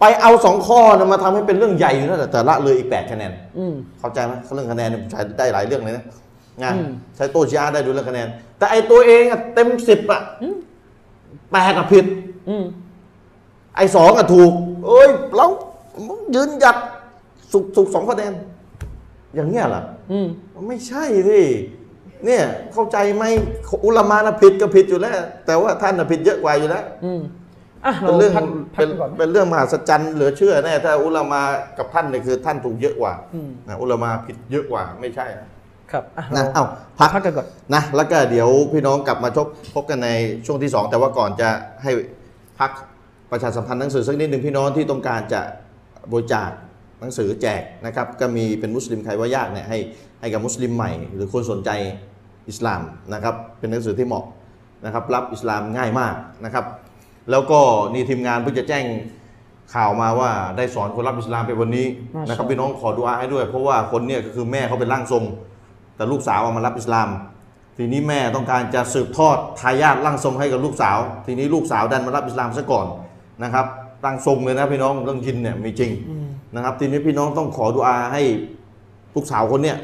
ไปเอาสองข้อนะมาทำให้เป็นเรื่องใหญ่อยู่นั่นแหละแต่ละเลยอีกแปดคะแนน
อืม
เข้าใจไหมเรื่องคะแนนเนี่ยผมใช้ได้หลายเรื่องเลยนะนะ
อืม
ใช้โตชีอาได้ดูเรื่องคะแนน แต่ไอตัวเองอะเต็มสิบอะแปดอะผิด
อืม
ไอสองอะถูก เอ้ยเรายืนหยัดสุกสุกสองคะแนน อย่างเงี้ยเหรอ
อืม
ไม่ใช่ที่เนี่ยเข้าใจไหมอุลามานะผิดก็ผิดอยู่แล้ว แต่ว่าท่านนะผิดเยอะกว่าอยู่แล้ว
อืมอ่ะเรา
เป็นเรื่อง
พักพั
เป็
ก
น
ก่อนไหม
เป็นเรื่องมหัศจรรย์เหลือเชื่อแน่ถ้าอุลามากับท่านเนี่ยคือ ท่านถูกเยอะกว่า
อืม
นะอุลามาผิดเยอะกว่าไม่ใช่นะ
ครับอ่ะเรา
นะเอ้าพัก
พักกันก่อน
นะแล้วก็เดี๋ยวพี่น้องกลับมาพบพบกันในช่วงที่ 2 แต่ว่าก่อนจะให้พักประชาสัมพันธ์หนังสือสักนิดหนึ่งพี่น้องที่ต้องการจะบริจาคหนังสือแจกนะครับ ก็มีเป็นมุสลิมใครว่ายากเนี่ยให้ให้กับมุสลิมใหม่ หรือคนสนใจ อิสลามนะครับเป็นหนังสือที่เหมาะนะครับรับอิสลามง่ายมากนะครับ แล้วก็นี่ทีมงานเพิ่งจะแจ้งข่าวมาว่าได้สอนคนรับอิสลามไปวันนี้
มาชาอัลลอฮ์
นะครับพี่น้องขอดุอาให้ด้วย เพราะว่าคนเนี่ยก็คือแม่เขาเป็นร่างทรง แต่ลูกสาวเอามารับอิสลาม ทีนี้แม่ต้องการจะสืบทอดทายาทร่างทรงให้กับลูกสาว ทีนี้ลูกสาวดันมารับอิสลามซะก่อนนะครับร่างทรงเลยนะพี่น้องเรื่องยินเนี่ยมีจริงนะครับ ทีนี้พี่น้องต้องขอดุอาให้ลูกสาวคนเนี่ย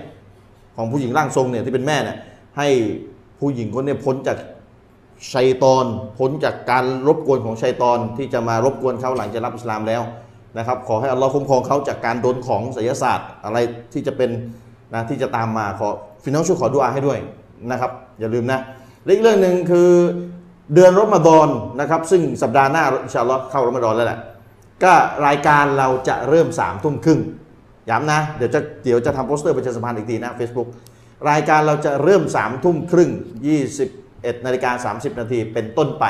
ของผู้หญิงร่างทรงเนี่ยที่เป็นแม่เนี่ยให้ผู้หญิงคนเนี่ยพ้นจากชัยตอนพ้นจากการรบกวนของชัยตอนที่จะมารบกวนเขาหลังจากรับอิสลามแล้วนะครับ ขอให้อัลลอฮ์คุ้มครองเขาจากการโดนของไสยศาสตร์อะไรที่จะเป็นนะที่จะตามมาขอพี่น้องช่วยขอดุอาให้ด้วยนะครับ อย่าลืมนะและอีกเรื่องหนึ่งคือเดือนรอมฎอนนะครับ ซึ่งสัปดาห์หน้าอินชาอัลลอฮ์เข้ารอมฎอนแล้วแหละ ก็รายการเราจะเริ่มสามทุ่มครึ่งย้ำนะ เดี๋ยวจะเดี๋ยวจะทำโปสเตอร์ประชาสัมพันธ์อีกทีนะ Facebook รายการเราจะเริ่ม3ามทุ่มครึ่ง 21นาฬิกา30 นาทีเป็นต้นไป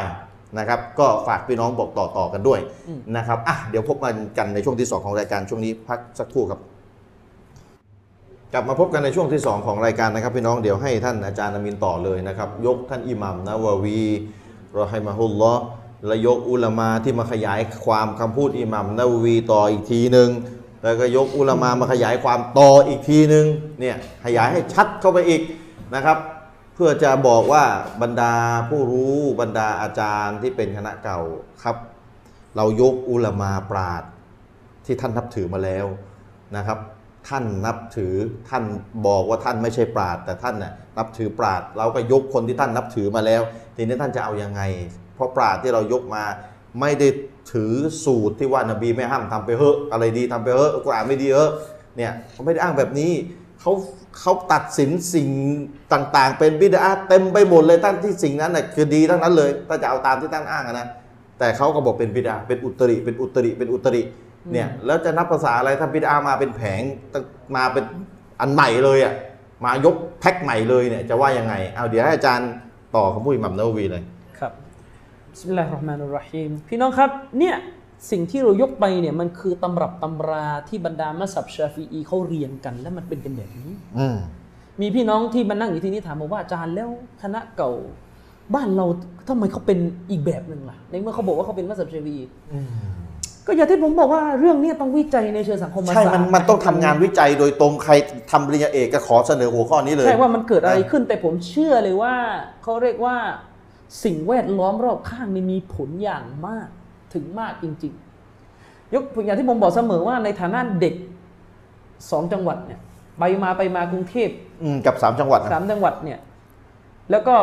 นะครับ ก็ฝากพี่น้องบอกต่อ ๆ กันด้วยนะครับอ่ะเดี๋ยวพบกันกันในช่วงที่ 2 ของรายการช่วงนี้พักสักครู่ครับ กลับมาพบกันในช่วงที่ 2 ของรายการนะครับ พี่น้องเดี๋ยวให้ท่านอาจารย์อามินต่อเลยนะครับ ยกท่านอิหมัมนะวาวีรอฮิมาฮุลลอฮ์และยกอุลามาที่มาขยายความคำพูดอิหมัมนะวาวีต่ออีกทีหนึ่งแล้วก็ยกอุลามามาขยายความต่ออีกทีหนึ่งเนี่ยขยายให้ชัดเข้าไปอีกนะครับ เพื่อจะบอกว่าบรรดาผู้รู้บรรดาอาจารย์ที่เป็นคณะเก่าครับ เรายกอุลามาปราด ที่ท่านนับถือมาแล้วนะครับ ท่านนับถือท่านบอกว่าท่านไม่ใช่ปราดแต่ท่านน่ะนับถือปราดเราก็ยกคนที่ท่านนับถือมาแล้ว ทีนี้ท่านจะเอายังไง เพราะปราดที่เรายกมา ไม่ได้ถือสูตรที่ว่านบีไม่ห้ามทำไปเหอะอะไรดีทำไปเหอะอัลกุรอานไม่ดีเหอะเนี่ยเขาไม่ได้อ้างแบบนี้เขาเขาตัดสินสิ่งต่างๆ เป็นบิดาเต็มไปหมดเลยท่านที่สิ่งนั้นน่ะคือดีทั้งนั้นเลยถ้าจะเอาตามที่ท่านอ้างอะนะ แต่เขาก็บอกเป็นบิดาเป็นอุตริ เป็นอุตริ เป็นอุตริ เนี่ย แล้วจะนับภาษาอะไรถ้าบิดามาเป็นแผงตั้งมาเป็นอันใหม่เลยอ่ะ มายกแพ็คใหม่เลยเนี่ย จะว่ายังไง เอาเดี๋ยวให้อาจารย์ต่อคำพูดอิหมัมนาวีเลย
ครับบิสมิลลาฮิรเราะห์มานุรเราะฮีมพี่น้องครับเนี่ยสิ่งที่เรายกไปเนี่ยมันคือตำรับตำราที่บรรดามัสับชาฟีอีเขาเรียนกัน แล้วมันเป็นกันแบบนี้
อืม
มีพี่น้องที่มานั่งอยู่ที่นี่ถามผมว่าอาจารย์แล้วคณะเก่า บ้านเราทำไมเขาเป็นอีกแบบหนึ่งล่ะ ในเมื่อเขาบอกว่าเขาเป็นมัสับชาฟีอีก็อย่างที่ผมบอกว่าเรื่องเนี้ต้องวิจัยในเชิงสังคมศาสต
ใช่
ร์
มัน มันต้องทำงานวิจัยโดยตรง ใครทำปริญญาเอกก็ขอเสนอหัวข้อนี้เลย
ใช่ว่ามันเกิดอะไรขึ้นแต่ผมเชื่อเลยว่าเขาเรียกว่าสิ่งแวดล้อมรอบข้างนี่มีผลอย่างมากถึงมากจริง ๆ ยกตัวอย่างที่ผมบอกเสมอว่าในฐานะเด็กสองจังหวัดเนี่ยไปมาไปมากรุงเทพ
อืม กับสามจังหวัดนะ
สามจังหวัดเนี่ยแล้วก็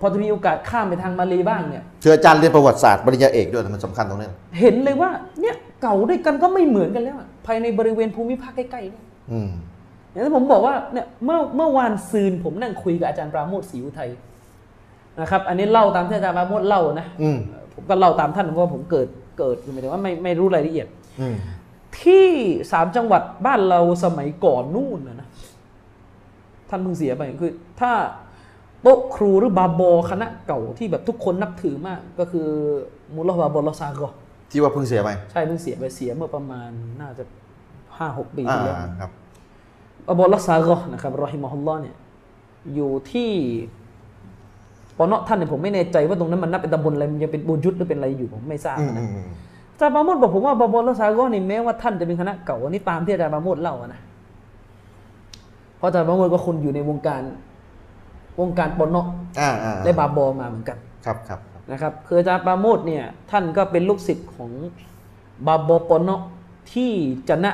พอจะมีโอกาสข้ามไปทางมาเลบ้างเนี่ย
เชื่ออาจารย์เรียนประวัติศาสตร์ปริญญาเอกด้วยนะมันสำคัญตรงนี้นะ
เห็นเลยว่าเนี่ยเก่าด้วยกันก็ไม่เหมือนกันแล้วอะภายในบริเวณภูมิภาคใกล้ๆเนี่ย
อืม
อย่างที่ผมบอกว่าเนี่ยเมื่อเมื่อวานซืนผมนั่งคุยกับอาจารย์ปราโมทศรีอุทัยนะครับ อันนี้เล่าตามที่อาจารย์ปราโมทเล่านะ
อืม ผม
ผมก็เล่าตามท่านเพราะว่าผมเกิดเกิดคือหมายถึงว่าไม่ไม่รู้รายละเอียด
อืม
ที่สามจังหวัดบ้านเราสมัยก่อนนู่นนะนะท่านเพิ่งเสียไปคือ ถ้าโต๊ะครูหรือบาบอคณะเก่าที่แบบทุกคนนับถือมาก ก็คือมุลลาฮ์บาบอลลาซากอ
ที่ว่าเพิ่งเสียไป
ใช่เพิ่งเสียไปเสียเมื่อประมาณน่าจะห้าหกปี
อ่า
ที่แล้ว
ครับ
อับดุลลาฮ์ซากอห์นะครับรอฮิมะฮุลลอฮ์เนี่ยอยู่ที่ปอนเนาะท่านเนี่ยผมไม่แน่ใจว่าตรงนั้นมันนับเป็นตำบลอะไรมันยังเป็นบูยุทธหรือเป็นอะไรอยู่ผมไม่ทราบ
อืม
นะ
อืมอืม
อาจารย์ปราโมดบอกผมว่าอับดุลลาฮ์ซากอห์นี่แม้ว่าท่านจะเป็นคณะเก่าอันนี้ตามที่อาจารย์ปราโมดเล่าอะนะเพราะอาจารย์ปราโมดก็คนอยู่ในวงการวงการปอนเนาะ
อ่าอ่า
และบาบอมาเหมือนกัน
ครับครับครับ
นะครับคืออาจารย์ปราโมดเนี่ยท่านก็เป็นลูกศิษย์ของบาบอปอนเนาะที่จะนะ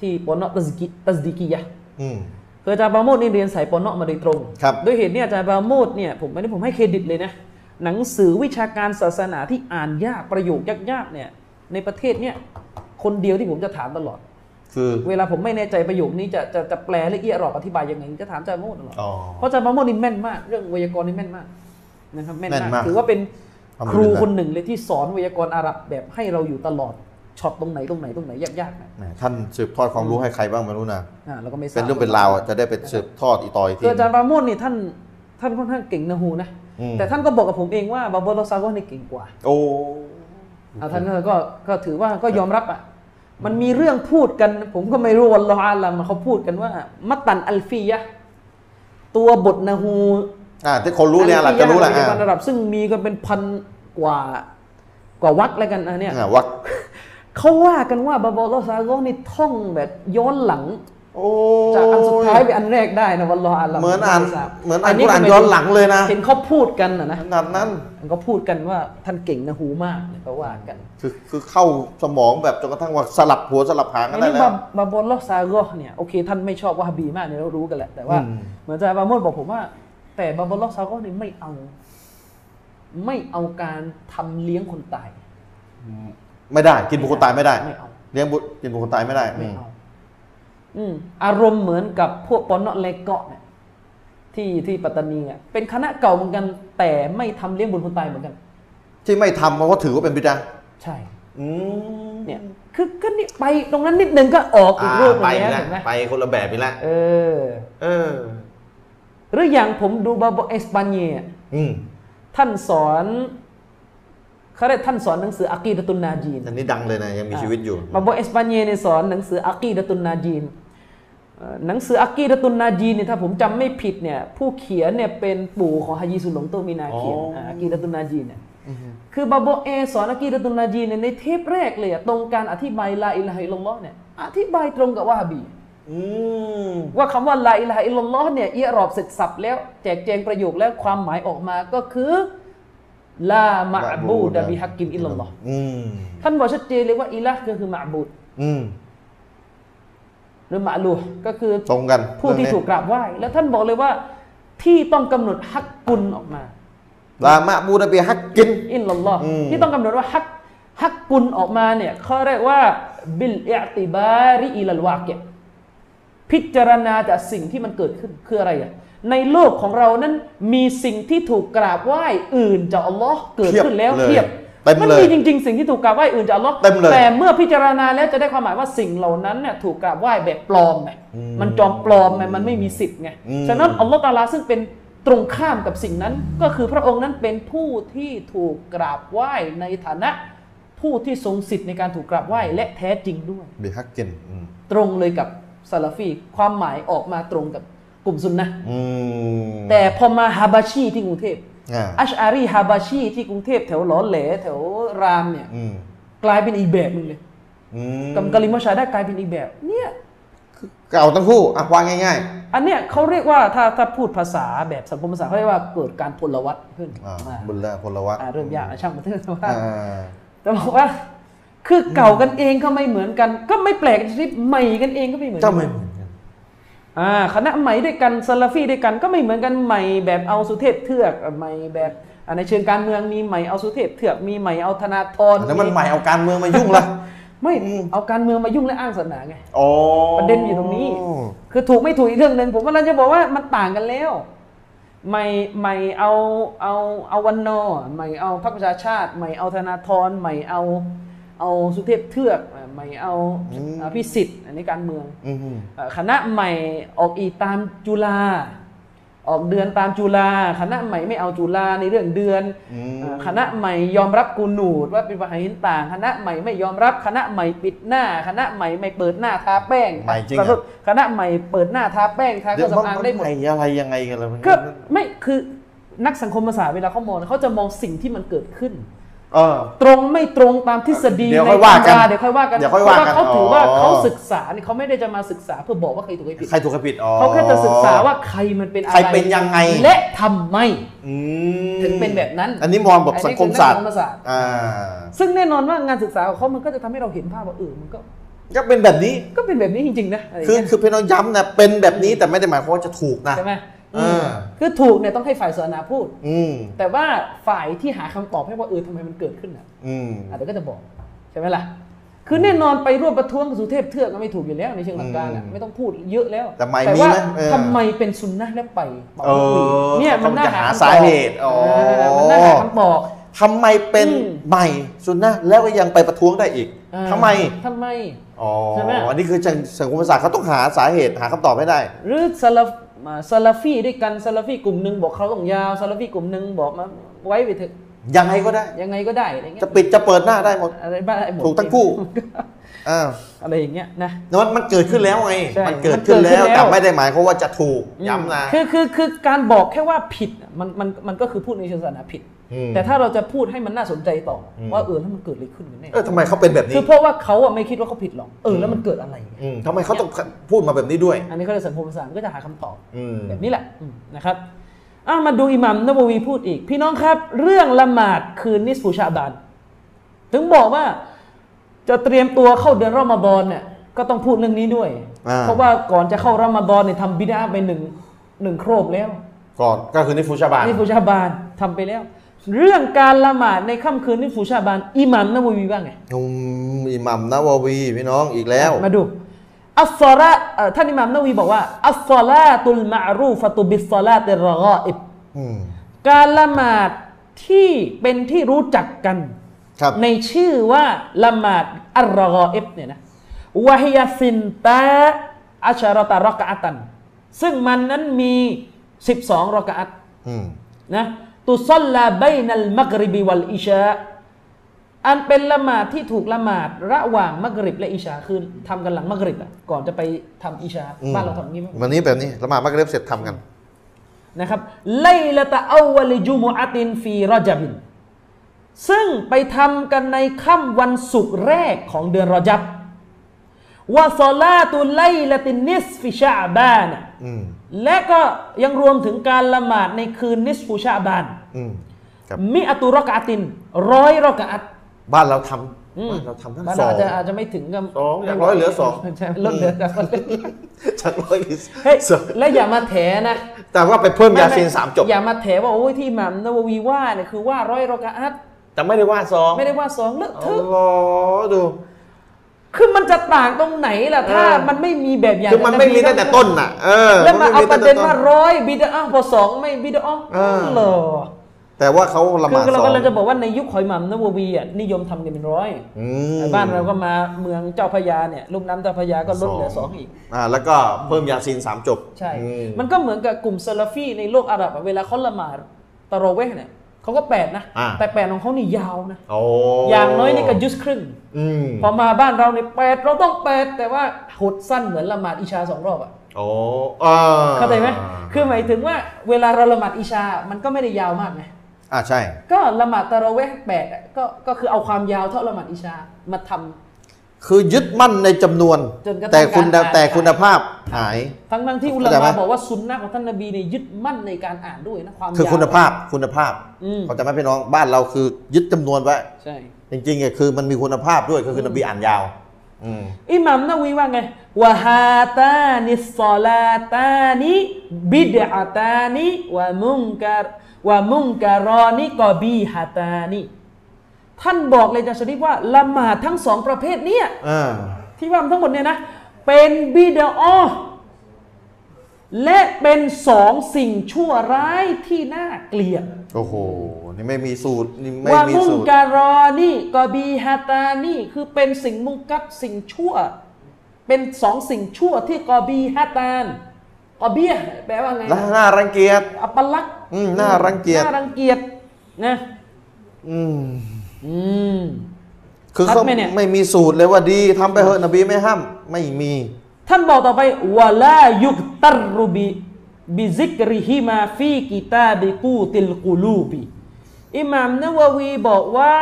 ที่ปอนเนาะตัสกิตัสดิกิยะห์
อืม
คืออาจารย์ปราโมทนี่เรียนสายปอนเนาะมาโดยตรง
ครับ
ด้วยเหตุเนี้อาจารย์ปราโมทเนี่ยผมอันนี้ผมให้เครดิตเลยนะ หนังสือวิชาการศาสนาที่อ่านยากประโยคยากๆเนี่ยในประเทศเนี่ยคนเดียวที่ผมจะถามตลอด
คือ
เวลาผมไม่แน่ใจประโยคนี้จะจะจะแปลละเอียดหรอกอธิบายยังไงจะถามอาจารย์ปราโมทตลอด
อ๋อ
เพราะอาจารย์ปราโมทนี่แม่นมาก เรื่องไวยากรณ์นี่แม่นมากนะครับแม่น
แม่
มาม
นาก ก
ถือว่าเป็น
อัลฮัม
ค
ดุ
รู
ลิลลาฮ์
คนหนึ่งเลยที่สอนไวยากรณ์อาหรับแบบให้เราอยู่ตลอดช็อตตรงไหนตรงไหนตรงไหนยากๆนะ
แหมท่านสืบทอดความรู้ให้ใครบ้างไม่รู้นะ
อ่าเราก็ไม่ทราบ
เป็นเรื่องเป็นราวอ่ะจะได้ไปสืบทอดอีกต่อยที
คืออาจารย์ปราโมทนี่ท่านท่านค่อนข้างเก่งนะฮูนะ
อืม
แต่ท่านก็บอกกับผมเองว่าบาโบโลซาโกนี่เก่งกว่า
โอ้
อ่ะท่านก็ก็ก็ถือว่าก็ยอมรับอ่ะมันมีเรื่องพูดกัน ผมก็ไม่รู้วันละอาลัมเขาพูดกันว่า มัตตันอัลฟียะห์ ตัวบทนะฮู
อ่าที่คนรู้เนี่ยหลักจะรู้แหละ
อัน
อ่า
นี้เป็นการระดับซึ่งมีกันเป็นพันกว่า กว่าวักแล้วกันนะเนี่ย
อ่าวัก
เขาว่ากันว่าบาบอลซาโกนี่ท่องแบบย้อนหลัง
โอ้ย
จากอันสุดท้ายไปอันแรกได้นะวันรออัลลอฮ์
เหมือนอ่าน
ไทราบ
เหมือนอ่านกุรอานย้อนหลังเลยนะ
เห็นเขาพูดกันนะนะ
ขนาดนั้น
มันก็พูดกันว่าท่านเก่งนะฮูมากเนี่ยเขาว่ากัน
คือคือเข้าสมองแบบจนกระทั่งว่าสลับหัวสลับหาง
อั
กัน น
นี้
ได้แล้
บาว บาบอลลอซาโกเนี่ยโอเค ท่านไม่ชอบวะฮาบีมากเนี่ยเรารู้กันแหละแต่ว่า
อืม
เหมือนอาจารย์บาโมดบอกผมว่า แต่บาบอลลอซาโกเนี่ยไม่เอา ไม่เอาการทำเลี้ยงคนตาย
ไม่ได้ กินบุคคลตายไม่ได้
ไม่เอา
เลี้ยงบุตรกินบุคคลตายไม่ได้
ไม่
อืม
เอาอืมอารมณ์เหมือนกับพวกปอนเนาะเลเกาะเนี่ยที่ที่ปัตตานีอ่ะเป็นคณะเก่าเหมือนกัน แต่ไม่ทำเลี้ยงบุญคนตายเหมือนกัน
ที่ไม่ทำเพราะว่าถือว่าเป็นบิดา
ใช่
อืม
เนี่ยคือก็นี่ไปตรงนั้นนิดนึงก็ออกอี
อ่าก
รูปห
ไป
นึ่ง
อีก
แล้ว
แล้ว
เห็นไหม
ไปคนละแบบไปแล้ว
เออ
เออ
หรืออย่างผมดูบาโบเอสปานเย่อะ
อืม
ท่านสอนเขาเรียกท่านสอนหนังสืออากีดะตุนนาจีน
อันนี้ดังเลยนะ ยังมีชีวิตอยู่
บาโบเอสปานเยเนี่ยสอนหนังสืออากีดะตุนนาจีนเอ่อหนังสืออากีดะตุนนาจีนเนี่ยถ้าผมจำไม่ผิดเนี่ยผู้เขียนเนี่ยเป็นปู่ของฮายีสุหลงโตมีนาเขียน
อ๋ออ่
าอากีดะตุนนาจีนเนี่ยคือบาโบเอสอนอากีดะตุนนาจีนเนี่ยในเทปแรกเลยอะตรงการอธิบายลาอิลาฮะอิลลัลลอฮ์เนี่ยอธิบายตรงกับวะฮาบี
อืม
ว่าคำว่าลาอิลาฮะอิลลัลลอฮ์เนี่ยเอียรอบเสร็จสับแล้วแจกแจงประโยคแล้วความหมายออกมาก็คือลามะบูดะบิฮักกินอิลลัลลอฮ์
อืม
ท่านบอกชัดเจนเลยว่าอิละห์ก็คือมะบูด
อืม
หรือมาลูห์ก็คือ
ตรงกัน
ผู้ที่
เรื่องนี้
ถูกกราบไหว้ แล้วท่านบอกเลยว่าที่ต้องกำหนดฮักกุลออกมา
ลามะบูดะบีฮักกิน
อินลลลอฮ์
อืม
ที่ต้องกำหนดว่าฮักฮักกุลออกมาเนี่ยเขาเรียกว่าบิลอิอติบาริอิลัลวาเกะพิจารณาจากสิ่งที่มันเกิดขึ้นคืออะไรอะในโลกของเรานั้นมีสิ่งที่ถูกกราบไหว้อื่นจากอัลลอฮ์เกิดขึ้นแล้ว
เที
เที
ย
ย
บบ เลยเต็ม
มั
เลย
มีจริง ๆ สิ่งที่ถูกกราบไหว้อื่นจากอัลลอฮ์
เต็มเลย
แต่เมื่อพิจารณาแล้วจะได้ความหมายว่าสิ่งเหล่านั้นเนี่ยถูกกราบไหว้แบบปลอมไงมันจอมปลอมไงมันไม่มีสิทธิ์ไง
อืม
ฉะนั้น อัลลอฮ์ตะอาลาซึ่งเป็นตรงข้ามกับสิ่งนั้น ก็คือพระองค์นั้นเป็นผู้ที่ถูกกราบไหว้ในฐานะผู้ที่ทรงสิทธิ์ในการถูกกราบไหว้และแท้จริงด้วย
บีฮักกินอืม
ตรงเลยกับซาลาฟีความหมายออกมาตรงกับกลุ่มซุนนะห์
อืม
แต่พอมาฮาบาชีที่กรุงเทพ
อ่า
อัชอารีฮาบาชีที่กรุงเทพแถวหลอแหลแถวรามเนี่ย
อืม
กลายเป็นอีกแบบหนึงเลย
อืม
กับกาลิมอชาได้กลายเป็นอีกแบบเนี่ย
เก่าทั้งคู่อ่ะวางง่าย
อันเนี้ยเขาเรียกว่าถ้าถ้าพูดภาษาแบบสังคมภาษาเขาเรียกว่าเกิดการพลวัตขึ้น
ๆอ่า
อ่า
บุญละพลวัต
อ่าเริ่มยากนะช่างมันเถอะแต่ว่า
อ่า
แต่บอกว่า คือเก่ากันเองก็ไม่เหมือนกัน ก็ไม่แปลกชนิดใหม่กันเองก็ไม่เหมือน
เจ้า
กั
ไม่เหมือนกัน
อ่าคณะใหม่ด้วยกันซาลาฟีด้วยกันก็ไม่เหมือนกันใหม่แบบเอาสุเทพเทือกใหม่แบบอ่าในเชิงการเมืองมีใหม่เอาสุเทพเทือกมีใหม่เอาธนาธร
แล้วมันใหม่เอาการเมืองมายุ่งละ
ไม่เอาการเมืองมายุ่งและอ้างศาสนาไง
อ๋อ
ประเด็นอยู่ตรงนี้ คือถูกไม่ถูกอีกเรื่องหนึ่งผมกำลังจะบอกว่ามันต่างกันแล้ว ไม่ไม่เอาเอาเอาวันนอร์ไม่เอาพรรคประชาชาติ ไม่เอาธนาธรไม่เอาเอาสุเทพเทือกเอ่อไม่เอาอภิสิทธิ์อันนี้การเมือง
อืม
เอ่อคณะใหม่ออกอีกตามจุฬาออกเดือนตามจุฬาคณะใหม่ไม่เอาจุฬาในเรื่องเดือน
อืม
เอ่อคณะใหม่ยอมรับกูนูดว่าเป็นประหารต่าง คณะใหม่ไม่ยอมรับคณะใหม่ปิดหน้า คณะใหม่ไม่เปิดหน้าทาแป้ง
ใหม่จริง
ค
อะ
คณะใหม่เปิดหน้าทาแป้งทาเครื่องสำอางได้หมด
นอะไรยังไงกันล่ะมัน
ก็ไม่คือนักสังคมศาสตร์เวลาเขามองเขาจะมองสิ่งที่มันเกิดขึ้น
เออ
ตรงไม่ตรงตามทฤษฎี
เดี๋ยว
ใน
ค่อยว่ากัน
ตำรเดี๋ยวค่อยว่ากัน
เดี๋ยวค่อยว่ากัน
เพระเขาถือว่า
อ๋อ
เขาศึกษาเนี่ยเขาไม่ได้จะมาศึกษาเพื่อบอกว่าใครถูกใครผิด
ใครถูกใครผิดอ๋อ
เขาแค่จะศึกษาว่าใครมันเป็นอะไร
ใครเป็นยังไง
และทำไม
อืม
ถึงเป็นแบบนั้น
อันนี้มองแบบสังคมศาสตร์
อันนี้คือนักสังคมศาสตร์
อ่า
ซึ่งแน่นอนว่างานศึกษาของเขามันก็จะทำให้เราเห็นภาพว่าเออมันก็
ก็เป็นแบบนี้
ก็เป็นแบบนี้จริงๆนะอะไรอย่าง
คือ
เงี้ย
คือเพียงเราย้ำนะเป็นแบบนี้แต่ไม่ได้หมายความว่าจะถูกนะ
ใช่ไหม
เอออื
มคือถูกเนี่ยต้องให้ฝ่ายศาสนาพูด
อืม
แต่ว่าฝ่ายที่หาคำตอบให้ว่าเออทำไมมันเกิดขึ้นอ่ะ
อืม
อาจจะก็จะบอก ใช่ไหมล่ะ คือแน่นอนไปร่วมประท้วงกับสุเทพเทือกก็ไม่ถูกอยู่แล้วในเชิงหลักการอ่ะ
อืม
ไม่ต้องพูดเยอะแล้ว
แต่ไมค์มี
ว่า
ไหมเออ
ทำไมเป็นซุนนะห์แล้วไปเป่า
เออ
คุยเนี่ยมันน่าหา
หา
คำตอบ
สาเหตุอ๋อ
เออมันน่าหาคำตอบ
ทำไมเป็น
อืม
ใหม่สุนนะแล้วก็ยังไปประท้วงได้อีก
เออ
ทำไม
ทำไม
อ๋อ
ใช่ไหม
อันนี้คือสังคมศาสตร์เขาต้องหาสาเหตุหาคำตอบให้ได้
หรือซาลาฟอ่าซาลาฟีด้วยกันซาลาฟีกลุ่มหนึ่งบอกเขาต้องยาวซาลาฟีกลุ่มหนึ่งบอกมาไว้ไปเถอะ
ยังไงก็ได้
ยังไงก็ได้อะไรเงี้ย
จะปิดจะเปิดหน้าได้หมด
อะไรบ้างไอ้หมด
ถูกทั้งคู่ อ้าว
อะไรอย่างเงี้ยนะ
มันมันเกิดขึ้นแล้วไง
ใช่
มันเกิดขึ้นแล้ว
มันเกิดขึ้นแล้ว
แต่ไม่ได้หมายความว่าจะถูกย้ำนะ
คือคือคือการบอกแค่ว่าผิดอะมันมันมันก็คือพูดในเชิงศาสนาผิด
อืม
แต่ถ้าเราจะพูดให้มันน่าสนใจต่ออ
ม
ว่าเออแล้วมันเกิดอะไรขึ้นกันแน่
เออทำไมเขาเป็นแบบ
คื
นี้
อเพราะว่าเขาอะไม่คิดว่าเขาผิดหรอกเออแล้วมันเกิดอะไรเนี่ย
อืมทำไมเขาต้องพูดมาแบบนี้ด้วย
อันนี้ก็เลยสังคมศาสตร์ก็จะหาคำตอบ
อืม
แบบนี้แหละอืมนะครับอ้ามาดูอิหมัมนบวีพูดอีก พี่น้องครับ เรื่องละหมาดคืนนิสฟูชาบาน ถึงบอกว่าจะเตรียมตัวเข้าเดือนรอมฎอนเนี่ยก็ต้องพูดเรื่องนี้ด้วย
อ่า
เพราะว่าก่อนจะเข้ารอมฎอนเนี่ยทำบิดาไปหนึ่งหนึ่งโครบแล้ว
ก่อนก็คือนิฟูชาบาน
นิสฟูชาบานทำไปแล้ว เรื่องการละหมาดในค่ำคืนนิสฟูชาบานอิหมัมนบวีว่าไง
อืมอิหมัมนะวาวีพี่น้องอีกแล้ว
มาดูอัสซอลาเอ่อท่านอิหมัมนบวีบอกว่าอัสซอลาตุลมารูฟะตุบิสซอลาติรรออิบ
อืม
การละหมาดที่เป็นที่รู้จักกัน
ครับ
ในชื่อว่าละหมาดอัลรอกอเอฟเนี่ยนะวะฮิยาซินตะอัชารอตารอกะอัตัน ซึ่งมันนั้นมี 12รอกะอัต
อืม
นะตุซอลลาบัยนัลมักริบิวัลอิชาอันเป็นละหมาดที่ถูกละหมาดระหว่างมักริบและอิชาคือทำกันหลังมักริบอะก่อนจะไปทำอิชา
อืม
บ้านเราทำอย่างนี้ไหม
วันนี้แบบนี้ละหมาดมักเร็บเสร็จทำกัน
นะครับไลละตะอวลิจุมอะตินฟีรอจับิน ซึ่งไปทำกันในค่ำวันศุกร์แรกของเดือนรอจับวะซอลาตุไลละตินนิสฟิชาบาน
อืม
และก็ยังรวมถึงการละหมาดในคืนนิสฟูชาบาน
อืม ครับ
มิอะตุรอกะอะตินร้อยรอกะอัต
บ้านเราท
อื
ำ
ม
บ้านเราทำทั้ง
บ้าน
ส
เรา
อง
อาจจะอาจจะไม่ถึงกับ
สองอย่างน้อยเหลือสอง
ใช่ลดเหลือสอง
จากร้อยลิส
เฮ้ย
สอง
และอย่ามาแถนะ
แต่ว่าไปเพิ่มยา
ไไ
ซีนสามจบ
อย่ามาแถว่าโอ้ยที่หมัมนาววีว่าเนี่ยคือว่าร้อยรอกะอัต
แต่ไม่ได้ว่าสอง
ไม่ได้ว่าสองเลอะเท
อ๋
อะ
อดู
คือมันจะต่างตรงไหนล่ะ ถ้า
เออ
มันไม่มีแบบอย่าง
คือมันไม่มีตั้งแต่ต้นน่ะ เออ
แล้วมาน
ไ
เอาประเด็นว่า
ตั้งแต่ต้
ร้อยบิดอะห์พอสองไม่บิดอะห์
เออ
เหรอ
แต่ว่าเขาละห
คื
มาด
อเรา
สอง
กำลังจะบอกว่าในยุคของหมัมนาววีอ่ะนิยมทำกันเป็นร้อย
อืม
บ้านเราก็มาเมืองเจ้าพระยาเนี่ยลุ่มน้ำเจ้าพระยาก็ลดเหลือสองอีก
อ่า แล้วก็เพิ่มยาซีนสามจบ
ใช่
อืม
มันก็เหมือนกับกลุ่มซาลาฟีในโลกอาหรับอะเวลาเขาละหมาดตะโรเวห์เนี่ยเขาก็แปดนะ
อ่า
แต่แปดของเขานี่ยาวนะ
โอ้
อย่างน้อยนี่ก็ยุสครึ่ง
อืม
พอมาบ้านเราในแปดเราต้องแปดแต่ว่าหดสั้นเหมือนละหมาดอิชาสองรอบอ่ะ
โอ้อ่า
เข้าใจไหมคือหมายถึงว่าเวลาเราละหมาดอิชามันก็ไม่ได้ยาวมากไง
อ่าใช่
ก็ละหมาดตะเราะเวห์แปดอะก็ก็คือเอาความยาวเท่าละหมาดอิชามาทำ
คือยึดมั่นในจำนวน
จนกระทั่ง
แต่คุณ
การอ่าน
แต่คุณภาพหาย
ทั้งทั้งๆที่อุลา
เข้าใจ
มา
ไหม
บอกว่าซุนนะของท่านนบีเนี่ยยึดมั่นในการอ่านด้วยนะความยาว
คือคุณภาพคุณภาพ
อืม
เขาใจะไหม่พี่น้องบ้านเราคือยึดจำนวนไว้
ใช่
จริงๆอ่ะคือมันมีคุณภาพด้วยก็คือนบีอ่านยาวอืม
อิหมัมนาวีว่าไงวะฮาตานิสซอลาตานิบิดอาตานิวะมุงการวะมุงการอนิกอบีฮาตานิท่านบอกเลยจะชริฟว่าละหมาดทั้งสองประเภทเนี่ย
อ่า
ที่ว่ามาทั้งหมดเนี่ยนะ เป็นบิดอและเป็นสองสิ่งชั่วร้ายที่น่าเกลียด
โอ้โหนี่ไม่มีสูตรนี่ไม่
วะ
มี
มุง
สูตร
การอนิกอบีฮาตานิคือเป็นสิ่งมุงกัดสิ่งชั่ว เป็นสองสิ่งชั่วที่กอบีฮาตานกอเบียแปลว่าไง
แล้วน่ารังเกียจ
อัปลักษณ์
อืมน่ารังเกียจ
น่ารังเกียจนะ
อืม
อืม
คือเขา
ชัดไหมเนี่ย
ไม่มีสูตรเลยว่าดีทำไปเถอะนบีไม่ห้ามไม่มี
ท่านบอกต่อไปวะลายุกตรรุบิบิซิกริฮิมาฟีกิตาบิกูติลกูลูบิอิหม่ามนาววีบอกว่า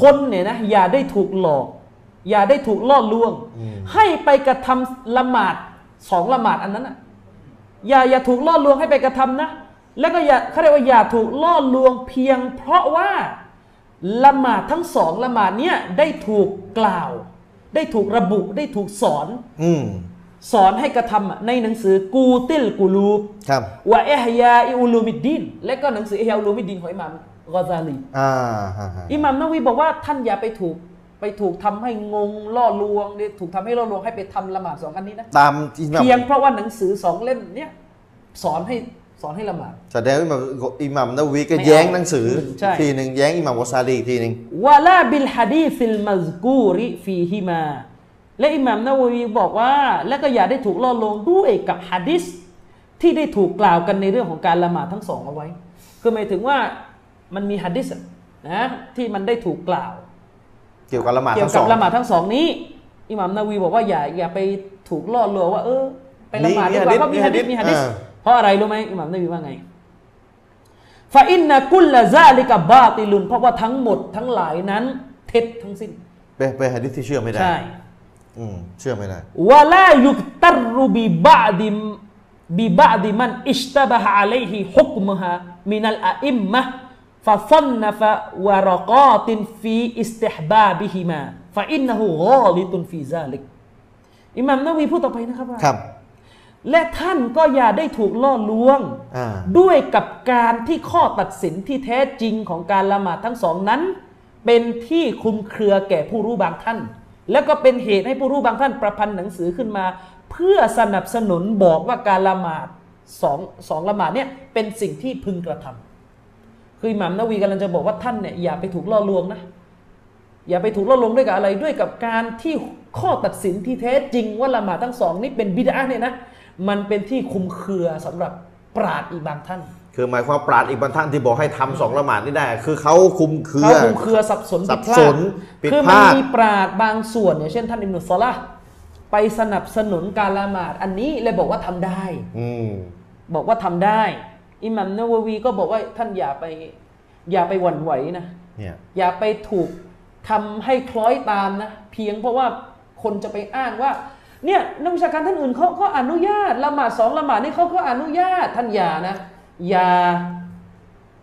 คนเนี่ยนะ อย่าได้ถูกหลอก อย่าได้ถูกล่อลวง ให้ไปกระทำละหมาดสองละหมาดอันนั้นนะอย่าอย่าถูกล่อลวงให้ไปกระทำนะ แล้วก็อย่าเขาเรียกว่าอย่าถูกล่อลวงเพียง เพราะว่าละหมาดทั้งสองละหมาดเนี่ยได้ถูกกล่าว ได้ถูกระบุได้ถูกสอน
อืม
สอนให้กระทำอะในหนังสือกูติลกูลูบ
ครับ
วะเอฮยาอิอุลูมิดดินและก็หนังสือเอฮยาอุลูมิดดินของอิหม่ามกอซาลี
อ่าฮะฮะ
อิหม่ามนาวีบอกว่าท่านอย่าไปถูกไปถูกทำให้งงล่อลวงหรือถูกทำให้ล่อลวงให้ไปทำละหมาดสองอันนี้นะ
ตามที่อิหมัม
เพียงเพราะว่าหนังสือสองเล่มเนี้ยสอนให้สอนให้ละหมาด
แสดงว่าอิหมัมอิหมัมนาวีก็
ไม่เอา
แย้งหนังสือ
ใช่
ทีหนึ่งแย้งอิหมัมวาซาลีอีกทีหนึ่ง
วะลาบิลฮะดีฟิลมัซกูริฟีฮิมา และอิหม่ามนาวีบอกว่า และก็อย่าได้ถูกล่อลวงด้วยกับฮะดิษที่ได้ถูกกล่าวกันในเรื่องของการละหมาดทั้งสองเอาไว้ คือหมายถึงว่ามันมีฮะดิษอะนะที่มันได้ถูกกล่าว
เกี่ยวกับละหมาด
เกี่ย
ทั้
ว
งส
กั
อ
บ
ง
ละหมาดทั้งสองนี้ อิหม่ามนาวีบอกว่าอย่าอย่าไปถูกล่อลวงว่า เออไปละหมาด
มี
ดีกว่าเพราะ
มี
มี
หะ
ฮะ
ดิ
ดิ
ษ
ษมีฮะดิษ
อ่า
เพราะอะไรรู้ไหมอิหม่ามนาวีว่าไงฟาอินนะกุลละซาลิกะบาติลุนเพราะว่าทั้งหมดทั้งหลายนั้น เท็จทั้งสิ้น
ไปไปหะดิษที่เชื่อไม่ได้
ใช่
อืมเชื่อไม่ได้
วะลายุกตัรรุบิบาดิมบิบาดิมันอิชตะบะฮะอะลัยฮิฮุกมฮะมินัลอะอิมมะฟะซันนะฟะวะรกาตินฟีอิสติฮบาบิฮิมาฟะอินนะฮูกอลิตุนฟีซาลิก อิหมัมนาวีพูดต่อไปนะครับว่า
ครับ
และท่านก็อย่าได้ถูกล่อลวง
อ่า
ด้วยกับการที่ข้อตัดสินที่แท้จริงของการละหมาดทั้งสองนั้น เป็นที่คลุมเครือแก่ผู้รู้บางท่าน และก็เป็นเหตุให้ผู้รู้บางท่านประพันธ์หนังสือขึ้นมา เพื่อสนับสนุนบอกว่าการละหมาดสองสองละหมาดเนี่ยเป็นสิ่งที่พึงกระทำคืออิหมัมนาวีกำลังจะบอกว่าท่านเนี่ยอย่าไปถูกล่อลวงนะ อย่าไปถูกล่อลวงด้วยกับอะไรด้วยกับการที่ข้อตัดสินที่แท้จริงว่าละหมาดทั้งสองนี้เป็นบิดาเนี่ยนะมันเป็นที่คลุมเครือสำหรับปราดอีกบางท่าน
คือหมายความปราดอีกบรรทัดที่บอกให้ทำสองละหมาดนี่ได้ คือเขาคุมเครือ
เขาคลุมเครือสับสน
สั
ผิด
บ
พลา
ส
ด
นผิด
คือ
พ
มัน
ลาด
มีปราดบางส่วนเนี่ยเช่นท่านอิมนุซอลาห์ไปสนับสนุนการละหมาดอันนี้เลยบอกว่าทำได้
อืม
บอกว่าทำได้ อิหมัมนาววีก็บอกว่าท่านอย่าไปอย่าไปหวั่นไหวนะ
เนี่ย
อย่าไปถูกทำให้คล้อยตามนะ เพียงเพราะว่าคนจะไปอ้างว่า เนี่ยนักวิชาการท่านอื่นเขาก็อนุญาตละหมาดสองละหมาดนี่เขาก็อนุญาตท่านอย่านะ อย่า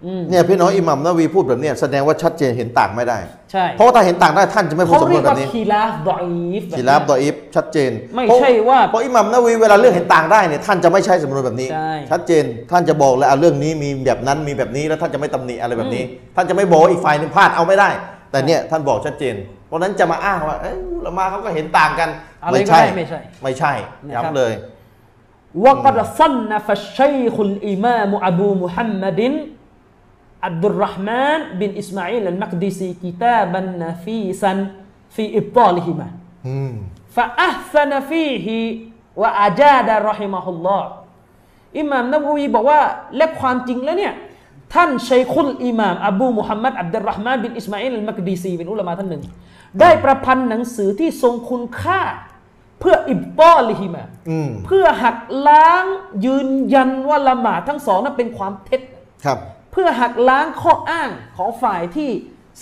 อืม
เนี่ยพี่น้องอิหมัมนาวีพูดแบบเนี้ยแสดงว่าชัดเจนเห็นต่างไม่ได้
ใช่
เพราะว่าถ้าเห็นต่างได้ท่านจะไม่พูด
เขา
สำน
เรี
วย น
ก
แบ
ว่า
บนี้
คีลาฟดออีฟแบบนี้
ขีลาบดออิฟชัดเจน
ไม่
เพระ
ใช่ว่า
เพราะอิหมัมนาวีเวลาเรื่องเห็นต่างได้เนี่ยท่านจะไม่ใช้สำนวนแบบนี้
ใช่
ชัดเจนท่านจะบอกเลยอ่ะเรื่องนี้มีแบบนั้นมีแบบนี้แล้วท่านจะไม่ตำหนิอะไรแบบนี้ ท่านจะไม่บอกว่าอีกฝ่ายหนึ่งพลาดเอาไม่ได้ แต่เนี่ยท่านบอกชัดเจน เพราะฉะนั้นจะมาอ้างว่าเอ้ยอุละมาเขาก็เห็นต่างกัน
อะไร
ไม่
ก็
ใช่
ได้ไม่ใช่
ไม่ใช่
นะครับ
ย้ำเลย
وقد صنف الشيخ الإمام أبو محمد عبد الرحمن بن إسماعيل المقدسي كتابا نفيسا في إبطالهما
อืม
فأحسن فيه وأجاد رحمه الله อิหม่ามนบวีบอกว่าและความจริงแล้วเนี่ย ท่านชัยคุณอิหม่าม อบูมุฮัมมัดอับดุลรห์มานบินอิสมาอิลอัลมักดีซีเป็นอุลามะท่านหนึ่ง ได้ประพันธ์หนังสือที่ทรงคุณค่า เพื่ออิบตอลิฮิมา
อืม
เพื่อหักล้างยืนยันว่าละหมาดทั้งสองนั้นเป็นความเท็จ
ครับ
เพื่อหักล้างข้ออ้างของฝ่ายที่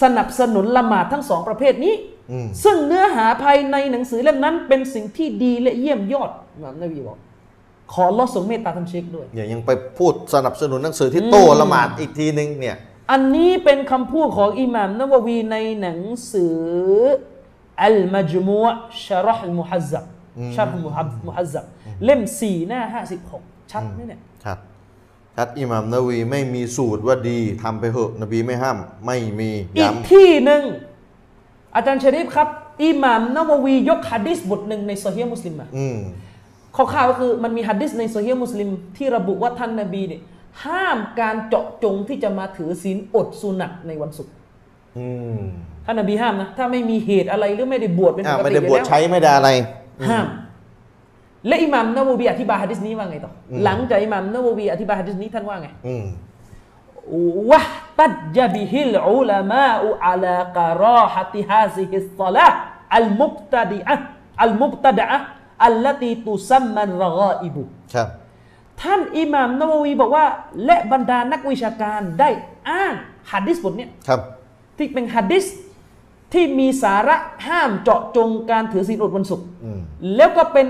สนับสนุนละหมาดทั้งสองประเภทนี้
อืม
ซึ่งเนื้อหาภายในหนังสือเล่มนั้น เป็นสิ่งที่ดีและเยี่ยมยอดอิหม่ามนบีบอก ขออัลลอสทรงเมตตาท่านเชคด้วย
เนี่ยยังไปพูดสนับสนุนหนังสือที่โต้ละหมาดอีกทีนึงเนี่ย
อันนี้เป็นคำพูดของอิหม่ามนบวีในหนังสืออัลมัจมูอะห์ชะรห์อัลมุฮัซซับชะรห์อัลมุฮับมุฮัซซับเล่ม 4 หน้า 56 ชัดไหมเนี่ย
ครับชัดอิหมัมนาวีไม่มีสูตรว่าดีทำไปเหอะนบีไม่ห้าม ไม่มี
อี
ย้
กที่หนึ่ง อาจารย์ชะริฟครับ อิหม่ามนบวียกฮะดิษบทหนึ่งในโซเฮียมุสลิมมา
อืม
ข้อข่าวก็คือมันมีฮัดดิสในโซเฮียมุสลิมที่ระบุว่าท่านนาบีเนี่ยห้ามการเจาะจงที่จะมาถือศีลอดสุนัตในวันศุกร์
อืม
ท่านนาบีห้ามนะ ถ้าไม่มีเหตุอะไรหรือไม่ได้บวชเป็น
อ่า
ปก
ไม่
ติ
ได้
อบ ยู่
วช
แล้ว
ใช้ไม่ได้อะไร
ห้าม และอิหมัมนาววีอธิบายฮัดดิสนี้ว่าไงต่ออหลังจากอิหมัมนาววีอธิบายฮัดดิสนี้ท่านว่าไง
อืม
واحتج به العلماء على كراهة هذه الصلاة المبتدعة المبتدعة التي تسمى الرغائب
ครับ
ท่านอิหม่ามนาววีบอกว่า และบรรดานักวิชาการได้อ้างหัดดิสบทเนี้ย
ครับ
ที่เป็นหัดดิสที่มีสาระห้ามเจาะจงการถือศีลอดวันศุกร์
อืม
แล้วก็เป็น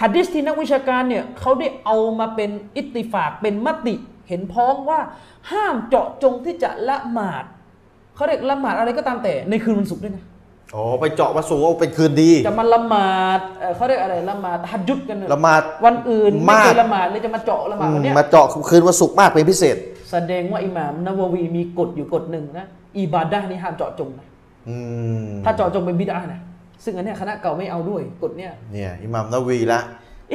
หัดดิสที่นักวิชาการเนี่ยเขาได้เอามาเป็นอิตติฟากเป็นมติ เห็นพ้องว่าห้ามเจาะจงที่จะละหมาดเขาเรียกละหมาดอะไรก็ตามแต่ในคืนวันศุกร์ด้วยนะ
อ๋อไปเจาะมาสูว่าเป็นคืนดี
จะมาละหมาดเอ่อเขาเรียกอะไรละหมาดฮัดยุดกันเนี่ย
ละหมาด
วันอื่นไม่เค
มาย ก
ละหมาดเลยจะมาเจาะละหมา
อื
ดวั
ม
นเนี้ย
มาเจาะคืนวันศุกร์มากเป็นพิเศษ
แสดงว่าอิหม่ามนาววีมีกฎอยู่กฎหนึ่งนะอิบาดะห์นี่ห้ามเจาะจงนะ
อืม
ถ้าเจาะจงเป็นบิดานะซึ่งอันเนี้ยคณะเก่าไม่เอาด้วยกฎเนี้ย
เนี่ยอิหมัมนาวีละ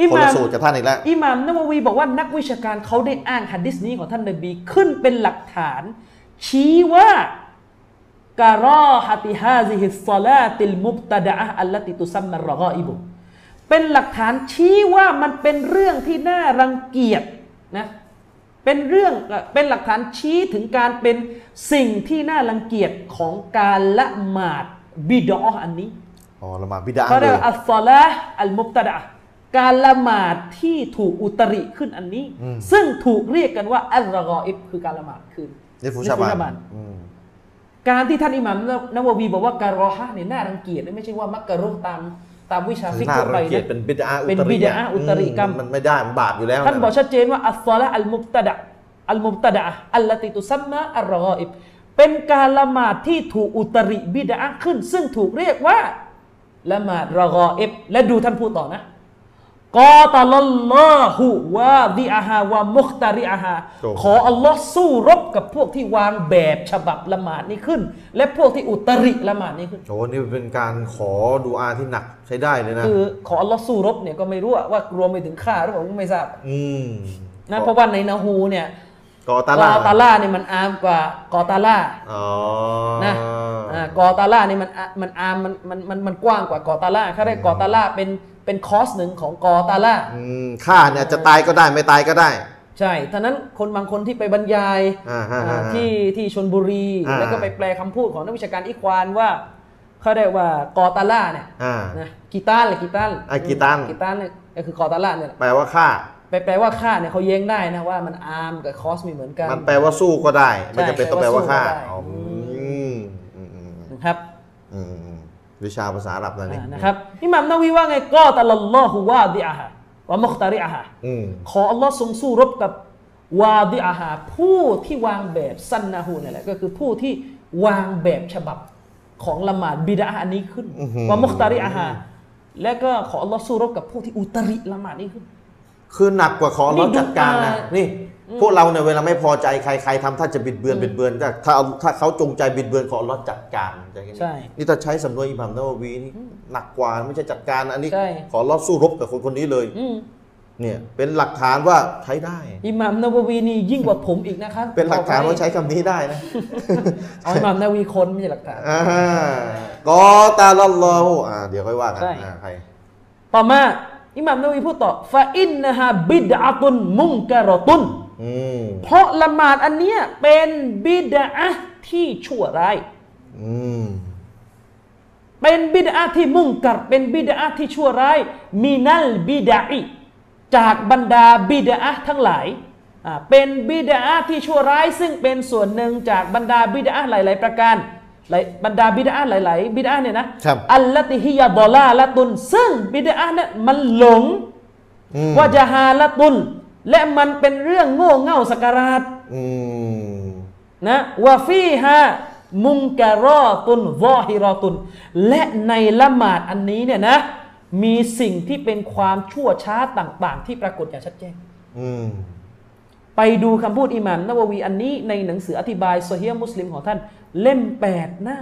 อิห
คน
มัม
ละสูตรกับท่านอีกแล้ว
อิหม่ามนาววีบอกว่านักวิชาการเขาได้อ้างหัดดิษนี้ของท่านนบีขึ้นเป็นหลักฐาน ชี้ว่าการอฮะติฮาซิฮิสซาลาติลมุบตะดะอัลลติตุซัมมัรรกออิบุเป็นหลักฐานชี้ว่ามันเป็นเรื่องที่น่ารังเกียจนะเป็นเรื่องเอ่อเป็นหลักฐานชี้ถึงการเป็นสิ่งที่น่ารังเกียจของการละหมาด บิดออันนี้
อ๋อละหมาดบิดา
เขา
เล
เรียก
ย
ว่าอัสซอละห์อัลมุบตะดะห์การละหมาดที่ถูกอุตริขึ้นอันนี้ ซึ่งถูกเรียกกันว่าอัลรอกออิบคือการละหมาดคืน
นี่ฟู
ใน
ชาบา
ฟุต
น
น
อืม
การที่ท่านอิหมัมนาวะวีบอกว่าการรอฮะเนี่ยน่ารังเกียจนะไม่ใช่ว่ามักกะรุตามตามวิชา
คื
ฟิ
อก น่า
ทั่ว
รั
ไป
งเกียจ
นะ
เป็นบิดาอุ
เป็น
ตริ
บิดาอุตริกรรม
อืมันไม่ได้มันบาปอยู่แล้ว
ท่านบอก
ะ
ชัดเจนว่าอัลซอละห์อัลมุบตะดะห์อัลมุบตะดะห์อัลลติตุซัมมาอัลรออิบเป็นการละหมาดที่ถูกอุตริบิดาขึ้น ซึ่งถูกเรียกว่าละหมาดรอกออิบและดูท่านพูดต่อนะ กอตะลลลอฮูวาดิอาฮาวามุคตาริอาฮา
โอ้โห
ขออัลลอฮ์สู้รบกับพวกที่วางแบบฉบับละหมาดนี้ขึ้น และพวกที่อุตริละหมาดนี้ขึ้น
โอ้นี่เป็นการขอดูอาที่หนักใช้ได้เลยนะ
คือขออัลลอฮ์สู้รบเนี่ยก็ไม่รู้อะว่ารวมไปถึงฆ่าหรือเปล่าผมไม่ทราบ
อืม
นะเพราะว่าในนาฮูเนี่ย
กอตาก ลา
อตาล่าเนี่ยมันอามกว่ากอตาล่า
อ๋อ
นะอ่ากอตาล่าเนี่ยมันอะมันอามมันมันมันมันกว้างกว่ากอตาล่าเขาเรียกกอตาล่าเป็นเป็นคอร์สหนึ่งของกอตาล่า
อืมฆ่าเนี่ยจะตายก็ได้ไม่ตายก็ได้
ใช่ท่านั้นคนบางคนที่ไปบรรยาย
อ่าฮะ
อ่า
ฮะฮะ
ที่ที่ชนบุรี
อ่า
แล้วก็ไปแปลคำพูดของนักวิชาการอิควานว่าเขาเรียกว่ากอตาล่าเนี่ย
อ่า
นะกีตาร์หรือกีตาร์
อ่ะกีตาร์
กีตาร์เนี่ยก็คือกอตาล่าเนี่ยแหละ
แปลว่าฆ่า
ไปแปลว่าค่าเนี่ยเขาแย้งได้นะว่ามันอาร์มกับคอสมีเหมือนกัน
มันแปลว่าสู้ก็ได้ไม่จำเป็น
ใช่
ต้องแปลว่าฆ่า
แปลว่าสู้ก็ได้
อ๋ออืมอืมอืม
นะครับ
อืมอืมวิชาภาษาอาหรับนะนี่
อ่านะครับอิหม่ามนาวีว่าไงก็ตะลลลอฮุวาดิอาฮะวะมุคตาริอาฮะ
อืม
ขออัลลอฮ์ทรงสู้รบกับวาดิอาฮะผู้ที่วางแบบสันนะฮูเนี่ยแหละก็คือผู้ที่วางแบบฉบับของละหมาดบิดาอันนี้ขึ้นวะมุคตาริอาฮะและก็ขออัลลอฮ์สู้รบกับผู้ที่อุตริละหมาดนี้ขึ้น
คือหนักกว่าขอ
นี่
ร้อนจัดการนะ
ดูตานี่
นี่ พวกเราเนี่ยเวลาไม่พอใจใครใครทำถ้าจะบิดเบือนบิดเบือนถ้าถ้าถ้าเขาจงใจบิดเบือนขอร้อนจัดการจะเห็นไหม
ใช่
นี่ถ้าใช้สำนวนอิหมัมนาวะวีนี่หนักกว่าไม่ใช่จัดการอันนี้
ใช่
ขอร้อนสู้รบกับคนคนนี้เลย
อืม
เนี่ยเป็นหลักฐานว่าใช้ได้
อิหม่ามนาววีนี่ยิ่งกว่าผมอีกนะครับ
[LAUGHS] เป็นหลักฐานว่าใช้คำนี้ได้
[LAUGHS]
นะ
เอาอิหม่ามนาวีคนไม่ใช่หลักฐาน
อ่ากอตาลอลลอฮุอ่าเดี๋ยวค่อยว่ากัน
ใช่
อ่าใคร
ต่อมาอิหม่ามนาวีพูดต่อฟาอินนะฮะบิดอะตุนมุงกะรอตุน
อืม
เพราะละหมาดอันเนี้ยเป็นบิดอะห์ที่ชั่วร้าย
อืม
เป็นบิดอะห์ที่มุ่งกัรเป็นบิดอะห์ที่ชั่วร้ายมินัลบิดะอิจากบรรดาบิดอะห์ทั้งหลายอ่าเป็นบิดอะห์ที่ชั่วร้าย ซึ่งเป็นส่วนหนึ่งจากบรรดาบิดอะห์หลาย ๆ ประการหลายบรรดาบิดอะห์หลาย ๆ บิดอะห์เนี่ยนะครับ อัลลติฮิยาดอลาละตุน ซึ่งบิดอะห์นั้นมันหลง
อืม
ว่าจะฮาละตุน และมันเป็นเรื่องโง่เง่าสกการาด
อืม
นะวาฟีฮามุงการอตุนวอฮิรอตุน และในละหมาดอันนี้เนี่ยนะ มีสิ่งที่เป็นความชั่วช้าต่าง ๆ ที่ปรากฏอย่างชัดเจน
อืม
ไปดูคำพูดอิหม่ามนาวะวีอันนี้ในหนังสืออธิบายโซเฮียมุสลิมของท่าน เล่ม 8 หน้า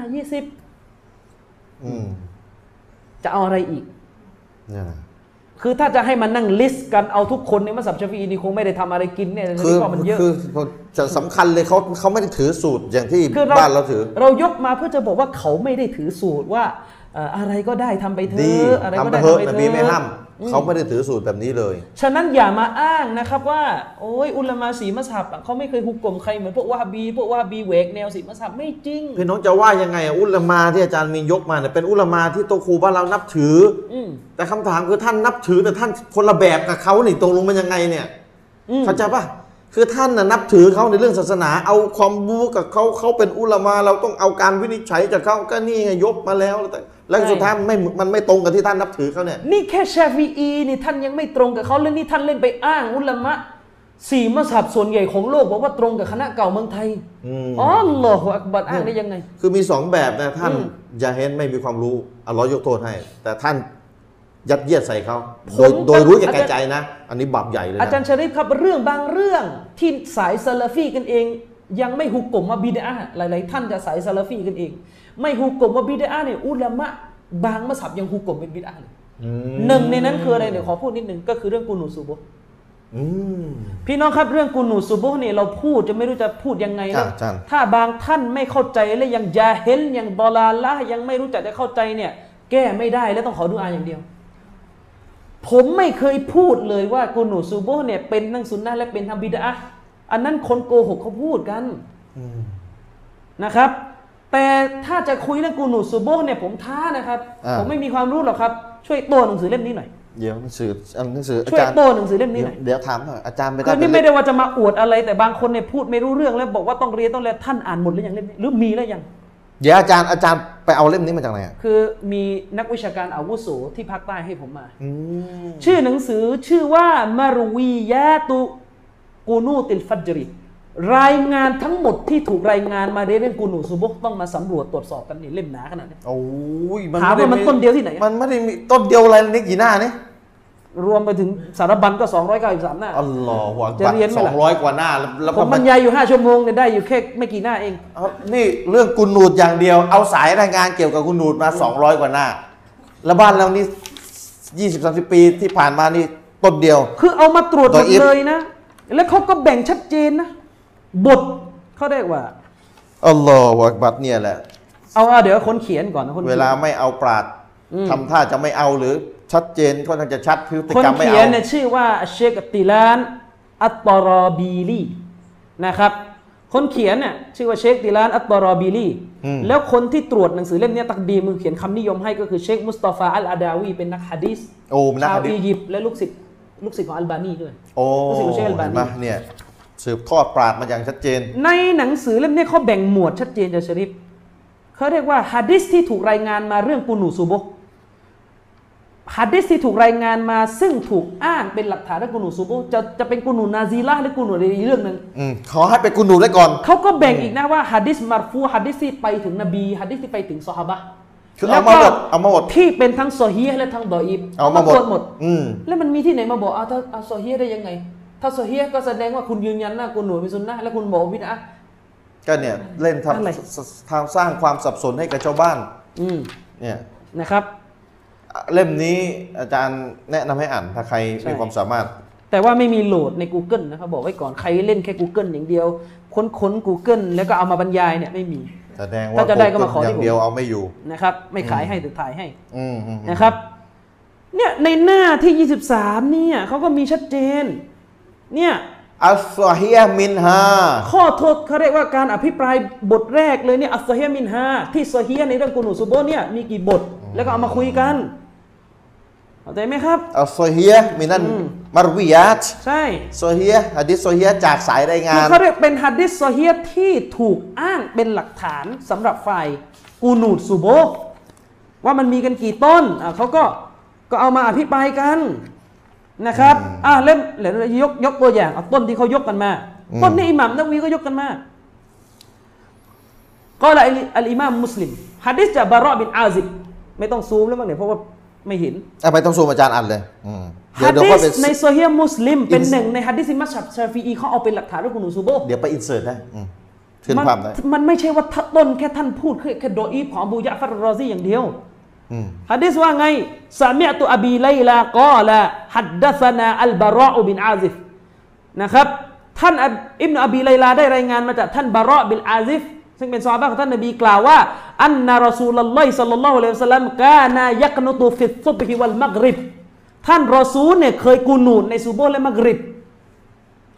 อืม
20 จะเอาอะไรอีก
เนี่ยนะ
คือถ้าจะให้มันนั่งลิสต์กันเอาทุกคนในมัสยิดชาฟีอีนี่คงไม่ได้ทำอะไรกินเนี่ย
คือ
เพราะมันเยอะ
คือจะสำคัญเลยเขาเขาไม่ได้ถือสูตรอย่างที่
คือเรา
บ้านเราถือ
เรายกมาเพื่อจะบอกว่าเขาไม่ได้ถือสูตรว่าเอ่ออะไรก็ได้ทำไปเถ
ดี
อะอะไรก็
ทำไป
ได้
เถอะ
ทำไป
น
เถ
บีไม่ห้า
อะ
มเขาไม่ได้ถือสูตรแบบนี้เลย
ฉะนั้นอย่ามาอ้างนะครับว่า โอ้ยอุลามาสีมัสฮับอะเขาไม่เคยฮุกกลมใครเหมือนพวกวะฮาบีพวกวะฮาบีเวกแนวสีมัสฮับไม่จริง
พี่น้องจะว่ายังไงอ่ะอุลามาที่อาจารย์มีนยกมาเนี่ยเป็นอุลามาที่โตวครูบ้านเรานับถืออ
ม
แต่คำถามคือท่านนับถือแต่ท่านคนละแบบกับเขานี่ตรงลงมันยังไงเนี่ยเข้าใจปะคือท่านน่ะนับถือเขาในเรื่องศาสนา เอาความรู้กับเขาเขาเป็นอุลามาเราต้องเอาการวินิจฉัยจากเขาก็นี่ไงยกมาแล้วแต่แล้วสุดท้ายมันไม่มันไม่ตรงกับที่ท่านนับถือเขาเนี่ย
นี่แค่ชาฟีอีนี่ท่านยังไม่ตรงกับเขาแล้วนี่ท่านเล่นไปอ้างอุลามะสี่มัสฮับส่วนใหญ่ของโลกบอกว่าตรงกับคณะเก่าเมืองไทยอ๋อเหรออักบัดอ้างได้ยังไง
คือมีสองแบบนะท่านยาเฮนไม่มีความรู้อัลลอฮ์ยกโทษให้ แต่ท่านยัดเยียดใส่เขาโดย
ผม
โดยรู้แก่
อาจารย์
ใจนะ อันนี้บาปใหญ่เลย
อาจารย์
นะ
ชริฟครับเรื่องบางเรื่องที่สายซาลาฟีกันเอง ยังไม่หุกกลมว่าบิดาหลายๆ ท่านจะสายซาลาฟีกันเอง ไม่หุกกลมว่าบิดาเนี่ยอุลามะบางมัสฮับยังหุกกลมเป็นบิดาเลยหนึ่งในนั้นคืออะไรเดี๋ยวขอพูดนิดหนึ่งก็คือเรื่องกูนูซูโบะ
อืม
พี่น้องครับเรื่องกูนูซูโบะเนี่ยเราพูดจะไม่รู้จะพูดยังไงแล้ว
อาจารย์
ถ้าบางท่านไม่เข้าใจและยังยาเฮนยังบอลาละยังไม่รู้จักจะเข้าใจเนี่ยแก้ไม่ได้และต้องขอดูอาอย่างเดียว ผมไม่เคยพูดเลยว่ากูนูซูโบะเนี่ยเป็นทั้งซุนนะห์และเป็นทั้งบิดาอันนั้นคนโกหกเขาพูดกันนะครับ แต่ถ้าจะคุยเรื่องกูนูดซูโบฮ์เนี่ยผมท้านะครับ
อ่า
ผมไม่มีความรู้หรอกครับ ช่วยโตหนังสือเล่มนี้หน่อย
เดี๋ยวหนังสืออันหนังสืออา
ช่วย
จารย์
โตหนังสือเล่มนี้
เดี๋ย
ห
ว
น่อย
เดี๋ยวถามหน่อยอาจารย์ไม่ได้
คือ
เป็
นี่
น
ไม่ได้ว่าจะมาอวดอะไร แต่บางคนเนี่ยพูดไม่รู้เรื่องแล้วบอกว่าต้องเรียนต้องเรียนท่านอ่านหมดหรือยังเล่มนี้หรือมีแล้วยัง
เดี๋ยวอาจารย์อาจารย์ไปเอาเล่มนี้มาจากไหนอ่ะ
คือมีนักวิชาการอาวุโสที่ภาคใต้ให้ผมมา
อืม
ชื่อหนังสือชื่อว่ามารวียะตุกูนูติลฟัจริรายงานทั้งหมดที่ถูกรายงานมาเรื่องกูนูซุบกต้องมาสำรวจตรวจสอบกันนี่เล่มหนาขนาดนี้
โอ้ย
ถามว่ามันต้นเดียวที่ไหนอะ
มันไม่ได้มีต้นเดียวอะไรนี่กี่หน้านี่
รวมไปถึงสารบัญก็ 293 หน้า
อัลลอฮฺ
จะเรียนไหม
สอ
ล่ะ
งร้อยกว่าหน้าแล้วแล้ว
ผ
ก็
มบ
มั
ร
น
รยายอยู่ 5 ชั่วโมงเนี่ยได้อยู่แค่ไม่กี่หน้าเอง
เอานี่เรื่องกุนูดอย่างเดียว เอาสายรายงานเกี่ยวกับกุนูดมาสองร้อยกว่าหน้า แล้วบ้านเรานี่ยี่สิบสามสิบปีที่ผ่านมานี่ต้นเดียว
คือเอามาตรวจหม
ตัว
ด
อิฟ
เลยนะ แล้วเขาก็แบ่งชัดเจนนะ บทเขาเรียกว่า
อัลลอฮฺบัตเนี่ยแหละ
เอาเอาเดี๋ยวคนเขียนก่อนนะคน
เว
เขียน
ลาไม่เอาปราดทำท่าจะไม่เอาหรือชัดเจนค่อนข้างจะชัดพฤติ
คน
กรรมไม่
เขีย
เอา
นเนี่ยชื่อว่าเชคติลาน อัตตารอบีลีนะครับ คนเขียนเนี่ยชื่อว่าเชคติลาน อัตตารอบีลีแล้วคนที่ตรวจหนังสือเล่มเนี้ยตักดีมือเขียนคำนิยมให้ก็คือเชคมุสตอฟาอัลอาดาวีเป็นนักฮะดีษ
โอ้มันนะ
ชา
คว ดี
อียิปต์และลูกศิษย์ลูกศิษย์ของอัลบานีด้วย
โอ้
รู้สึกว่าเชคอัลบานี
เห็นปะเนี่ยสืบทอดปราดมาอย่างชัดเจน
ในหนังสือเล่มนี้เขาแบ่งหมวดชัดเจนจะชริฟเขาเรียกว่าฮะดิษที่ถูกรายงานมาเรื่องกูนูซูบกฮะดิษที่ถูกรายงานมาซึ่งถูกอ้างเป็นหลักฐานเรื่องกูนูซูบกจะจะเป็นกูนูนาซีละหรือกูนูอะไรอีกเรื่องหนึ่ง
อืมขอให้เป็นกุนูดได้ก่อน
เขาก็แบ่งอีกนะว่าฮะดิษมารฟูฮะดิษที่ไปถึงนบีฮะดิษที่ไปถึงซอฮาบะห์
คือเอามาหมดเอามาหมด
ที่เป็นทั้งซอฮีฮ์และทั้งดออีฟ
เอามาหม
ต
ด
รวจหมด
อืม
แล้วมันมีที่ไหนมาบอกเอาถ้าเอาโซเฮียได้ยังไง ถ้าโซเฮียก็แสดงว่าคุณยืนยันหน้ากูหนูเป็นซุนนะห์แล้วคุณบอกว่าบิดอะห์
ก็เนี่ยเล่นท
อะไร
ำทำสร้างความสับสนให้กับชาวบ้าน
อืม
เนี่ย
นะครับ
เล่มนี้อาจารย์แนะนำให้อ่านถ้าใคร
ใช่
มีความสามารถ
แต่ว่าไม่มีโหลดใน Google นะครับบอกไว้ก่อนใครเล่นแค่ Google อย่างเดียว ค้นค้น Google แล้วก็เอามาบรรยายเนี่ยไม่มี
แสดงว่า
ถ้าจะได้ก็มาขอ
อ
ที่
ย่าง
ผม
เดียวเอาไม่อยู่
นะครับ ไม่ขายให้แต่ถ่ายให้
อืมอืมอืม
นะครับเนี่ยในหน้าที่ 23เนี่ยเขาก็มีชัดเจนเนี่ย
อัสซอฮียะมินฮา
ข้อโทษเขาเรียกว่าการอภิปรายบทแรกเลยเนี่ยอัสซอฮียะมินฮาที่ซอฮียะในเรื่องกูหนูซูโบะเนี่ยมีกี่บทแล้วก็เอามาคุยกันเข้าใจไหมครับ
อัลโซเฮียะมินันมารวิยาต
ใช่
โซเฮียะฮะดิษโซเฮียะจากสายรายงา
มัน
น
เขาเรียกเป็นฮัดดิสซอเฮียที่ถูกอ้างเป็นหลักฐานสำหรับฝ่ายกูนูดซูโบะว่ามันมีกันกี่ต้นอ่ะเขาก็ก็เอามาอภิปรายกันนะครับอ่ะเล่มเดี๋ยวยกยกตัวอย่างเอาต้นที่เขายกกันมา ต้นนี้อิหมัมนักวีก็ยกกันมาก็ละอัลอิมามมุสลิมฮัดดิสจากบาราะห์บินอาซิบไม่ต้องซูมแล้วมั้งเนี่ยเพราะว่าไม่เห็น
อ่ะไปต้องซูมอาจารย์อันเลยอืมเดี๋ยว
ฮัด
เดี๋ยว
ดิ
ก็
ส
เป็น
ในโซเฮียมุสลิมเป็น
อินซ
หนึ่งในฮัดดิสอิมัชชับชาฟีอีเขาเอาเป็นหลักฐานเรื่องคุณหนูซูโบะ
เดี๋ยวไปอินเสิร์ตได้อืมขึ้น
มัน
ภาพได้
มันไม่ใช่ว่าทะต้นแค่ท่านพูดแค่แค่โดอีฟของอบูยะฟัรรอซีอย่างเดียว
อืม
ฮะดิษว่าไงสามีตุอบีไลลากอละฮัดดัสนาอัลบาราอุบินอาซิฟนะครับท่านอบอิบนอบีไลลาได้รายงานมาจากท่านบาราอบินอาซิฟซึ่งเป็นซอฮาบะห์ของท่านนบีกล่าวว่า อันนารอซูลลลอฮิสัลลัลลอฮุอะลัยฮิวะสัลลัมกานายักนุตุฟิสซุบฮิวัลมักริบท่านรอซูลเนี่ยเคยกูนูนในซูโบฮ์และมักริบ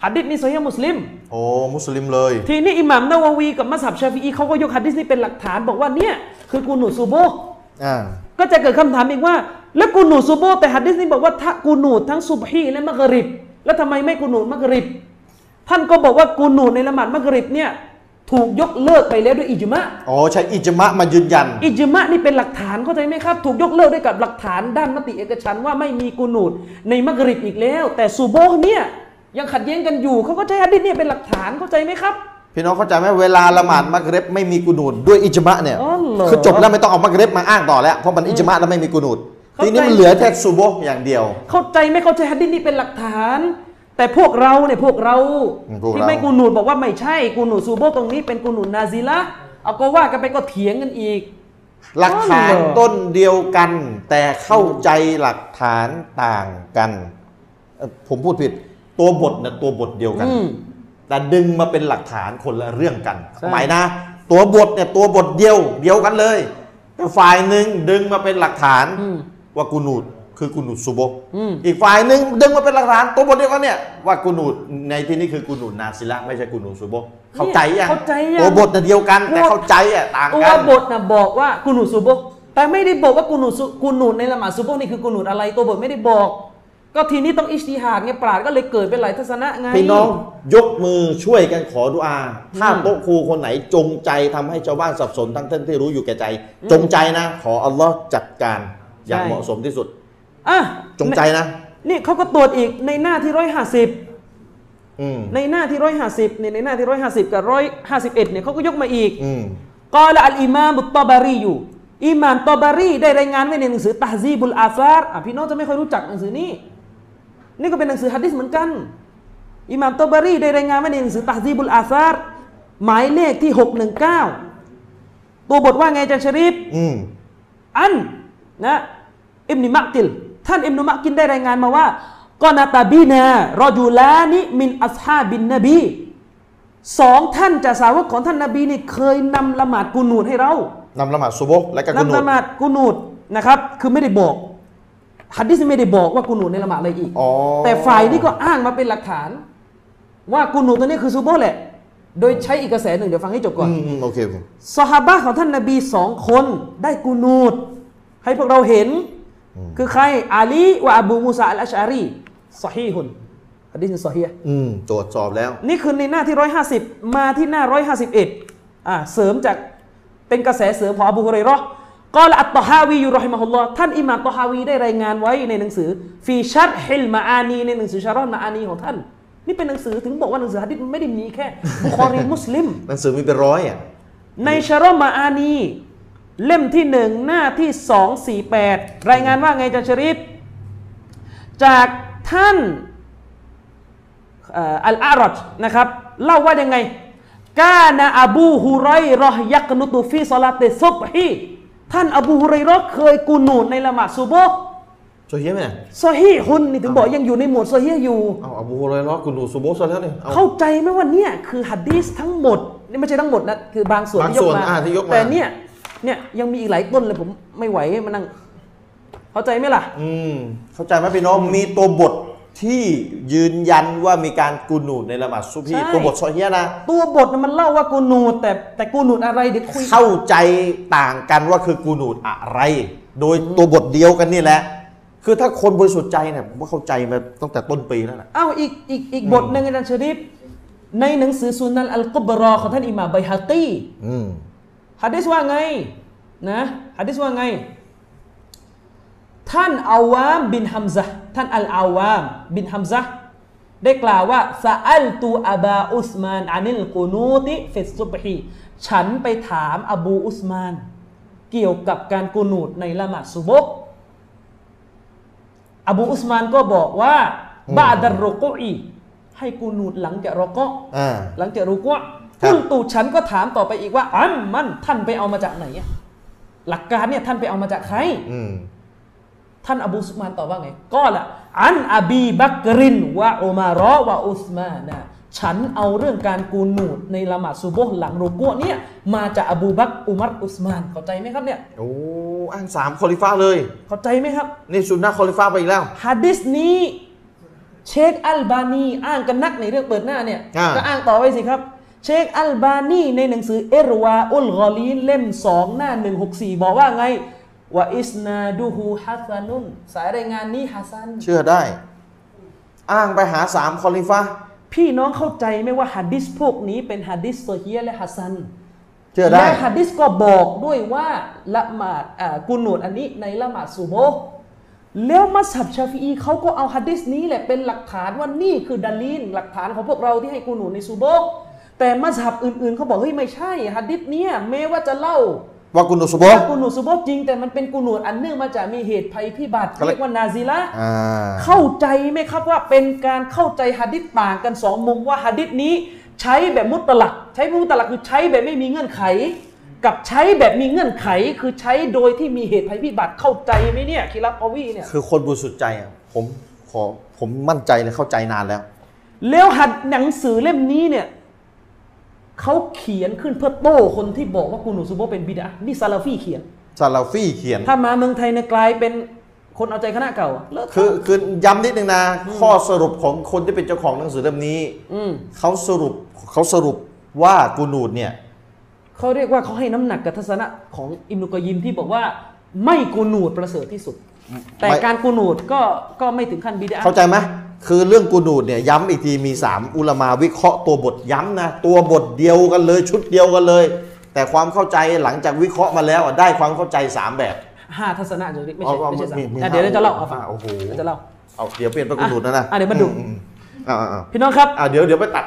ฮัดดิษนี้ซอฮีฮ์มุสลิม
โอ้มุสลิมเลย
ทีนี้อิหมัมนาวาวีกับมัสฮับชาฟีอีเขาก็ยกฮัดดิสนี้เป็นหลักฐานบอกว่าเนี่ยคือกูนูซูโบห์
อ่า
ก็จะเกิดคำถามอีกว่า แล้วกูนูซูโบห์แต่ฮัดดิสนี้บอกว่าถ้ากูนูทั้งซุบฮีและมักริบ แล้วทำไมไม่กูนูมักริบ ท่านก็บอกว่ากูนูในละหมาดมักริบเนี่ยถูกยกเลิกไปแล้วด้วยอิจมะ
อ๋อใช้อิจมะมายืนยัน
อิจมะนี่เป็นหลักฐานเข้าใจไหมครับ ถูกยกเลิกด้วยกับหลักฐานด้านมติเอกฉันท์ว่าไม่มีกูนูในมักริบอีกแล้ว แต่ซูโบห์เนี่ยยังขัดแย้งกันอยู่เขาก็ใช้ฮัดดิสเนี่ยเป็นหลักฐานเข้าใจไหมครับ
พี่น้องเข้าใจไหมเวลาละหมาดมักเร็บไม่มีกุนูดด้วยอิจมะเนี่ย
อ๋อเหรอ
คือจบแล้วไม่ต้องเอามักเร็บมาอ้างต่อแล้ว เพราะมันอิจมะแล้วไม่มีกุนูด
เข้าใจ
ทีนี้มันเหลือแค่ซูโบะอย่างเดียว
เข้าใจไหมเข้าใจฮัดดิสนี่เป็นหลักฐาน แต่พวกเราเนี่ยพวกเรา
อืมพวกเรา
ที่ไม่กูหนูดบอกว่าไม่ใช่กูหนูดซูโบตรงนี้เป็นกูหนูดนาซีละเอาก็ว่ากันไปก็เถียงกันอีก
หลักฐาน
อ๋อเหรอ
ต้นเดียวกัน แต่เข้าใจหลักฐานต่างกันเอ่อผมพูดผิดตัวบทนะตัวบทเดียวกัน
อืม
แต่ดึงมาเป็นหลักฐานคนละเรื่องกัน
ใช่
หมายนะ ตัวบทเนี่ยตัวบทเดียวเดียวกันเลยแต่ฝ่ายหนึ่งดึงมาเป็นหลักฐานว่ากูนูด ค คือกุนูตซุบฮ์
อืม
อีกฝ่ายหนึ่งดึงมาเป็นหลักฐานตัวบทเดียวกันเนี่ยว่ากุนูตในที่นี้คือกุนูตนาซิละไม่ใช่กุนูตซุบฮ์เข้าใจยัง
เข้าใจยัง
ตัวบทน่ะเดียวกันแต่เข้าใจอ่ะต่าง
ตั
กั
วน บทนะบอกว่ากุนูตซูโบฮ์แต่ไม่ได้บอกว่ากุนูตซุกุนูตในละหมาดซูโบฮ์นี่คือกุนูตอะไรตัวบทไม่ได้บอก ก็ทีนี้ต้องอิจติฮาดไงปราดก็เลยเกิดเป็นหลายทัศนะไง
พี่น้องยกมือช่วยกันขอดุอา ถ้า
อืม
โต๊ะครูคนไหนจงใจทำให้ชาวบ้านสับสนทั้งท่านที่รู้อยู่แก่ใจ จงใจนะ ขออัลลอฮ์จัดการอย่างเหมาะสมที่สุด
อ่ะ
จงใจนะ
นี่เขาก็ตรวจอีกในหน้าที่ร้อยห้าสิบ
อืม
ในหน้าที่ร้อยห้าสิบเนี่ยในหน้าที่ร้อยห้าสิบกับร้อยห้าสิบเอ็ดเนี่ยเขาก็ยกมาอีก
อืม
กอลอัลอิมามตอบารีอยู่ อิหมามตอบารีได้รายงานไว้ในหนังสือตาซีบุลอาซาร์อ่ะพี่น้องจะไม่ค่อยรู้จักหนังสือนี้ นี่ก็เป็นหนังสือฮะดิษเหมือนกัน อิหมามตอบารีได้รายงานไว้ในหนังสือตาซีบุลอาซาร์หมายเลขที่ 619 ตัวบทว่าไงอาจารย์ชะริฟ
อืม
อันนะอิบนุมะกิลท่านอิบนุมะกิลได้รายงานมาว่ากอนาตาบีนารอจูลานิมินอัสฮาบินนบีสองท่านจากสาวกของท่านนบีนี่เคยนำละหมาดกูนูดให้เรา
นำละหมาดซุบฮ์และก็กุนู
นำละ
ต
หมาดกูนูดนะครับ คือไม่ได้บอกฮัดดิสไม่ได้บอกว่ากูนูดในละหมาดอะไรอีก
อ๋อ
แต่ฝ่ายนี้ก็อ้างมาเป็นหลักฐาน ว่ากูนูดตัวนี้คือซูโบฮ์แหละ โดยใช้อีกกระแสหนึ่งเดี๋ยวฟังให้จบก่อน
อืมอืมโอเคโอเค
สหายของท่านนาบีสองคนได้กูนูดให้พวกเราเห็น คือใครอาลีวะอบูมูซาอัลอัชอารีสฮีฮุนฮะดิษสฮีฮ์
อืมตรวจสอบแล้ว
นี่คือในหน้าที่ 150 มาที่หน้า 151อ่าเสริมจากเป็นกระแสเสริมของอบูฮุเรยเราะห์กอลอัตตอฮาวีอยู่รอฮิมะฮุลลอฮ์ท่านอิหม่ามตอฮาวีได้รายงานไว้ในหนังสือฟีชัดฮิลมาอานีในหนังสือชารอนมาอานีของท่าน นี่เป็นหนังสือถึงบอกว่าหนังสือฮะดิษไม่ได้มีแค่บุคอรีมุสลิม
หนังสือมีเป็นร้อยอ่ะ
ในชารอมาอานี เล่มที่หนึ่งหน้าที่สองสี่แปดรายงานว่าไงอาจารย์ชะริฟจากท่านเอ่ออัลอารอจนะครับ เล่าว่ายังไง กานาอบูฮุไรเราะห์ยักนุตุฟีซอลาติซุบฮีท่านอบูฮุไรเราะห์เคยกูนูดในละหมาดซุบฮ์
โซเฮียไหมเนี่ย
ซอฮีฮุนนี่ถึงบอกยังอยู่ในหมวดซอฮีฮ์อยู่
เอาอบูฮุเรอยร้อกุนูตซุบฮ์ซะแล้วนี่เอา
เข้าใจไหมว่าเนี่ยคือหัดดีสทั้งหมดนี่ไม่ใช่ทั้งหมดนะคือบางส่วน
บางส่วนอ่าที่ยกมา
แต่เนี่ยเนี่ยยังมีอีกหลายต้นเลยผมไม่ไหวมานั่งเข้าใจไหมล่ะ
อืมเข้าใจไหมพี่น้องมีตัวบทที่ยืนยันว่ามีการกุนูตในละหมาดซุบฮี
ใช่
ตัวบทโซเฮียนะ
ตัวบทน่ะมันเล่าว่ากูนูดแต่แต่กูนูดอะไรเดี๋ยวคุย
เข้าใจต่างกันว่าคือกูนูดอะไร โดยตัวบทเดียวกันนี่แหละ คือถ้าคนบริสุทธิ์ใจเนี่ยผมว่าเข้าใจมาตั้งแต่ต้นปีแล้วนะ
เอ้าอีกอีกอีกบทหนึ่งอาจารย์ชะริฟในหนังสือซุนนันอัลกุบรอของท่านอิหม่ามไบฮะตี
อืม
ฮะดิษว่าไงนะฮะดิษว่าไง ท่านอาวามบินฮัมซะห์ท่านอัลอาวามบินฮัมซะห์ได้กล่าวว่าซาอัลตูอาบาอุสมานอานิลกูนูติฟิสซุบฮีฉันไปถามอบูอุสมาน เกี่ยวกับการกูนูดในละหมาดซุบกอบูอุสมานก็บอกว่า
อืม
บาดัรรุกุอีให้กูนูดหลังจากรอกอ
อ่า
หลังจากรู้ว่า
ครับ
กุลตูฉันก็ถามต่อไปอีกว่าอัมมันท่านไปเอามาจากไหนอะหลักการเนี่ยท่านไปเอามาจากใคร
อืม
ท่านอบูสุมานตอบว่าไง ก็ละอันอบีบักรินวะอุมารอวะอุสมานะฉันเอาเรื่องการกูนูดในละหมาดซุบฮ์หลังรุกัวเนี่ยมาจากอบูบักรอุมัรอุสมานเข้าใจไหมครับเนี่ย
โอ้อ้างสามคอลิฟ้าเลย
เข้าใจไหมครับ
นี่สุนนะคอลิฟ้าไปอีกแล้ว
ฮะดิษนี้เชคอัลบานีอ้างกันนักในเรื่องเปิดหน้าเนี่ย
อ่า
ก็อ้างต่อไว้สิครับ เชคอัลบานีในหนังสือเอรวาอุลกอลีนเล่ม 2 หน้า 164 บอกว่าไงว่าอิสนาดูฮูฮัสานุนสายรายงานนี้ฮัสซัน
เชื่อได้ อ้างไปหาสามคอลิฟ้า
พี่น้องเข้าใจไหมว่าฮัดดิสพวกนี้เป็นฮัดดิสโซเฮียและฮัสซัน
เชื่อได้
และฮัดดิสก็บอกด้วยว่าละหมาดอ่ากุนูดอันนี้ในละหมาดซูโบฮ์แล้วมัสฮับชาฟีอีเขาก็เอาฮัดดิสนี้แหละเป็นหลักฐานว่านี่คือดัลลีนหลักฐานของพวกเราที่ให้กุนูดในซูโบฮ์แต่มัสฮับอื่นๆเขาบอกเฮ้ยไม่ใช่ฮัดดิสเนี้ยแม้ว่าจะเล่า
ว่ากุนูสุโบฮ์
ว่ากุนูดซูโบฮ์จริง แต่มันเป็นกุนูดอันเนื่องมาจากมีเหตุภัยพิบัติ
เขาเรี
เรี
ย
ย
ก
กว่านาซิละ
อ่า
เข้าใจไหมครับว่าเป็นการเข้าใจหะดิษต่างกันสองมุมว่าหะดิษนี้ใช้แบบมุตลัก ใช้มุตลักคือใช้แบบไม่มีเงื่อนไข กับใช้แบบมีเงื่อนไข คือใช้โดยที่มีเหตุภัยพิบัติเข้าใจไหมเนี่ยคิรับอวีเนี่ย
คือคนบริสุทธิ์ใจอ่ะผมขอผมมั่นใจเลยเข้าใจนานแล้ว
แล้วหัดหนังสือเล่มนี้เนี่ยเขาเขียนขึ้นเพื่อโต้คนที่บอกว่ากูหนูซูโบะเป็นบิดานี่ซาลาฟีเขียน
ซาลาฟี่เขียน
ถ้ามาเมืองไทยเนี่ยกลายเป็น คนเอาใจคณะเก่าเลิก
คือคือย้ำนิดนึงนะ ข้อสรุปของคนที่เป็นเจ้าของหนังสือเล่มนี้
อืม
เขาสรุปเขาสรุปว่ากูนูดเนี่ย
เขาเรียกว่าเขาให้น้ำหนักกับทัศนะของอิมนุกอยยิมที่บอกว่าไม่กูนูดประเสริฐที่สุด แต่
ไม่
การกูนูดก็ก็ไม่ถึงขั้นบิดา
เข้าใจไหมคือเรื่องกูนูดเนี่ยย้ำอีกทีมี 3 อุลามาวิเคราะห์ตัวบทย้ำนะ ตัวบทเดียวกันเลยชุดเดียวกันเลย แต่ความเข้าใจหลังจากวิเคราะห์มาแล้วอะได้ความเข้าใจ 3 แบบ
ห้าทัศนะจะเรียกไม่
อ๋
ใช่
อ
ไม่ใช่สาม
มีมี
อ่ะเดี๋ยวเราจะเล่าเอาฟัง
อ่ะโอ้โห
เราจะเล่า
เอาเดี๋ยวเปลี่ยนเป็นกูนูดนะนะ
อ่ะเดี๋ยวมาดู
อือืมอ่าอ่า
พี่น้องครับ
อ่าเดี๋ยวเดี๋ยวไปตัด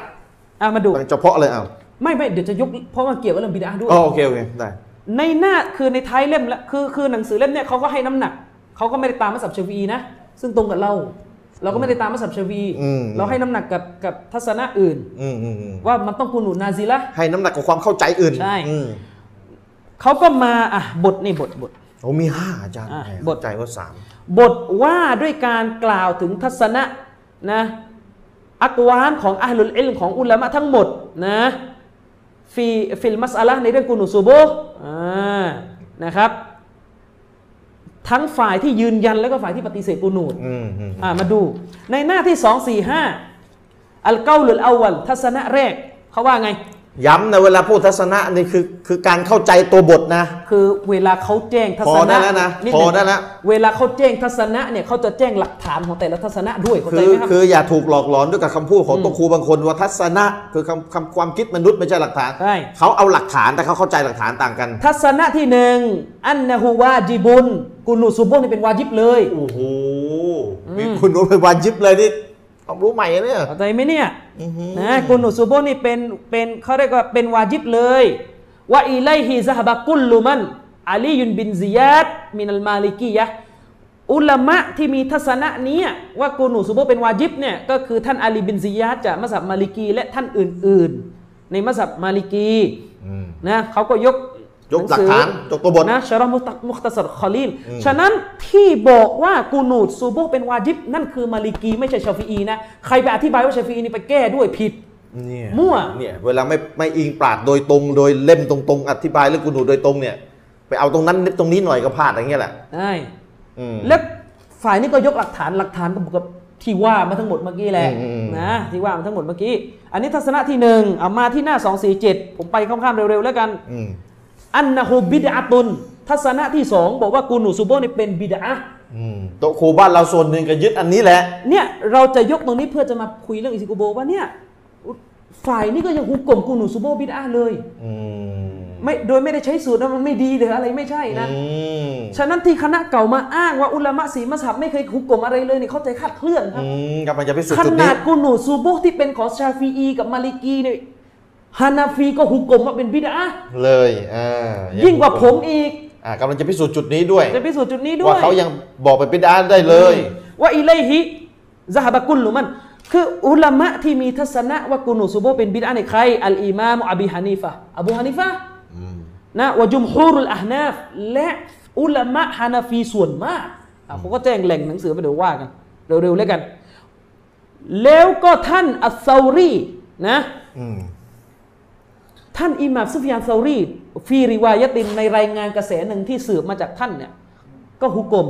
อ่ะมาดู
ตังเฉพาะเลยเอา
ไม่ไม่เดี๋ยวจะยกเพราะมันเกี่ยวกับเรื่องบิดาด้วย
อ๋อโอเคโอเคได้
ในหน้าคือในท้ายเล่มละคือคือหนังสือเล่มเนี่ยเขาก็ให้น้ำหนักเขาก็ไม่ได้ตามมัสับเชวีนะซึ่งตรงกับเรา เราก็ไม่ได้ตามมัสับเชวีเราให้น้ำหนักกับกับทัศนะอื่น
อืมอืมอืม
ว่ามันต้องกูนูดนาซีละ
ให้น้ำหนักกับความเข้าใจอื่น
ใช่
อืม
เขาก็มาอ่ะบทนี่บทบท
โอ้มีห้าอาจารย์
อ่ะ
แหม
บ
เข้า
ท
ใจว่าสาม
บทว่าด้วยการกล่าวถึงทัศนะนะอักวานของอัลลุลอิลมของอุลามะทั้งหมดนะฟีฟิลมัสอะละห์ในเรื่องกุนูซูโบฮ์อ่านะครับ ทั้งฝ่ายที่ยืนยันแล้วก็ฝ่ายที่ปฏิเสธกูนูด
อืมอืม
อ่ามาดู ในหน้าที่ 245 อัลเกาลุลอาวัลทัศนะแรกเขาว่าไง
ย้ำนะเวลาพูดทัศนะนี่คือคือการเข้าใจตัวบทนะ
คือเวลาเขาแจ้งทัศ
พอได้
นะ
แล้วนะ
ดหง
พอได้แล้ว
เวลาเขาแจ้งทัศนะเนี่ยเขาจะแจ้งหลักฐานของแต่ละทัศนะด้วยเข้า
คื
ใจ
อ
ไหมครับ
คืออย่าถูกหลอกหลอนด้วยกับคำพูดของตัวครูบางคนว่าทัศนะคือคำคำความคิดมนุษย์ไม่ใช่หลักฐาน
ใช่
เขาเอาหลักฐานแต่เขาเข้าใจหลักฐานต่างกัน
ทัศนะที่หนึ่งอันนะฮูวาจิบุนกุนูซุบฮ์นี่เป็นวาจิบเลย
โอ้โหมีคุณโน้ตไปวานยิบเลยนี่ความรู้ใหม่นะเนี่ย
เข้าใจไหมเนี่ยนะกุนูซุบฮ์นี่เป็นเป็นเขาเรียกว่าเป็นวาจิบเลยว่าอีไลฮิซะฮบะกุลลุมันอาลียุนบินซิยาดมินัลมาลิกียะห์อุลามะที่มีทัศนะเนี้ยว่ากูนูซุบฮ์เป็นวาจิบเนี่ยก็คือท่านอาลีบินซิยาดจากมัสฮับมาลิกีและท่านอื่น ๆ ในมัสฮับมาลิกีนะเขาก็ยก
ยก
ง
หลัก
สือ
ฐานยกตัวบท
นะชะรอมุตะมุคตสรคอลีลฉะนั้นที่บอกว่ากูนูดซูโบฮ์เป็นวาจิบ นั่นคือมาลิกีไม่ใช่ชาฟีอีนะ ใครไปอธิบายว่าชาฟีอีนี่ไปแก้ด้วยผิด
เนี่ย
มั่ว
เนี่ยเวลาไม่ไม่อิงปราดโดยตรงโดยเล่มตรงๆ อธิบายเรื่องกูหนูโดยตรงเนี่ย ไปเอาตรงนั้นนิดตรงนี้หน่อยก็พลาดอย่างเงี้ยแหละ
ใช่
อืม
แล้วฝ่ายนี้ก็ยกหลักฐานหลักฐานก็บอกกับที่ว่ามาทั้งหมดเมื่อกี้แหละ
อืมอืม
นะที่ว่ามาทั้งหมดเมื่อกี้ อันนี้ทัศนะที่หนึ่งเอามาที่หน้า 247 ผมไปข้ามๆเร็วๆแล้วกัน
อืม
อันนะฮูบิดอะตุน ทัศนะที่สองบอกว่ากูนูซูโบฮ์นี่เป็นบิดอะห์
อืมโต๊ะครูบ้านเราส่วนหนึ่งก็ยึดอันนี้แหละ
เนี่ยเราจะยกตรงนี้เพื่อจะมาคุยเรื่องอิซิกุโบะว่าเนี่ยฝ่ายนี้ก็ยังหุกกลมกูหนูซูโบะบิดอาเลย
อืม
ไม่โดยไม่ได้ใช้สูตรนะมันไม่ดีหรืออะไรไม่ใช่นะ
อืม
ฉะนั้นที่คณะเก่ามาอ้างว่าอุลามะสีมัสฮับไม่เคยหุกกลมอะไรเลยเนี่ยเข้าใจคลาดเคลื่อนครับ
อืมกำลังจะพิสูจน์
ข
จุด
นา
นี้
ดกูหนูซูโบะที่เป็นของชาฟีอีกับมาลิกีเนี่ยฮานาฟีก็หุกกลมว่าเป็นบิดอา
เลยอ่ายิ่
ยิ่งกว่าผมอีก
อ่ากำลังจะพิสูจน์จุดนี้ด้วย
จะพิสูจน์จุดนี้ด้วย
ว่าเขายังบอกไปเป็นด้านได้เลย
ว่าอิเลหิซะฮบะกุลลุมัน คืออุลามะที่มีทัศนะว่ากุนูซูโบเป็นบิดอะห์ในใครอัลอิมามอบีฮานีฟะห์อบูฮานีฟะห์นะวะจุมฮูรุลอะห์นาฟและอุลามะฮานาฟีส่วนมากอ่ะผมก็แจ้งแหล่งหนังสือไปเดี๋ยวว่ากัน เร็วๆแล้วกัน แล้วก็ท่านอัสซารีนะ
อืม
ท่านอิหม่ามซุฟยานซารีฟีริวายะตินในรายงานกระแสหนึ่งที่สืบมาจากท่านเนี่ยก็ฮุกกลม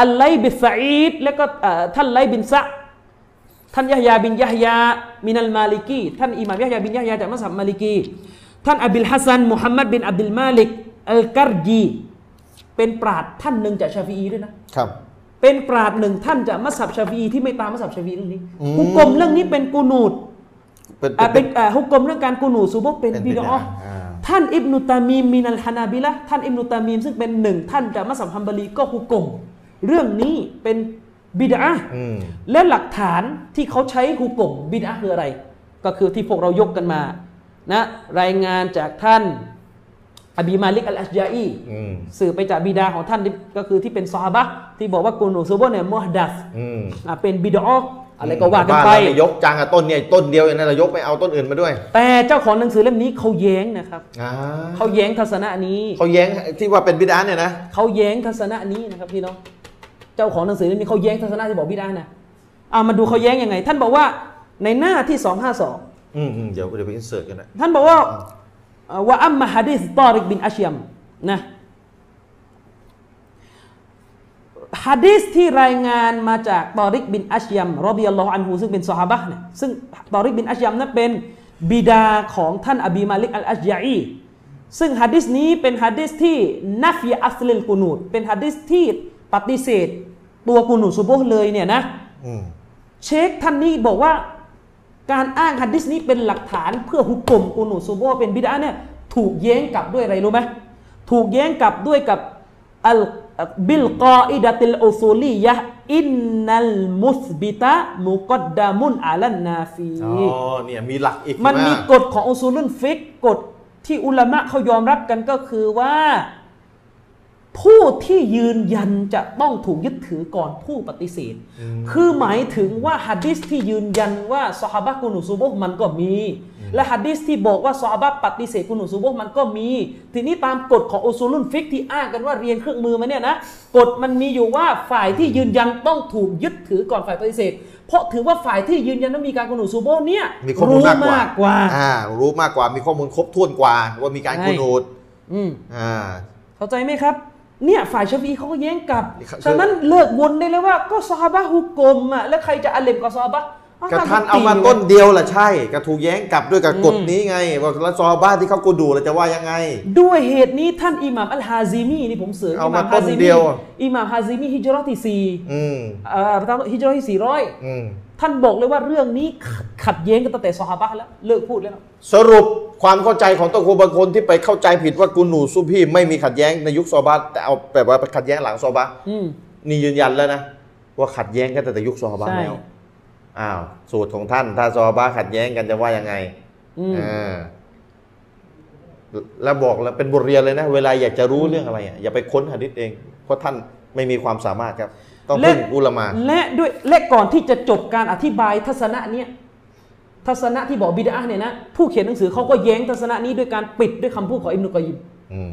อัลไลบิสซาอีดและก็เอ่อท่านไลบินซะ ท่านยะฮยาบินยะฮยามินัลมาลิกีท่านอิหม่ามยะฮยาบินยะฮยาจากมัสฮับมาลิกีท่านอบิลฮัสซันมุฮัมมัดบินอับดุลมาลิกอัลกัรจีเป็นปราดท่านหนึ่งจากชาฟีอีด้วยนะครับ เป็นปราดหนึ่งท่านจากมัสฮับชาฟีอีที่ไม่ตามมัสฮับชาฟีอีเรื่องนี้ฮุกกลมเรื่องนี้เป็นกูนูด
เป็น
อ่ะ
เป็
เป็น นอ่ะฮุกกลมเรื่องการกูนูดซูบฮ์เป็น
เป็น
บิด
บิด
อ
อะห์อ่า
ท่านอิบนุตามีมมินัลฮานาบิละห์ท่านอิบนุตามีมซึ่งเป็นหนึ่งท่านจากมัสฮับฮัมบาลีก็ฮุกกลมเรื่องนี้เป็นบิดอะห์
อืม
และหลักฐานที่เขาใช้หุกกลมบิดอะห์คืออะไร ก็คือที่พวกเรายกกันมานะรายงานจากท่านอบีมาลิกอัลอัชยาอี
อืม
สื่อไปจากบิดาของท่านที่ก็คือที่เป็นซอฮาบะห์ที่บอกว่ากูนูซูโบะห์เนี่ยมุฮดัส
อืม
อ่ะเป็นบิดอะห์อะไรก็ว่ากัน
บ้
ไป
เรยกจังอะต้นเนี่ยต้นเดียวเองนะเรายกไปเอาต้นอื่นมาด้วย
แต่เจ้าของหนังสือเล่มนี้เขาแย้งนะครับ
อ่า
เขาแย้งทัศนะนี้
เขาแย้งที่ว่าเป็นบิดาเนี่ยนะ
เขาแย้งทัศนะนี้นะครับพี่น้องเจ้าของหนังสือเล่มนี้เขาแย้งทัศนะที่บอกบิดอะห์นะอ่ะมาดูเขาแย้งยังไง ท่านบอกว่าในหน้าที่252
อืมอืมเดี๋ยวเดี๋ยวไปอินเสิร์ตกันนะ
ท่านบอกว่าเอ่อว่าอัมมาฮะดีสตอริกบินอัชยัมนะ ฮะดีษที่รายงานมาจากตอริกบินอัชยัมรอบิยัลลอฮุอันฮูซึ่งเป็นซอฮาบะห์เนี่ยซึ่งตอริกบินอัชยัมนั้นเป็นบิดาของท่านอบีมาลิกอัลอัชยาอีซึ่งฮะดีษนี้เป็นฮะดีษที่นัฟยอัสลิลกุนูตเป็นฮะดีษที่ปฏิเสธ ตัวกุนูตซุบฮ์เลยเนี่ยนะ
อืม
เชคท่านนี้บอกว่าการอ้างฮัดดิสนี้เป็นหลักฐานเพื่อฮุกกลมอุนุซูโบเป็นบิดาเนี่ยถูกแย้งกลับด้วยอะไรรู้ไหมถูกแย้งกลับด้วยกับอัลบิลกออิดะติลอุซูลียะอินนัลมุสบิตะมุกอดดามุนอาลันนาฟี
อ๋อเนี่ยมีหลักอีก
มันมี
าก
ฎของอุซูลุนฟิกกฎที่อุลามะเขายอมรับกันก็คือว่า ผู้ที่ยืนยันจะต้องถูกยึดถือก่อนผู้ปฏิเสธ คือหมายถึงว่าฮะดิษที่ยืนยันว่าซอฮาบะกุนุซูโบฮ์มันก็มี และฮะดิษที่บอกว่าซอฮาบะปฏิเสธกุนุซูโบฮ์มันก็มี ทีนี้ตามกฎของอุซูลุนฟิกที่อ้างกันว่าเรียนเครื่องมือมาเนี่ยนะกฎมันมีอยู่ว่าฝ่ายที่ยืนยันต้องถูกยึดถือก่อนฝ่ายปฏิเสธ เพราะถือว่าฝ่ายที่ยืนยันว่ามีการกุนุซูโบฮ์เนี่ย
มีข้อมูล
รู้
มากกว่าม
ากกว่า
อ่า รู้มากกว่ามีข้อมูลครบถ้วนกว่า ว่ามีการ
ใช่
โคโนด
อืม
อ่า
เข้าใจไหมครับ เนี่ยฝ่ายชาฟีเขาก็แย้งกลับ
ครับ
ฉะนั้นเลิกวนได้เลยว่าก็ซอฮาบะฮุกกลมอ่ะ แล้วใครจะอาเลมกับซอฮาบะเ
กระทัน
ต
เอามา
ตี
ต้นเดียวแหละใช่กระถูกแย้งกลับด้วยกับกฎ
อืม
นี้ไง ว่าแล้วซอฮาบ้านที่เขากูดูเราจะว่ายังไง
ด้วยเหตุนี้ท่านอิหม่ามอัลฮาซิมีนี่ผมเสริม
เอามา
ฮซิ
ต้นเดียวอ่ะ
อิหม่ามฮาซิมีฮิจรัตที่สี่
อืม
เอ่อฮิจรัตที่สี่ร้อย
อืม
ท่านบอกเลยว่าเรื่องนี้ขัดขัดแย้งกันตั้งแต่ซอฮาบะแล้วเลิกพูดแล้ว
สรุปความเข้าใจของตัวคนบางคนที่ไปเข้าใจผิดว่ากูหนูซูพี่ไม่มีขัดแย้งในยุคซอฮาบ้านแต่เอาแบบว่าไปขัดแย้งหลังซอฮาบ้าน
อืม
นี่ยืนยันแล้วนะ ว่าขัดแย้งกันตั้งแต่ยุคซอฮาบ้าน
ใช่
แล้วอ้าวสูตรของท่าน ถ้าซอฮาบ้านขัดแย้งกันจะว่ายังไง
อืม
อ่าแล้วบอกแล้วเป็นบทเรียนเลยนะ เวลาอยากจะรู้เรื่องอะไรอ่ะอย่าไปค้นหะดิษเอง เพราะท่านไม่มีความสามารถครับ ต้องพึ่ง
และ
อุลามา
และด้วยและก่อนที่จะจบการอธิบายทัศนะเนี้ยทัศนะที่บอกบิดาเนี่ยนะผู้เขียนหนังสือเขาก็แย้งทัศนะนี้ด้วยการปิดด้วยคำพูดของอิมนุกอยยิม
อืม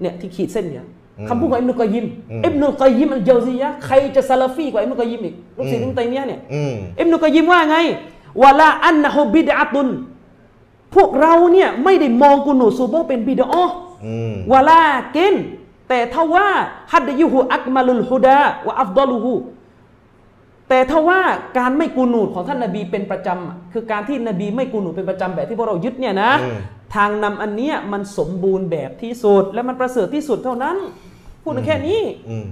เนี่ยที่ขีดเส้นเนี่ย
อืม
คำพูดของอิมนุกอยยิม
อืม
อิมนุกอยยิมอัลเจาซียะห์ใครจะซาลาฟีกว่าอิมนุกอยยิมอีกลูกศิษย์อิมนุตัยมียะห์เนี่ย
อืม
อิมนุกอยยิมว่าไงวะลาอันนะฮุบิดาตุน พวกเราเนี่ยไม่ได้มองกุนูซูโบะเป็นบิดาอ
อืม
วะลาเกนแต่ทว่าฮัดยุหูอักมาลุลฮุดาวะอัฟดอลูฮูแต่ทว่าการไม่กูนูดของท่านนบีเป็นประจำอะคือการที่นบีไม่กูนูดเป็นประจำแบบที่พวกเรายึดเนี่ยนะ
อืม
ทางนำอันเนี้ยมันสมบูรณ์แบบที่สุด และมันประเสริฐที่สุดเท่านั้น พูดกันแค่นี้
อืม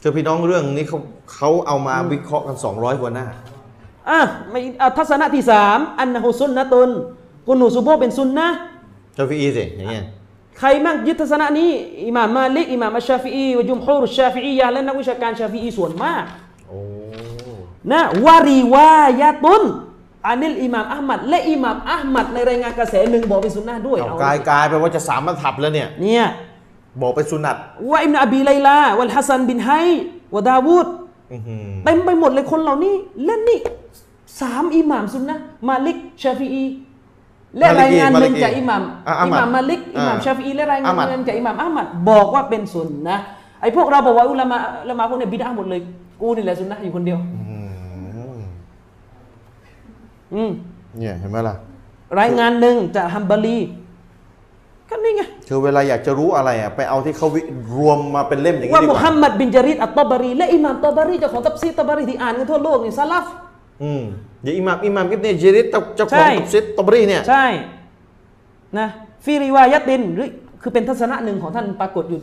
เจอพี่น้องเรื่องนี้เขาเขาเอามาวิเคราะห์กัน 200 กว่าหน้า
อ่ะไม่อ่ะทัศนะที่สามอันนะฮุซุนนะตนกูนูดซุโบฮ์เป็นซุนนะ
เจ้าพี่อีสิอย่างเงี้ย
ใครมั่งยึดทัศนะนี้อิหม่ามมาลิกอิหม่ามอัชชาฟิอีวะจุมฮูรุชชาฟิอียะห์และนักวิชาการชาฟิอีส่วนมาก
โอ้
นะวารีวายะตุนอานิลอิหม่ามอัลมัดและอิหม่ามอัลมัดในรายงานกระแสหนึ่งบอกเป็นสุนนะห์ด้วย
เอา
เอา
กายกายไปลว่าจะสามมาถับแล้วเนี่ย
เนี่ย
บอกไปสุนัต
ว่าอิมนอบีไลลาวัลฮัสซันบินไฮวะดาวูด
อื้อหือ
เต็มไปหมดเลยคนเหล่านี้และนี่สามอิหม่ามสุนนะห์มาลิกชาฟีอีและรายงานหนึ่งจากอิหม่าม
อ่ะอั
อิห
มัด
ม่ามมาลิกอิหม่าม
อ่
ชาฟีอีและรายงา
อั
น
มมัด
หนึ่งจากอิหม่ามอัลมัดบอกว่าเป็นสุนนะห์ไอ้พวกเราบอกว่าอุลามะอุลามะพวกเนี้บิดาหมดเลยกูนี่แหละสุนนะห์อยู่คนเดียว
อืม
อืม
เนี่ยเห็นไหมล่ะ
รายงานหนึ่งจากฮัมบารีก็นี่ไง
คือเวลาอยากจะรู้อะไรอ่ะไปเอาที่เขาวิรวมมาเป็นเล่มอย่างนี้
ว่า
ดีก
มุฮั
ว่าม
มัดบินจาริดอัตตอบารี และอิหม่ามตอบารีเจ้าของตับซีรตอบารีที่อ่านกันทั่วโลกนี่ซาลาฟ
อืมเดี๋ยวอิหมามอิหมามกิบเนี่ยเจริตเจ้าขอ
ใช่
งตับซิตตอบรีเนี่ย
ใช่นะฟีริวายะตินหรือคือเป็นทัศนะหนึ่งของท่านปรากฏอยู่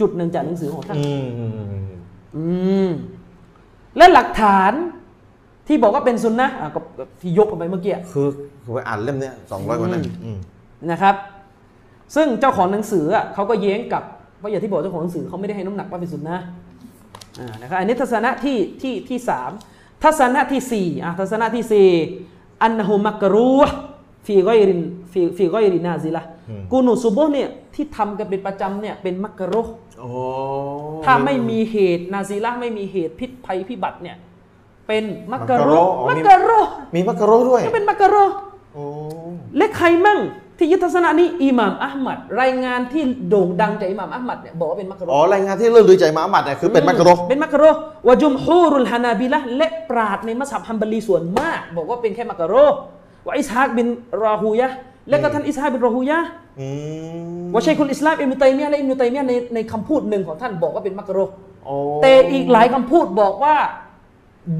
จุดหนึ่งจากหนังสือของท่าน
อืม
อืม และหลักฐานที่บอกว่าเป็นซุนนะห์อ่ะก็ก็ที่ยกออกไปเมื่อกี้
คือคือไปอ่านเล่มเนี้ยสองร้อยกว่าหนั้น
นะครับ ซึ่งเจ้าของหนังสืออ่ะเขาก็แย้งกลับว่าะอย่างที่บอกเจ้าของหนังสือเขาไม่ได้ให้น้ำหนักว่าเป็นสุนนะห์อ่านะครับอันนี้ทัศนะที่ที่ที่สามทัศนะที่สี่อ่ะทัศนะที่สี่อันนะฮุมักรูฮ์ฟีกอยรินฟีฟีกอยรินาซิละกูนูซุโบฮ์เนี่ยที่ทำกันเป็นประจำเนี่ยเป็นมักรูฮ์
โอ้
ถ้าไม่มีเหตุนาซิละไม่มีเหตุพิษภัยพิบัติเนี่ยเป็นมักรูฮ์มักรูฮ์
มีมักกะโรด้วย
ก็เป็นมักรูฮ์
โอ้
และใครมั่งที่ยึดทัศนะนี้อิหม่ามอัลมัดรายงานที่โด่งดังจากอิหม่ามอัลมัดเนี่ยบอกว่าเป็นมักกะโร
อ๋อรายงานที่เลื่อนลือใจมาอามัดเนี่ยคือเป็นมักกะโร
เป็นมักกะโรวะจุมฮูรุลฮานาบิละห์และปราดในมัสฮับฮัมบารีส่วนมาก บอกว่าเป็นแค่มักกะโรวะอิสฮากบินรอฮูยะห์และก็ท่านอิสฮากบินรอฮูยะห์
อืม
วะชัยคุลอิสลามอิบนุตัยมียะห์และอิบนุตัยมียะห์ในในคำพูดหนึ่งของท่านบอกว่าเป็นมักกะโร
อ๋อ
แต่อีกหลายคำพูดบอกว่า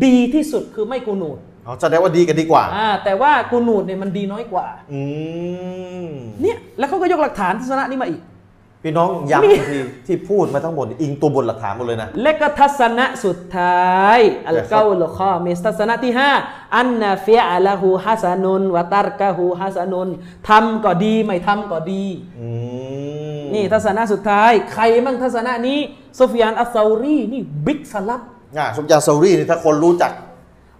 ดีที่สุดคือไม่กูนูด
อ๋อแสดงว่าดีกันดีกว่า
อ่าแต่ว่ากูนูดเนี่ยมันดีน้อยกว่า
อืม
เนี่ยแล้วเขาก็ยกหลักฐานทัศนะนี้มาอีก
พี่น้อง
มี
ย้ำอีกทีที่พูดมาทั้งหมดอิงตัวบทหลักฐานหมดเลยนะ
และก็ทัศนะสุดท้ายอัลเกาลข้อมิสทัศนะที่ 5 อันนาฟิอาละหูฮัสานุนวะตารกะหูฮัสานุนทำก็ดีไม่ทำก็ดี
อืม
นี่ทัศนะสุดท้าย ใครมั่งทัศนะนี้ซุฟยานอัสซาอรีนี่บิ๊กสลับ
อ่ะสมยาซาอุรีนี่ถ้าคนรู้จัก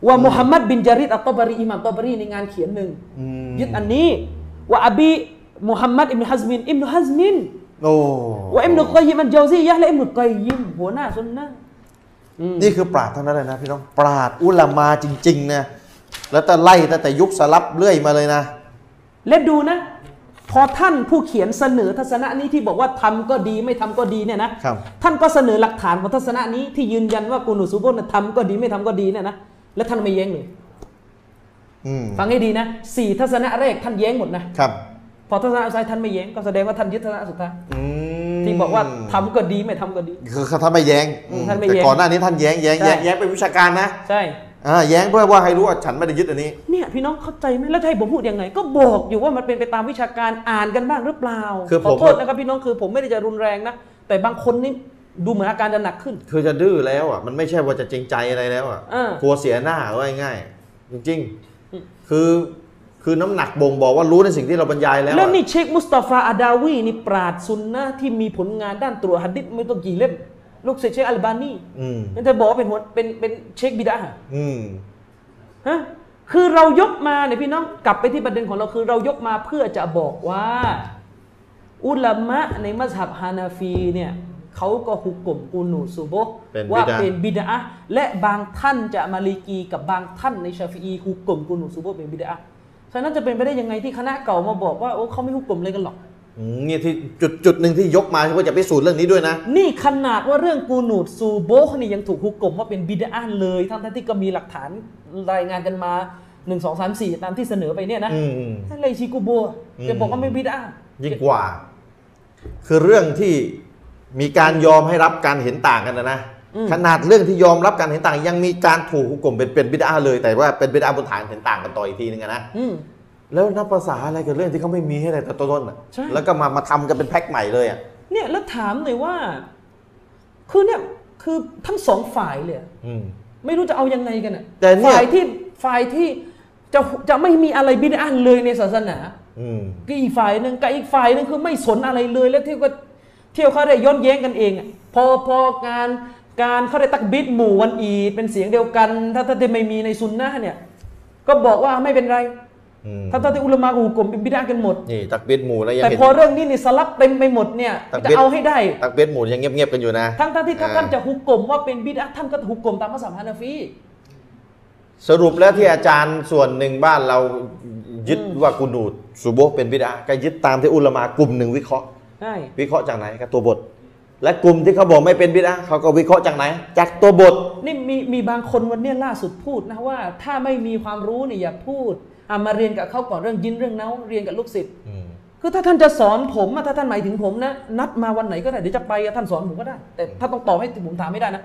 ว่ามุฮัมมัดบินจาริดอัตตอบารีอิหมัมตอบารีในงานเขียนหนึ่ง
อืม
ยึดอันนี้ว่าอบีมุฮัมมัดอิมนุฮัซมินอิมนุฮัซมิน
โอ้
ว่าอิมนุกอยยิมอันเจาซียะห์และอิมนุกอยยิมหัวหน้าซุนนะห์อืม
นี่คือปราดทั้งนั้นเลยนะพี่น้อง ปราดอุลามาจริงๆนะแล้วแต่ไล่ตั้งแต่ยุคสลับเรื่อยมาเลยนะ
และดูนะ พอท่านผู้เขียนเสนอทัศนะนี้ที่บอกว่าทำก็ดีไม่ทำก็ดีเนี่ยนะครับ ท่านก็เสนอหลักฐานของทัศนะนี้ที่ยืนยันว่ากูนูซูโบนะทำก็ดีไม่ทำก็ดีเนี่ยนะและท่านไม่แย้งเลย
อืม
ฟังให้ดีนะสี่ทัศนะแรกท่านแย้งหมดนะครับ พอทัศนะสุดท้ายท่านไม่แย้งก็แสดงว่าท่านยึดทัศนะสุดท้าย
อืม
ที่บอกว่าทำก็ดีไม่ทำก็ดี
คือท่านไม่แย้ง
อืมท่านไม่
แต่
แย้ง
ก่อนหน้านี้ท่านแย้งแย้ง
ใช่
แย้งแย้งเป็นวิชาการนะ
ใช่
อ่าแย้งเพื่อว่าให้รู้ว่าฉันไม่ได้ยึดอันนี้
เนี่ยพี่น้องเข้าใจไหมแล้วจะให้ผมพูดยังไง ก็บอกอยู่ว่ามันเป็นไปตามวิชาการอ่านกันบ้างหรือเปล่า
คือ
ขอ
ผม
โทษนะครับพี่น้องคือผมไม่ได้จะรุนแรงนะแต่บางคนนี่ดูเหมือนอาการจะหนักขึ้น
คือจะดื้อแล้วอ่ะมันไม่ใช่ว่าจะจริงใจอะไรแล้วอ่ะ
เออ
กลัวเสียหน้าว่าง่ายๆจริงๆ คือคือน้ำหนักบ่งบอกว่ารู้ในสิ่งที่เราบรรยายแล้วอะ
แล้วนี่เชคมุสตาฟาอาดาวีนี่ปราดซุนนะห์ที่มีผลงานด้านตรวจหัดดิษไม่ต้องกี่เล่มลูกศิษย์เชคอัลบานี
อืม
นั่นจะบอกว่าเป็นหัวเป็นเป็นเชคบิดาฮะ
อืม
ฮะคือเรายกมาเนี่ยพี่น้องกลับไปที่ประเด็นของเราคือเรายกมาเพื่อจะบอกว่า อุลามะในมัสฮับฮานาฟีเนี่ยเขาก็หุกกลมกูนูซูโบะ
เป็น
ว่า
บิดอะห์
เป็นบิดาและบางท่านจะมาลีกีกับบางท่านในชาฟีอีหุกกลมกูนูซูโบะเป็นบิดาฉะนั้นจะเป็นไปได้ยังไงที่คณะเก่ามาบอกว่าโอ้เขาไม่หุกกลมเลยกันหรอก
อืมเนี่ยที่จุดจุดหนึ่งที่ยกมาเพื่อจะพิสูจน์เรื่องนี้ด้วยนะ
นี่ขนาดว่าเรื่องกูนูดซูโบกนี่ยังถูกฮุกกลมว่าเป็นบิดาเลย ทั้งๆที่ก็มีหลักฐานรายงานกันมา 1 2 3 4 ตามที่เสนอไปเนี่ยนะ
อืม
ท่านเลยชิโกูโบะ
อืม
จะบอกว่าไม่บิดา
ยิ่งกว่า คือเรื่องที่มีการยอมให้รับการเห็นต่างกันนะนะขนาดเรื่องที่ยอมรับการเห็นต่าง ยังมีการถูกหุกกลมเป็นเป็นบิดาเลยแต่ว่าเป็นบิดาบนฐานเห็นต่างกันต่ออีกทีนึงอะนะ
อืม
แล้วนับภาษาอะไรกับเรื่องที่เขาไม่มีให้อะไรแต่ต้นๆอ่ะ
ใช่
แล้วก็มามาทำกันเป็นแพ็คใหม่เลยอ่ะ
เนี่ยแล้วถามหน่อยว่า คือเนี่ยคือทั้งสองฝ่ายเลยอะไม่รู้จะเอายังไงกันอะ
แต่เนี่ย
ฝ่ายที่ฝ่ายที่จะจะไม่มีอะไรบิดาเลยในศาสนา
อืม
ก็อีกฝ่ายหนึ่งกับอีกฝ่ายหนึ่งคือไม่สนอะไรเลยแล้วเที่ยวก็เที่ยวเขาได้ย้อนแย้งกันเองอะพอพอการการเขาได้ตักบิดหมู่วันอีดเป็นเสียงเดียวกัน ถ้าถ้าที่ไม่มีในซุนนะห์เนี่ย ก็บอกว่าไม่เป็นไร
อืม
ถ้าถ้าที่อุลามะกับอุกลมเป็นบิดากันหมด
นี่ตักเบ็ดหมูแล้วยัง
แต่
เห็น
พอเรื่องนี้นี่สลับเต็มไปหมดเนี่ย
ตัก
จะ
บิด
เอาให้ได้
ตักเบ็ดหมูยังเงียบๆกันอยู่นะ
ทั้งทั้งที่ถ้า
อ่า
ท่านจะฮุกกลมว่าเป็นบิดาท่านก็ฮุกกลมตามภาษาฮานาฟี
สรุปแล้วที่อาจารย์ส่วนหนึ่งบ้านเรายึดว่ากุนูดสุโบฮ์เป็นบิดาก็ยึดตามที่อุลามากลุ่มหนึ่งวิเคราะห์
ใช่
วิเคราะห์จากไหนครับตัวบท และกลุ่มที่เขาบอกไม่เป็นบิดาเขาก็วิเคราะห์จากไหน จากตัวบท
นี่มีมีบางคนวันเนี้ยล่าสุดพูดนะว่า ถ้าไม่มีความรู้เนี่ยอย่าพูดอ่ะมาเรียนกับเขาก่อนเรื่องยินเรื่องเนาเรียนกับลูกศิษย์ คือถ้าท่านจะสอนผมอะถ้าท่านหมายถึงผมนะนัดมาวันไหนก็ได้เดี๋ยวจะไปอะท่านสอนผมก็ได้ แต่ถ้าต้องตอบให้ผมถามไม่ได้นะ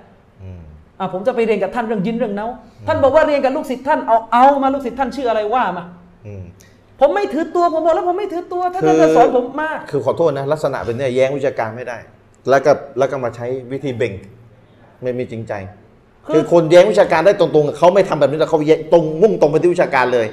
อ่ะผมจะไปเรียนกับท่านเรื่องยินเรื่องเนาท่านบอกว่าเรียนกับลูกศิษย์ท่านเอาเอามาลูกศิษย์ท่านชื่ออะไรว่ามาผมไม่ถือตัวผมบอกแล้วผมไม่ถือตัวถ้าท่าน
คือ
จะสอนผมมา
คือขอโทษนะ ลักษณะเป็นเนี่ยแย้งวิชาการไม่ได้ แล้วก็แล้วก็มาใช้วิธีเบ่งไม่มีจริงใจ คือคนแย้งวิชาการได้ตรงๆเขาไม่ทำแบบนี้แต่เขาแย้งตรงมุ่งตรงไปที่วิชาการเลย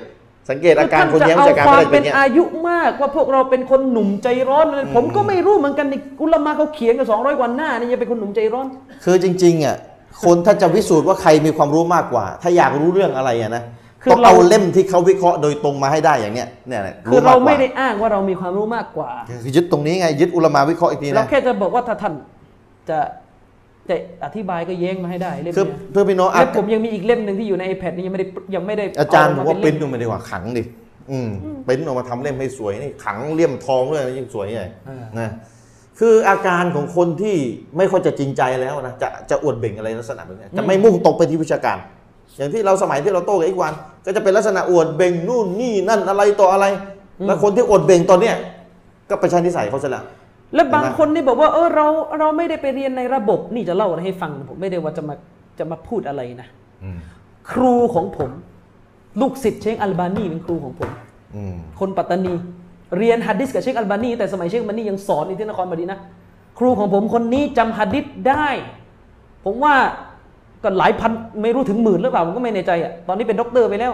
สังเกตอาการคน
ท่
แย้งวิ
จะ
ชาการ
ควา
ไม่
ม
ได้เป็
เป็น น
เนี้ย
อายุมากว่าพวกเราเป็นคนหนุ่มใจร้อนอะไรผมก็ไม่รู้เหมือนกันในอุลามะเขาเขียนกันสองร้อยกว่าหน้านี่ยังเป็นคนหนุ่มใจร้อน
คือจริงๆอ่ะคนถ้าจะวิสูจน์ว่าใครมีความรู้มากกว่า ถ้าอยากรู้เรื่องอะไรอ่ะนะ
คือ
ต้องเอา
เรา
เล่มที่เขาวิเคราะห์โดยตรงมาให้ได้อย่างเนี้ยเนี่ยแหละ
คือเรา
กกว่
ไม่ได้อ้างว่าเรามีความรู้มากกว่า
คือยึดตรงนี้ไงยึดอุลามาวิเคราะห์อีกที
เรา
นะ
แค่จะบอกว่าถ้าท่านจะจะอธิบายก็แย้งมาให้ได้เล่ม
คือ
เนี้ย
เพื่อพี่น้องอา
และผมยังมีอีกเล่มหนึ่งที่อยู่ใน iPad นี่ยังไม่ได้ยังไม่ได้
อาจารย์
เม
ผมว่า
เน
ปริ้น
เล่
ออ
ม
กมาดีกว่าขังดิอืมปริ้นออกมาทำเล่มให้สวยนี่ขังเลี่ยมทองด้วยยิ่งสวยใหญ่นะคืออาการของคนที่ไม่ค่อยจะจริงใจแล้วนะจะจะอวดเบ่งอะไรลักษณะแบบเนี้ยจะไม่มุ่งตรงไปที่วิชาการ อย่างที่เราสมัยที่เราโต้กับอีกวัน ก็จะเป็นลักษณะอวดเบ่งนู่นนี่นั่นอะไรต่ออะไร แล้วคนที่อวดเบ่งตอนเนี้ยก็ไปใช้นิสัยเขาซะแล้ว
และบางคนนี่บอกว่าเออเราเราไม่ได้ไปเรียนในระบบนี่จะเล่าอะไรให้ฟังนะผมไม่ได้ว่าจะมาจะมาพูดอะไรนะ
อืม
ครูของผม ลูกศิษย์เชคอัลบานีเป็นครูของผม
อืม
คนปัตตานี เรียนฮัดดิสกับเชคอัลบานีแต่สมัยเชคอัลบานียังสอนอยู่ที่นครบดีนะครูของผมคนนี้จำฮัดดิสได้ ผมว่าก็หลายพันไม่รู้ถึงหมื่นหรือเปล่าผมก็ไม่แน่ใจอ่ะตอนนี้เป็นด็อกเตอร์ไปแล้ว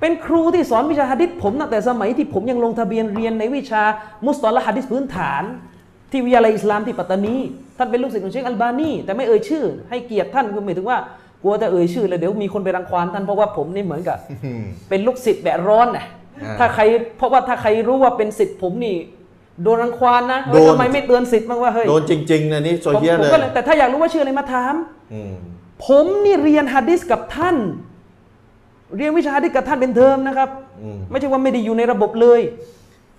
เป็นครูที่สอนวิชาฮัดดิสผมตั้งแต่สมัยที่ผมยังลงทะเบียนเรียนในวิชามุสตอละฮัดดิสพื้นฐาน ที่วิทยาลัยอิสลามที่ปัตตานีท่านเป็นลูกศิษย์ของเชคอัลบานีแต่ไม่เอ่ยชื่อ ให้เกียรติท่านคือหมายถึงว่ากลัวจะเอ่ยชื่อเลยเดี๋ยวมีคนไปรังควานท่านเพราะว่าผมนี่เหมือนกับ
อืม
เป็นลูกศิษย์แบบร้อนนะ
อ่า
ถ้าใคร เพราะว่าถ้าใครรู้ว่าเป็นศิษย์ผมนี่ โดนรังควานนะเฮ้ย
โดน
ทำไมไม่เตือนศิษย์บ้างว่าเฮ้ย
โดนจริงๆนะนี่โซ
ผม
เฮีย
ผม
เลย
ก็เลยแต่ถ้าอยากรู้ว่าชื่ออะไรมาถาม
อืม
ผมนี่เรียนฮะดิษกับท่าน เรียนวิชาฮะดิษกับท่านเป็นเทอมนะครับ
อืม
ไม่ใช่ว่าไม่ได้อยู่ในระบบเลย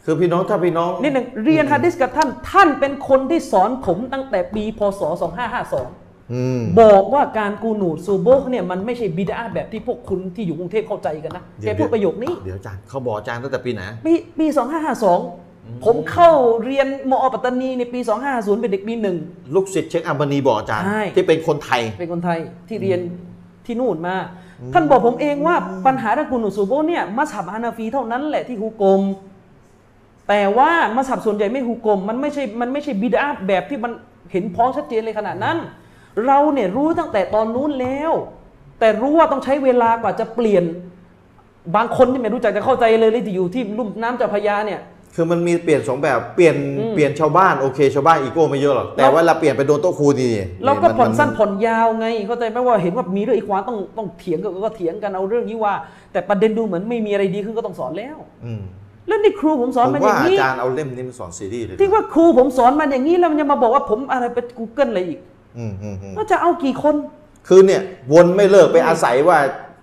คือพี่น้องถ้าพี่น้อง
นี่หนึ่งเรียนฮะดิษกับท่าน ท่านเป็นคนที่สอนผมตั้งแต่ปีพศ 2552
อืม
บอกว่าการกูหนูดซูโบะเนี่ยมันไม่ใช่บิดาแบบที่พวกคุณที่อยู่กรุงเทพเข้าใจกันนะ
เดี๋ย
แก
ว
พูดประโยคนี้
เดี๋ยวอาจารย์เขาบอกอาจารย์ตั้งแต่ปีไหน
ปีปี2552 ผมเข้าเรียนมอปัตตานีในปี 2550 เป็นเด็กปีหนึ่ง
ลูกศิษย์เช็คอัมบานีบอกอาจารย์
ใช่
ที่เป็นคนไทย
เป็นคนไทยที่เรียนที่นู่นมา ท่านบอกผมเองว่าปัญหาเรื่องกุนุสูโบเนี่ยมัสฮับฮานาฟีเท่านั้นแหละที่ฮุกกลม แต่ว่ามัสฮับส่วนใหญ่ไม่ฮุกกลม มันไม่ใช่มันไม่ใช่บิดาแบบที่มันเห็นพ้องชัดเจนเลยขนาดนั้น เราเนี่ยรู้ตั้งแต่ตอนนู้นแล้ว แต่รู้ว่าต้องใช้เวลากว่าจะเปลี่ยน บางคนที่ไม่รู้จักจะเข้าใจเลยเลยที่อยู่ที่ลุ่มน้ำเจ้าพระยาเนี่ย
คือมันมีเปลี่ยนสองแบบเปลี่ยนเปลี่ยนชาวบ้านโอเค ชาวบ้านอีโก้ไม่เยอะหรอก แต่
เรา
ว่าเราเปลี่ยนไปโดนโต๊ะครูดี
เราก็
มั
ผ่อนสั้น
มั
ผ่อนยาวไง เข้าใจไหมว่าเห็นว่ามีเรื่องอีกวาต้องต้องเถียงกันก็เถียงกันเอาเรื่องนี้ว่า แต่ประเด็นดูเหมือนไม่มีอะไรดีขึ้นก็ต้องสอนแล้ว
อืม
แล้วนี่ครูผมส
ผ
อน
ม
มันอ
ว่า
ย่าง
อา
นี้
จารย์เอาเล่มนี้มาสอนซีรีส์เลยนะ
ที่ว่าครูผมสอนมันอย่างนี้แล้วมันยังมาบอกว่าผมอะไรไป Google อะไรอีก
อืมอืมอืม
แล้วจะเอากี่คน
คือเนี่ยวนไม่เลิกไปอาศัยว่า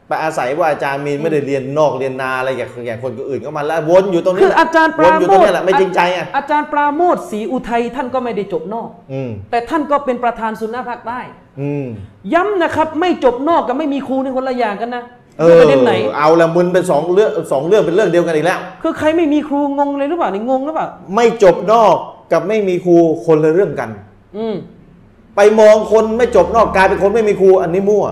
ไปอาศัยว่าอาจารย์มีนไม่ได้เรียนนอกเรียนนาอะไรอย่างอย่างคนอื่นก็มาแล้ววนอยู่ตรงนี้
คืออาจารย์ป
ว
ราน
อยู่
โม
ตรง
ท
เนี้ยแหละไม่จริงใจอ่ะ
อาจารย์ปราโมทศรีอุทัยท่านก็ไม่ได้จบนอก
อืม
แต่ท่านก็เป็นประธานสุนนะภาคใต้
อืม
ย้ำนะครับ ไม่จบนอกกับไม่มีครูในคนละอย่างกันนะ
เอ
ไม่
อ
ประเด็นไหน
เอาละมึนเป็นสองเรื่องสองเรื่องเป็นเรื่องเดียวกันอีกแล้ว
คือใครไม่มีครูงงเลยหรือเปล่านี่งงหรือเปล่า
ไม่จบนอกกับไม่มีครูคนละเรื่องกัน
อืม
ไปมองคนไม่จบนอกกลายเป็นคนไม่มีครูอันนี้มั่ว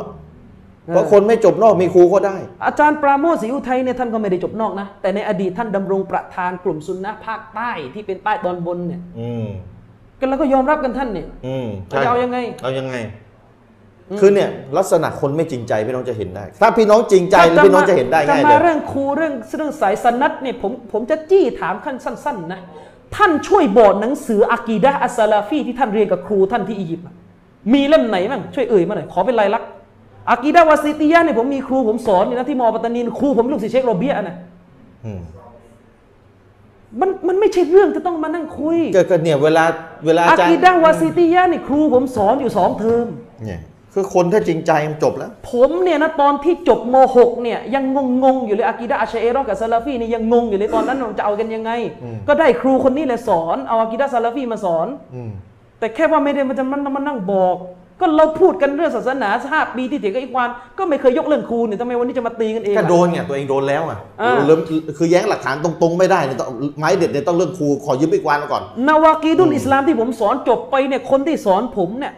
เพราะคนไม่จบนอกมีครูก็ได้
อาจารย์ปราโมทศรีอุทัยเนี่ยท่านก็ไม่ได้จบนอกนะ แต่ในอดีตท่านดำรงประธานกลุ่มซุนนะภาคใต้ที่เป็นใต้ตอนบนเนี่ย
อืม
ก็แล้วก็ยอมรับกันท่านเนี่ย
อืม
จะเอายังไง
เอายังไง คือเนี่ย ลักษณะคนไม่จริงใจพี่น้องจะเห็นได้ ถ้าพี่น้องจริงใจพี่น้องจะเห็นได้
จะ
ง่าย
มา
เลย
เรื่องครูเรื่องเรื่องสายสนัดเนี่ยผมผมจะจี้ถามขั้นสั้น ๆ นะ ท่านช่วยบอกหนังสืออากีดะอัสซาลาฟีที่ท่านเรียนกับครูท่านที่อียิปต์อะมีเล่มไหนบ้างช่วยเอ่ยมาหน่อยขอเป็นลายลักษณ์อากีดะวาซิติยะเนี่ยผมมีครูผมสอนอยู่นะที่มอปัตตานีครูผมลูกศิษย์เชคโรเบียะนะ
อืม
มันมันไม่ใช่เรื่องจะต้องมานั่งคุย
ก็ก็เนี่ยเวลาเวลา
อา
อาจารย์
กีดาวาซิติยะนี่ครูผมสอนอยู่สองเทอม
เนี่ย คือคนถ้าจริงใจมันจบแล้ว
ผมเนี่ยนะตอนที่จบม .6 เนี่ยยังงงงๆอยู่เลยอากีดาอาชเอรอกับซาลาฟีนี่ยังงงอยู่เลยตอนนั้นเราจะเอากันยังไง ก็ได้ครูคนนี้แหละสอนเอาอากีดาซาลาฟีมาสอน
อืม
แต่แค่ว่าไม่ได้มันจะมันมันนั่งบอก ก็เราพูดกันเรื่องศาสนาห้าปีที่เถียงกับอีกวานก็ไม่เคยยกเรื่องครูเนี่ยทำไมวันนี้จะมาตีกันเอง
ก็
อะ
โดนไงตัวเองโดนแล้วอ่ะ
อ่า
เริ่มคือแย้งหลักฐานตรงๆไม่ได้เนี่ยต้องไม้เด็ดเนี่ยต้องเรื่องครูขอยืมอีกวันก่อน
นาวากีดุลอิสลามที่ผมสอนจบไปเนี่ยคนที่สอนผมเนี่ย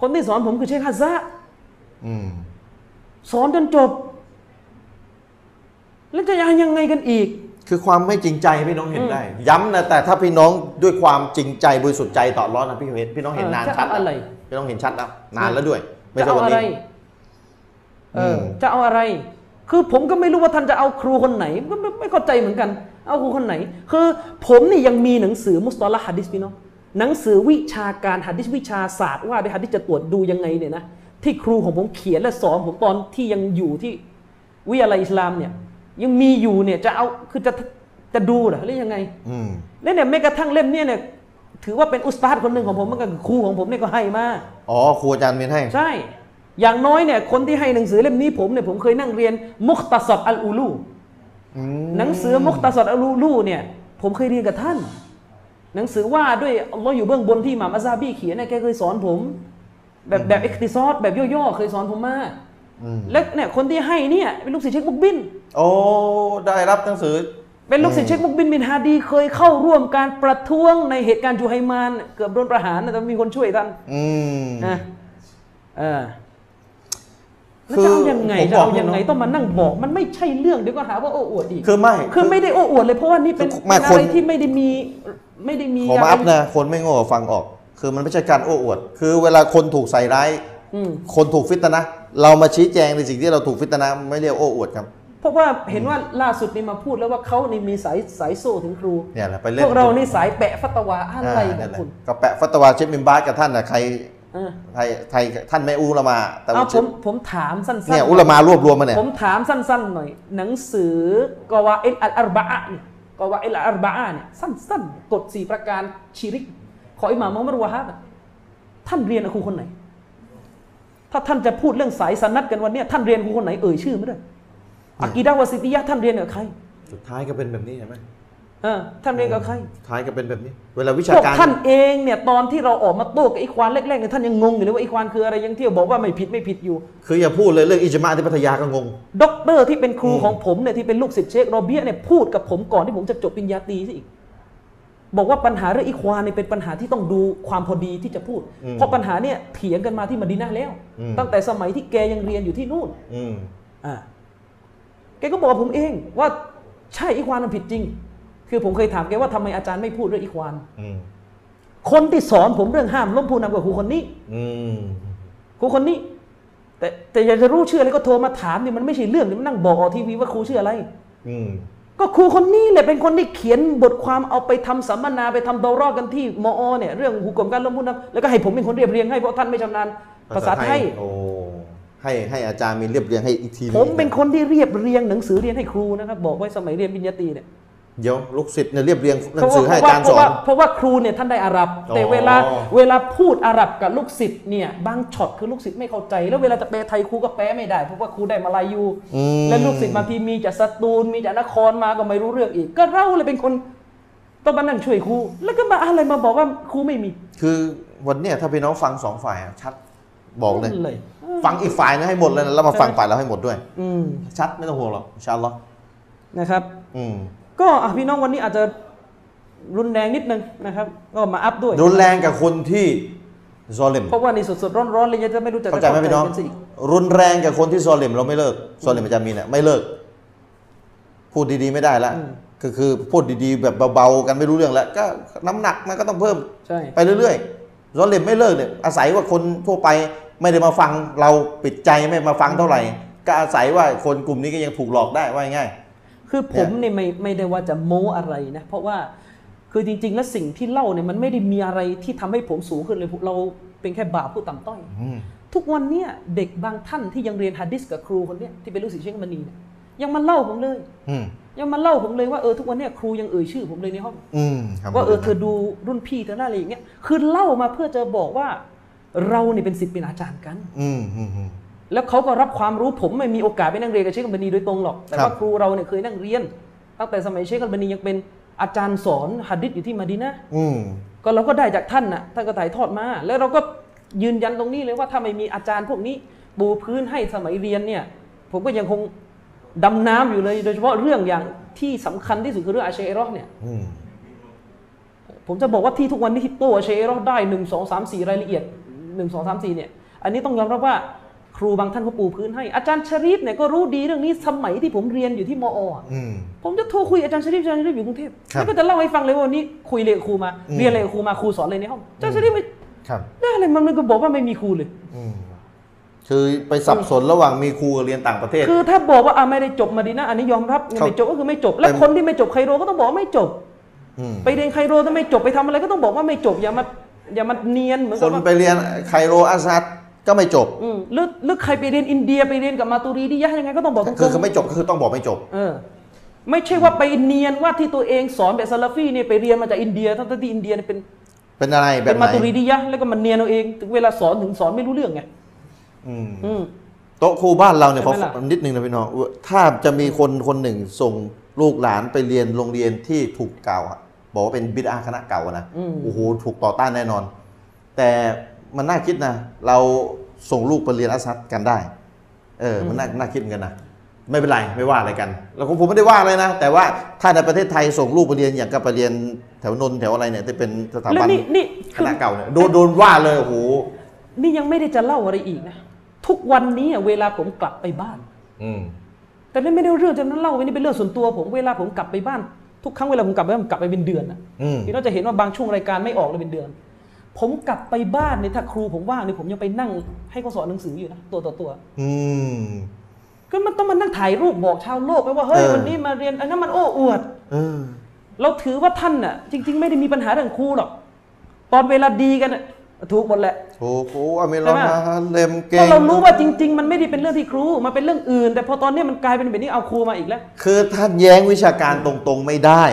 คนที่สอนผมคือเชคฮัซซะ
อืม
สอนจนจบ แล้วจะยังยังไงกันอีก
คือความไม่จริงใจพี่น้องเห็นได้ ย้ำนะแต่ถ้าพี่น้องด้วยความจริงใจบริสุทธิ์ใจต่ออัลล้อฮ์นะพี่เห็นพี่น้องเห็
เออน
นาน
จะ
ชัด
เอาอะไร
พี่น้องเห็นชัดแล้วนานแล้วด้วย ไม่ใช่
จะเอา
วัน
อะไร
นี้
เอออ
ม
จะเอาอะไร คือผมก็ไม่รู้ว่าท่านจะเอาครูคนไหนก็ไม่ไม่เข้าใจเหมือนกัน เอาครูคนไหน คือผมนี่ยังมีหนังสือมุสตอละฮัดดิสพี่น้องหนังสือวิชาการฮัดดิสวิชาศาสตร์ว่าด้วยฮัดดิสจะตรวจดูยังไงเนี่ยนะที่ครูของผมเขียนและสอนผมตอนที่ยังอยู่ที่วิทยาลัยอิสลามเนี่ย ยังมีอยู่เนี่ยจะเอาคือจะจะดูเหรอหรือยังไง
อืม
และเนี่ยแม้กระทั่งเล่มเนี่ยเนี่ยถือว่าเป็นอุสตาดคนหนึ่งของผมเหมันก็คือครูของผมเนี่ยก็ให้มา
อ๋อครูอาจารย์เมียนให้
ใช่ อย่างน้อยเนี่ยคนที่ให้หนังสือเล่มนี้ผมเนี่ยผมเคยนั่งเรียนมุคตาสับอัลอูลู
อืม
หนังสือมุคตาสับอัลอูลูเนี่ยผมเคยเรียนกับท่าน หนังสือว่าด้วยอัลลอฮ์อยู่เบื้องบนที่หม่ามอัซซาบี้เขียนเนี่ยแกเคยสอนผม แบบแบบเอ็กติซอดแบบย่อๆเคยสอนผมมาและเนี่ยคนที่ให้เนี่ยเป็นลูกศิษย์เชคบุกบิน
โอ้ได้รับหนังสือ
เป็นลูกศิษย์เชคมุกบินบินฮาดีเคยเข้าร่วมการประท้วงในเหตุการณ์จูไฮมานเกือบโดนประหารนะแต่มีคนช่วยท่าน
อืม
นะเออแล้ว
คือ
จะเอายังไง
ผม
จะ
บอก
เอายังไง
ให้น้อง
ต้องมานั่งบอก มันไม่ใช่เรื่องเดี๋ยวก็หาว่าโอ้อวดอีก
คือไม่
คือไม่ได้โอ้อวดเลยเพราะว่านี่เป็น
คือไม่ค
เป็นอะ
น
ไรที่ไม่ได้มีไม่ได้มี
ขอมาอัพ
อะไร
นะคนไม่โง่ฟังออก คือมันไม่ใช่การโอ้อวด คือเวลาคนถูกใส่ร้าย
อืม
คนถูกฟิตนะ เรามาชี้แจงในสิ่งที่เราถูกฟิตนะไม่เรียกโอ้อวดครับ
เพราะว่าเห็นว่าล่าสุดนี่มาพูดแล้วว่าเขานี่มีสายสายโซ่ถึงครู
เนี่ยแหละไปเล่น
พวกเรานี่สายแปะฟัตวาอะไร
า
กั
นั่น
น
แหละ
คุณ
ก็แปะฟัตวาเชฟมิมบาสกับท่านนะใคร
เออ
ใครใครท่านไม่อูละมา แต่
เอา
ว่าเช
ผ
ฟ
มผมถามสั้นๆ
เนี่ยอุลามารวบรวมมาเนี่ย
ผมถามสั้นๆหน่อย หนังสือกวาเอลอัลอาร์บะอะห์เนี่ยกวาเอลอัลอาร์บะอะห์เนี่ยสั้นๆ กฎสี่ประการชิริก ของอิหม่ามมุฮัมมัดวะฮับอะท่านเรียนกับครูคนไหน ถ้าท่านจะพูดเรื่องสายสนัดกันวันเนี้ยท่านเรียนครูคนไหนเอ่ยชื่อไม่ได้อากีดาวาสิติยะห์ท่านเรียนกับใคร
สุดท้ายก็เป็นแบบนี้ใช่ไหม
เออท่านเรียนกับใคร
สุดท้ายก็เป็นแบบนี้ เวลาวิ
พ
ชาว
ก
การ
ท่านเองเนี่ยตอนที่เราออกมาโต้กับไอ้ควานแรกๆเนี่ยท่านยังงงอยู่เลยว่าไอ้ควานคืออะไรยังเที่ยวบอกว่าไม่ผิดไม่ผิดอยู่
คืออย่าพูดเลยเรื่องอิจมาที่พัทยาก็งง
ด็อกเตอร์ที่เป็นครูของผมเนี่ยที่เป็นลูกศิษย์เชคโรเบียเนี่ยพูดกับผมก่อนที่ผมจะจบปริญญาตรีซะอีก บอกว่าปัญหาเรื่องไอ้ควานเนี่ยเป็นปัญหาที่ต้องดูความพอดีที่จะพูด
อืม
เพราะปัญหาเนี่ยเถียงกันมาที่มะดีนาแล้ว
อืม
ตั้งแต่สมัยที่แกยังเรียนอยู่ที่นู่น
อืม
อ่ะแกก็บอกกับผมเองว่าใช่อีควานมันผิดจริง คือผมเคยถามแกว่าทำไมอาจารย์ไม่พูดเรื่องอีควาน
อืม
คนที่สอนผมเรื่องห้ามล้มพูนนำกับครูคนนี้
อืม
ครูคนนี้ แต่แต่อยากจะรู้ชื่ออะไรก็โทรมาถามนี่มันไม่ใช่เรื่องนี่มันนั่งบอกออกทีวีว่าครูชื่ออะไร
อืม
ก็ครูคนนี้แหละเป็นคนที่เขียนบทความเอาไปทำสัมมนาไปทำดอรอกันที่มอเนี่ยเรื่องหุกกลมการล้มพูนนำแล้วก็ให้ผมเป็นคนเรียบเรียงให้เพราะท่านไม่ชำนาญภาษาไทย
โอ้ ให้ให้อาจารย์มีเรียบเรียงให้อีกทีหง
ผมเป็นคนที่เรียบเรียงหนังสือเรียนให้ครูนะครับบอกไว้สมัยเรียนปริญญาตรีเนี่ย
เดี๋ยวลูกศิษย์เนี่ยเรียบเรียงหนัง
เพราะ
สื
ว่า
อ
เพ
ให้อา
ราะว่า
จารย์
เพ
ส
ราะ
อ
ว่าน เพราะว่าครูเนี่ยท่านได้อาหรับ แต่
อ๋อ
เวลาเวลาพูดอาหรับกับลูกศิษย์เนี่ยบางช็อตคือลูกศิษย์ไม่เข้าใจ แล้วเวลาจะแปลไทยครูก็แปลไม่ได้เพราะว่าครูได้มาลายู
อืม
และลูกศิษย์บางทีมีจากสตูลมีจากนครมาก็ไม่รู้เรื่องอีก ก็เราเลยเป็นคนต้องมานั่งช่วยครูแล้วก็มาอะไรมาบอกว่าครูไม่มี
คือวันเนี้ยถ้าพี่น้องฟังสองฝ่ายอะชัดบอกเลย
นั่นเลย
ฟังอีกฝ่ายนะให้หมดเลยนะแล้วมาฟังฝ่ายเราให้หมดด้วย
อืม
ชัดไม่ต้องห่วงหรอกอินชาอัลลอฮ์
นะครับ
อืม
ก็อ่ะพี่น้องวันนี้อาจจะรุนแรงนิดนึงนะครับ ก็มาอัพด้วย
รุนแรงกับคนที่ซอลิม
เพราะว่าในสดๆร้อนๆเลยยังจะไม่รู้จะ
เข้าใจไหมพี่น้อง
กัซะก
รุนแรงกับคนที่ซอลิมเราไม่เลิกซอลิมอาจารย์มีเนี่ยไม่เลิก พูดดีๆไม่ได้ละ
อืม
ก็คือพูดดีๆ แบบเบาๆกันไม่รู้เรื่องแล้วก็น้ำหนักมันก็ต้องเพิ่ม
ใช่
ไปเรื่อยๆซอลิมไม่เลิกเนี่ยอาศัยว่าคนทั่วไปไม่ได้มาฟังเราปิดใจไม่มาฟังเท่าไหร่ ก็อาศัยว่าคนกลุ่มนี้ก็ยังถูกหลอกได้ว่าง่าย
คือผมเนี่ยไม่ไม่ได้ว่าจะโม้อะไรนะ เพราะว่าคือจริง ๆ แล้วสิ่งที่เล่าเนี่ยมันไม่ได้มีอะไรที่ทำให้ผมสูงขึ้นเลยเราเป็นแค่บาปผู้ต่ำต้อย
อืม
ทุกวันเนี่ยเด็กบางท่านที่ยังเรียนฮัดดิสกับครูคนเนี้ยที่เป็นลูกศิษย์เชคมานีเนี่ยยังมาเล่าผมเลย
อืม
ยังมาเล่าผมเลยว่าเออทุกวันเนี่ยครูยังเอ่ยชื่อผมเลยในห้อง
อืมครับ
ว่าเออเธอดูรุ่นพี่เธอหน้าอะไรอย่างเงี้ยคือเล่ามาเพื่อจะบอกว่าเราเนี่ยเป็นศิษย์เป็นอาจารย์กัน
อืมอืมอืม
แล้วเขาก็รับความรู้ผมไม่มีโอกาสไปนั่งเรียนกับเชคกัมบานีโดยตรงหรอก แต่
ครั
ว่า
บ
ครูเราเนี่ยเคยนั่งเรียน ตั้งแต่สมัยเชคกัมบานียังเป็นอาจารย์สอนหัดดิษอยู่ที่มาดีนะห์
อืม
ก็เราก็ได้จากท่านน่ะท่านก็ถ่ายทอดมา แล้วเราก็ยืนยันตรงนี้เลยว่าถ้าไม่มีอาจารย์พวกนี้ปูพื้นให้สมัยเรียนเนี่ย ผมก็ยังคงดำน้ำอยู่เลย โดยเฉพาะเรื่องอย่างที่สำคัญที่สุดคือเรื่องอาเชอรอห์เนี่ย
อืม
ผมจะบอกว่าที่ทุกวันนี้ที่โต้เชรอดได้หนึ่งสองสามสี่รายละเอียดหนึ่งสองสามสี่เนี่ย อันนี้ต้องยอมรับว่าครูบางท่านเขาปูพื้นให้ อาจารย์ชริฟเนี่ยก็รู้ดีเรื่องนี้สมัยที่ผมเรียนอยู่ที่มออะ
อืม
ผมจะโทรคุยอาจารย์ชริฟอาจารย์ชริฟอยู่กรุงเทพ
ครับ
แล้วก็จะเล่าให้ฟังเลยว่าวันนี้คุยเรียนกับครูมา
อืม
เรียนอะไรกับครูมาครูสอนอะไรในห้องอาจารย์ชริฟไม่
ครับ
ได้อะไรมันมันก็บอกว่าไม่มีครูเลย
อืม คือไปสับสนระหว่างมีครูกับเรียนต่างประเทศ
คือถ้าบอกว่าอ่ะไม่ได้จบมาดีนะอันนี้ยอมรับ
ครับ
ไม่จบก็คือไม่จบ และ
เต็ม
คนที่ไม่จบไคโรก็ต้องบอกว่าไม่จบ
อืม
ไปเรียนไคโรถ้าไม่จบไปทำอะไรก็ต้องบอกว่าไม่จบอย่ามาอย่ามาเนียนเหมือน
ค
กับ
น
ว่า
ไปเรียนไคโรอาซัดก็ไม่จบ
อืมหรือหรือใครไปเรียนอินเดียไปเรียนกับมาตูรีดียะยังไงก็ต้องบอกตรงๆ
คือคือไม่จบก็คือต้องบอกไม่จบ
เออไม่ใช่ว่าไปเนียนว่าที่ตัวเองสอนแบบซาลาฟีเนี่ยไปเรียนมาจากอินเดียทั้งๆที่อินเดียเนี่ยเป็น
เป็นอะไรแบ
เป็
บ
น
ไห
มาน ตูรีดียะแล้วก็มันเนียนเอาเองถึงเวลาสอนถึงสอนไม่รู้เรื่องไง
อืม
อืม
โต๊ะครูบ้านเราเนี่ยข
ใช่
อ
ไหมล่ะ
นิดนึงนะพี่น้องถ้าจะมีคนคนหนึ่งส่งลูกหลานไปเรียนโรงเรียนที่ถูกกล่าวหาบอกว่าเป็นบิดอาคณะเก่าอะนะ
อืม
โอ้โห ถูกต่อต้านแน่นอน แต่มันน่าคิดนะ เราส่งลูกไปเรียนอาซัดกันได้ เออ มันน่าน่าคิดเหมือนกันนะ ไม่เป็นไรไม่ว่าอะไรกันแล้วผมผมไม่ได้ว่าอะไรนะ แต่ว่าถ้าในประเทศไทยส่งลูกไปเรียนอย่างกับไปเรียนแถวนนท์แถวอะไรเนี่ยที่เป็นสถา
แล้ว
บัน
นี่นี่
คณะเก่าเนี่ยโดนโดนว่าเลยโอ้โห
นี่ยังไม่ได้จะเล่าอะไรอีกนะ ทุกวันนี้อะเวลาผมกลับไปบ้าน
อืม
แต่นั่นไม่ได้เรื่องจะนั้นเล่าไว้นี่เป็นเรื่องส่วนตัวผมเวลาผมกลับไปบ้าน ทุกครั้งเวลาผมกลับไปบ้านผมกลับไปเป็นเดือนนะ
อืม
ที่เราจะเห็นว่าบางช่วงรายการไม่ออกเลยเป็นเดือน ผมกลับไปบ้านเนี่ยถ้าครูผมว่างเนี่ยผมยังไปนั่งให้เขาสอนหนังสืออยู่นะตัวต่อตัว
อืม
ก็มันต้องมานั่งถ่ายรูปบอกชาวโลกไปว่าเฮ้ย
เออ
วันนี้มาเรียนอันนั้นมันโอ้อวด
เออ
เราถือว่าท่านน่ะ จริง ๆ ไม่ได้มีปัญหาเรื่องครูหรอกตอนเวลาดีกันน่ะถูกหมดแหละ
โอ้โหอเมรอน
ใช่ไหม
ฮาเลมเก่ง
เพราะเรารู้ว่าจริง ๆ มันไม่ได้เป็นเรื่องที่ครูมันเป็นเรื่องอื่น แต่พอตอนเนี้ยมันกลายเป็นแบบนี้เอาครูมาอีกแล้ว
คือท่านแย้งวิชาการตรงๆไม่ได้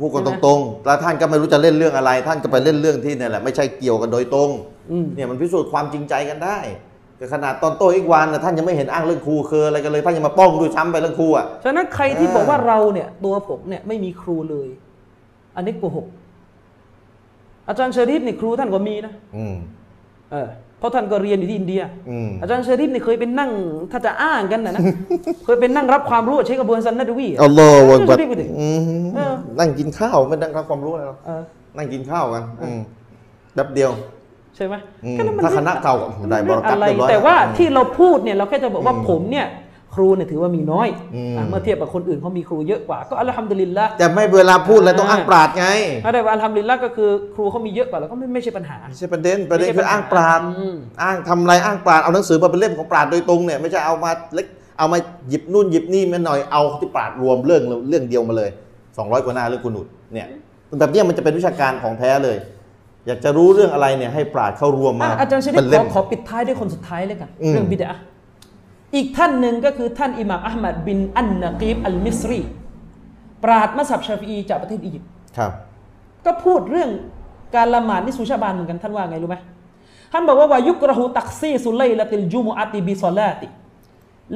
พูดกัน
ใช่
ต
ไหม
รงๆแล้วท่านก็ไม่รู้จะเล่นเรื่องอะไร ท่านก็ไปเล่นเรื่องที่เนี่ยแหละไม่ใช่เกี่ยวกันโดยตรง
อืม
เนี่ยมันพิสูจน์ความจริงใจกันได้แต่ขนาดตอนโตอีกวันนะท่านยังไม่เห็นอ้างเรื่องครูคืออะไรกันเลยท่านยังมาป้องดูช้ำไปเรื่องครูอ่ะ
ฉะนั้นใครที่
อ่า
บอกว่าเราเนี่ย ตัวผมเนี่ยไม่มีครูเลย อันนี้โกหกอาจารย์เชอริฟเนี่ยครูท่านก็มีนะ
อืม
เออเพราะท่านก็เรียนอยู่ที่อินเดีย
อืม
อาจารย์เชอริฟเนี่ยเคยเป็นนั่ง ถ้าจะอ้างกัน
[LAUGHS]
นะนะ เคยเป็นนั่งรับความรู้เชคกระบวนซันนัดวีอะ
อัลลอฮ์วันบัด
ไม่ใช่ดิ
อืม
เออ
นั่งกินข้าวไม่นั่งรับความรู้อะไรหรอก
เออ
นั่งกินข้าวกันอืมแป๊บเดียว
ใช่ไหม
อืม
ก็นั่นมัน
ถ้าคณะเก่า
มัน
ได้บ
เรื่อ
ร
ง
กั
อะ
ต
ไร
เรียบร้อย
แต่ว่า
อืม
ที่เราพูดเนี่ยเราแค่จะบอกว่าผมเนี่ย ครูเนี่ยถือว่ามีน้อย
อืม
อ่ะเมื่อเทียบกับคนอื่นเขามีครูเยอะกว่าก็อัลฮัมดุลิลละ
แต่ไม่เวลาพูดแล้วต้องอ้างปราดไง
อะไรว่าอัลฮัมดุลิลละก็คือครูเขามีเยอะกว่าแล้วก็ไม่ไม่ใช่ปัญหา
ไม่ใช่ประเด็นประเด็น
ไม่ใช่
คืออ้างปราด
ปัญหาอืม
อ้างทำอะไรอ้างปราดเอาหนังสือมาเป็นเล่มของปราดโดยตรงเนี่ยไม่ใช่เอามาเล็กเอามาหยิบนู่นหยิบนี่มาหน่อยเอาที่ปราดรวมเรื่องเรื่องเดียวมาเลย 200 กว่าหน้าเรื่องกุนุดเนี่ยแบบเนี้ยมันจะเป็นวิชาการของแท้เลย อยากจะรู้เรื่องอะไรเนี่ยให้ปราดเข้ารวมมา
อ่ะอาจารย์ชริ
เป็
ฟ
น
ข
เล่
อ
ม
ขอปิดท้ายด้วยคนสุดท้ายเลยกัน
อืม
เรื่องบิดาอีกท่านหนึ่งก็คือท่านอิหม่ามอัลมัดบินอันนากีบอัลมิสรี ปราดมัสับชาฟอีจากประเทศอียิปต์
ครับ
ก็พูดเรื่องการละหมาดนิสุชาบานเหมือนกันท่านว่าไงรู้ไหมท่านบอกว่าวายุกระหูตักซีสุไลละติลจุมอาติบิซอลาติ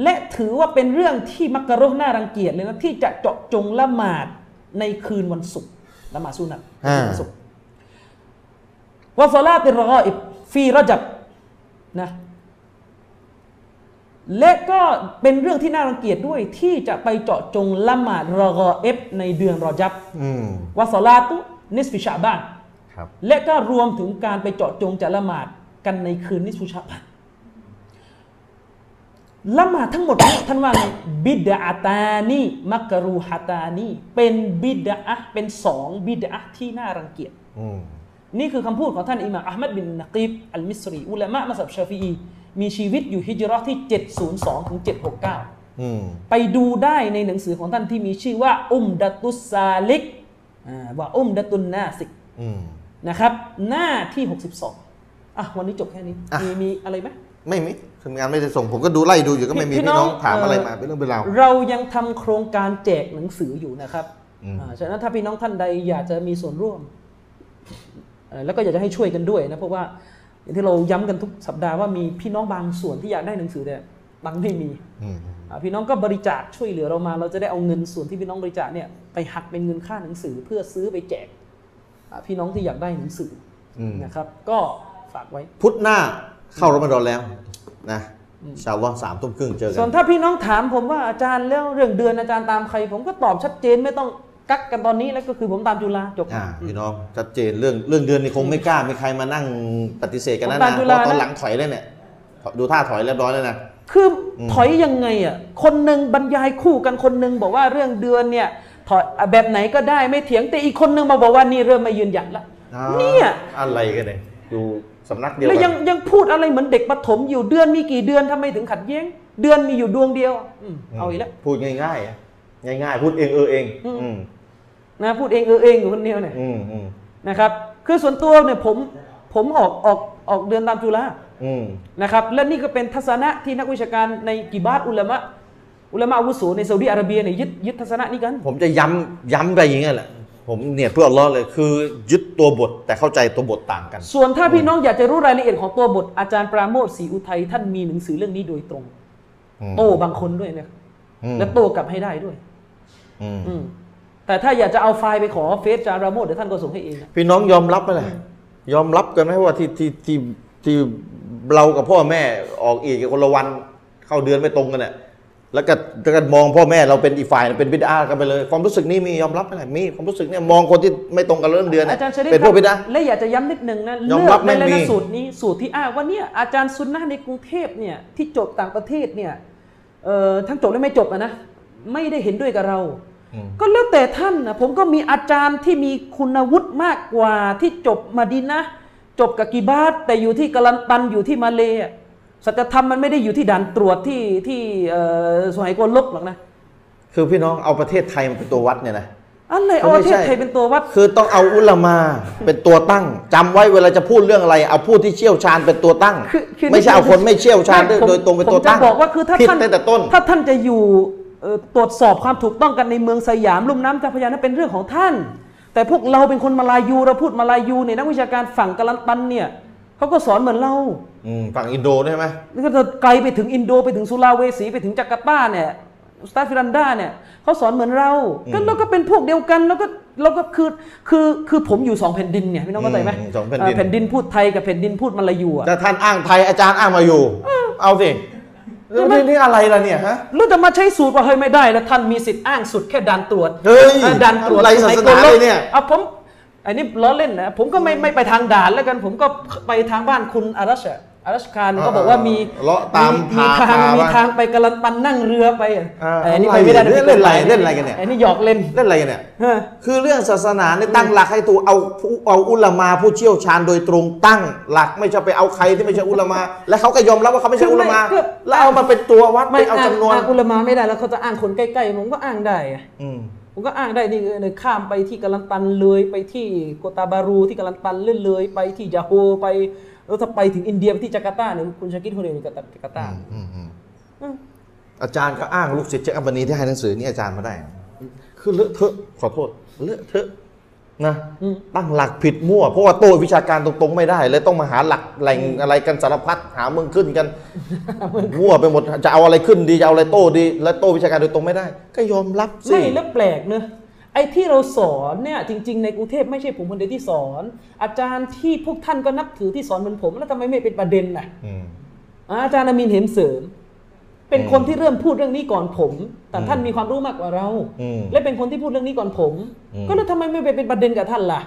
และถือว่าเป็นเรื่องที่มักกะโรหน่ารังเกียจเลยนะที่จะเจาะจงละหมาดในคืนวันศุกร์ละหมาดสุนัตในคืนวันศุกร์ วะซาลาติรกออิบฟีรจับนะและก็เป็นเรื่องที่น่ารังเกียจด้วยที่จะไปเจาะจงละหมาดรอกอเอฟในเดือนรอจับ
อืม
วะซาลาตุนิสฟิชาบาน
ครับ
และก็รวมถึงการไปเจาะจงจะละหมาดกันในคืนนิสฟิชาบานละหมาดทั้งหมดนี้ ท่านว่าไงบิดาตานีมักกะรูฮาตานีเป็นบิดาเป็นสองบิดาที่น่ารังเกียจ
อืม
นี่คือคำพูดของท่านอิหม่ามอัลมัดบินนกีบอัลมิสรี อุลามะมัสับชาฟีอีมีชีวิตอยู่ฮิจรัตที่ 702ถึง769
อืม
ไปดูได้ในหนังสือของท่านที่มีชื่อว่า อุมดัตุสซาลิกอ่าว่าอุมดัตุนนาสิก
อืม
นะครับ หน้าที่ 62อ่ะวันนี้จบแค่นี้
อ่ะ
มีมีอะไรไหม
ไม่มีทีมงานไม่ได้ส่งผมก็ดูไล่ดูอยู่ก็ไม่มี
พี่
พี่
น้อง
น้องถามอะไร
เอ่อ
มาเป็นเรื่องเป็นราว
เรายังทำโครงการแจกหนังสืออยู่นะครับ
อืม
อ่าฉะนั้นถ้าพี่น้องท่านใดอยากจะมีส่วนร่วมเอ่อแล้วก็อยากจะให้ช่วยกันด้วยนะ เพราะว่าอย่างที่เราย้ำกันทุกสัปดาห์ว่ามีพี่น้องบางส่วนที่อยากได้หนังสือแต่บางไม่มี
อืม
อ่าพี่น้องก็บริจาคช่วยเหลือเรามา เราจะได้เอาเงินส่วนที่พี่น้องบริจาคเนี่ยไปหักเป็นเงินค่าหนังสือเพื่อซื้อไปแจกอ่าพี่น้องที่อยากได้หนังสืออ
อืม
นะครับ ก็ฝากไว้
พุธหน้าเข้ารอมฎอนแล้วนะอินชาวว่าสามทุ่มครึ่งเจอกั
ส่วน
น
ถ้าพี่น้องถามผมว่าอาจารย์แล้วเรื่องเดือนอาจารย์ตามใคร ผมก็ตอบชัดเจนไม่ต้องกักกันตอนนี้แล้วก็คือผมตามจุฬาจบ
อ่าพี่น้องชัดเจนเรื่องเรื่องเดือนนี่คงไม่กล้ามีใครมานั่งปฏิเสธกันแล้ว
ผม
นะ
ตาม
เพ
จุ
ราะ
ฬานะ
ตอนหลังถอยแล้วเนี่ยดูท่าถอยเรียบร้อยแล้วนะ
คือถอยยังไงอ่ะคนหนึ่งบรรยายคู่กันคนหนึ่งบอกว่าเรื่องเดือนเนี่ยถอยอ่ะแบบไหนก็ได้ไม่เถียงแต่อีกคนหนึ่งมาบอกว่านี่เริ่มไม่ยืนหยัดละ
อ่า
เนี่ย
อะไรกันเนี่ยอยู่สำนักเดียว
แล้ว
กั
ยังยังพูดอะไรเหมือนเด็กประถมอยู่เดือนมีกี่เดือนทำไมถึงขัดแย้ง เดือนมีอยู่ดวงเดียวอืมเอาอีกแล้ว
พูดง่ายๆอะง่าย ๆ พูดเองเออเอง อืม
นะพูดเองเออเองอยู่คนเดียวเนี่ย
อืมอืม
นะครับคือส่วนตัวเนี่ยผมผมออกออกออกเดือนตามจุฬา
อืม
นะครับและนี่ก็เป็นทัศนะที่นักวิชาการในกิบาตอุลามะอุลามะอาวุโสในซาอุดีอาระเบียเนี่ยยึดยึดทัศนะนี้กัน
ผมจะย้ำย้ำไปอย่างเงี้ยแหละ ผมเนี่ยเพื่ออัลเลอฮ์เลยคือยึดตัวบทแต่เข้าใจตัวบทต่างกัน
ส่วนถ้าพี่น้องอยากจะรู้รายละเอียดของตัวบทอาจารย์ปราโมทศรีอุทัยท่านมีหนังสือเรื่องนี้โดยตรง
อืม
โต้บางคนด้วยนะ
อืม
และโต้กลับให้ได้ด้วย
อืม
อืมแต่ถ้าอยากจะเอาไฟล์ไปขอเฟซอาจารย์ปราโมทเดี๋ยวท่านก็ส่งให้เองนะ
พี่น้องยอมรับไหมล่ะยอมรับกันไหมว่าที่ที่ที่ที่เรากับพ่อแม่ออกอีกกันคนละวันเข้าเดือนไม่ตรงกันเนี่ย แล้วก็แล้วก็มองพ่อแม่เราเป็นอีกฝ่ายเป็นบิดากันไปเลย ความรู้สึกนี้มียอมรับไหมล่ะมีความรู้สึกเนี่ยมองคนที่ไม่ตรงกันเรื่องเดือนเนี่ย
อาจารย์ชริฟ
เป็นพวกบิดา
และอยากจะย้ำนิดหนึ่งนะ
ยอม
เลื
รั
อบ กได้เลย
ไม่
นะ
มี
สูตรนี้สูตรที่อ้างว่าเนี่ยอาจารย์ซุนนะห์ในกรุงเทพเนี่ยที่จบต่างประเทศเนี่ยเอ่อทั้งจบและไม่จบอะนะไม่ได้เห็นด้วยกับเรา ก็แล้วแต่ท่านนะผมก็มีอาจารย์ที่มีคุณวุฒิมากกว่าที่จบมาดินนะห์จบกับกีบาตแต่อยู่ที่กะลันตันอยู่ที่มาเลย์อะสัจธรรมมันไม่ได้อยู่ที่ด่านตรวจที่ที่เอ่อสมัยโกนลกหรอกนะ
คือพี่น้องเอาประเทศไทยมาเป็นตัววัดเนี่ยนะ
อะไรเอาประเทศไทยเป็นตัววัด
คือต้องเอาอุลามาเป็นตัวตั้งจำไว้เวลาจะพูดเรื่องอะไร เอาผู้ที่เชี่ยวชาญเป็นตัวตั้ง
คือคือ
ไม่ใช่เอาคนไม่เชี่ยวชาญ
ไม่ผม
โดยตรงเป็นตัวตั้ง
ผมจะบอกว่าคือถ้า
ผิด
ท่าน
ตั้งแต่ต้น
ถ้าท่านจะอยู่เอ่อตรวจสอบความถูกต้องกันในเมืองสยามลุ่มน้ำเจ้าพระยานั้นเป็นเรื่องของท่าน แต่พวกเราเป็นคนมาลายูเราพูดมาลายูเนี่ยนักวิชาการฝั่งกะลันตันเนี่ยเขาก็สอนเหมือนเรา
อืมฝั่งอินโดใช่ไหม
นี่ก็จะไกลไปถึงอินโดไปถึงสุลาเวสีไปถึงจาการ์ตาเนี่ยสตาฟิรันดาเนี่ยเขาสอนเหมือนเราก็เราก็เป็นพวกเดียวกันแล้วก็เราก็คือคือคือผมอยู่สองแผ่นดินเนี่ยพี่น้องเข้าใจไหม
อืมสองแผ่นดิน
าแผ่นดินพูดไทยกับแผ่นดินพูดมาลายูอะ
แต่ท่านอ้างไทยอาจารย์อ้างมาอยู่ เอาสิ
ใช่ไหม
นี่นี่อะไรล่ะเนี่ยฮะ
แล้วจะมาใช้สูตรว่าเฮ้ยไม่ได้นะท่านมีสิทธิ์อ้างสุดแค่ด่านตรวจ
เฮ้ย
ออด่านตรวจ
อะไรศาสนาเลยเนี่ย
เอาผมอันนี้ล้อเล่นนะผมก็ไม่ไม่ไปทางด่านแล้วกัน ผมก็ไปทางบ้านคุณอารัชอะอารัชการก็บอกว่ามี
เลาะตาม
มี
พา
ทาง
พา
มี
ว่า
ทางไปกะลันปันนั่งเรือไปอะ
อ่า
เอออันนี้
อะไร
ไปไม่ได้ะ
เนี่ยเล่นอะไรเล่นอะไรกันเนี่ย
อันนี้หยอกเล่น
เล่นอะไรกันเนี่ย
ฮะ
คือเรื่องศาสนาเนี่ยตั้งหลักให้ถูกเอาผู้เอาอุลามาผู้เชี่ยวชาญโดยตรงตั้งหลักไม่ใช่ไปเอาใครที่ไม่ใช่อุลามา และเขาก็ยอมรับว่าเขาไม่ใช่อุลามา
คือไม่คือ
แล้วเอามาเป็นตัววัดไปเอาจำนวน
งอุลามาไม่ได้แล้วเขาจะอ้างคนใกล้ๆผมก็อ้างได้อะ
อืม
ผมก็อ้างได้นี่เออเนี่ยข้ามไปที่กาลันตันเลยไปที่โกตาบารูที่กาลันตันเลื่อนเลยไปที่ยาโฮไปแล้วถ้าไปถึงอินเดียไปที่จาการ์ตาเนี่ยคุณชาคิดคนเดียวอยู่จาการ์ตา
อาจารย์ก็อ้างลูกศิษย์เจ๊อัมบานีที่ให้หนังสือนี่อาจารย์มาได้ คือเลอะเทอะขอโทษ เลอะเทอะนะ
อืม
ตั้งหลักผิดมั่ว เพราะว่าโต้วิชาการตรงๆไม่ได้เลยต้องมาหาหลักแหล่งอะไรกันสารพัดหาเมืองขึ้นกันมั่วไปหมดจะเอาอะไรขึ้นดีจะเอาอะไรโต้ดี และโต้วิชาการโดยตรงไม่ได้ ก็ยอมรับสิ
ไม่แล้วแปลกเนอะไอ้ที่เราสอนเนี่ยจริง ๆ ในกรุงเทพไม่ใช่ผมคนเดียวที่สอน อาจารย์ที่พวกท่านก็นับถือที่สอนเหมือนผม แล้วทำไมไม่เป็นประเด็นน่ะ
อืม
อาจารย์อามินเห็มเสริม เป็นคนที่เริ่มพูดเรื่องนี้ก่อนผม แต่ท่านมีความรู้มากกว่าเรา
อืม
และเป็นคนที่พูดเรื่องนี้ก่อนผม
อืม
ก็แล้วทำไมไม่ไปเป็นประเด็นกับท่านล่ะ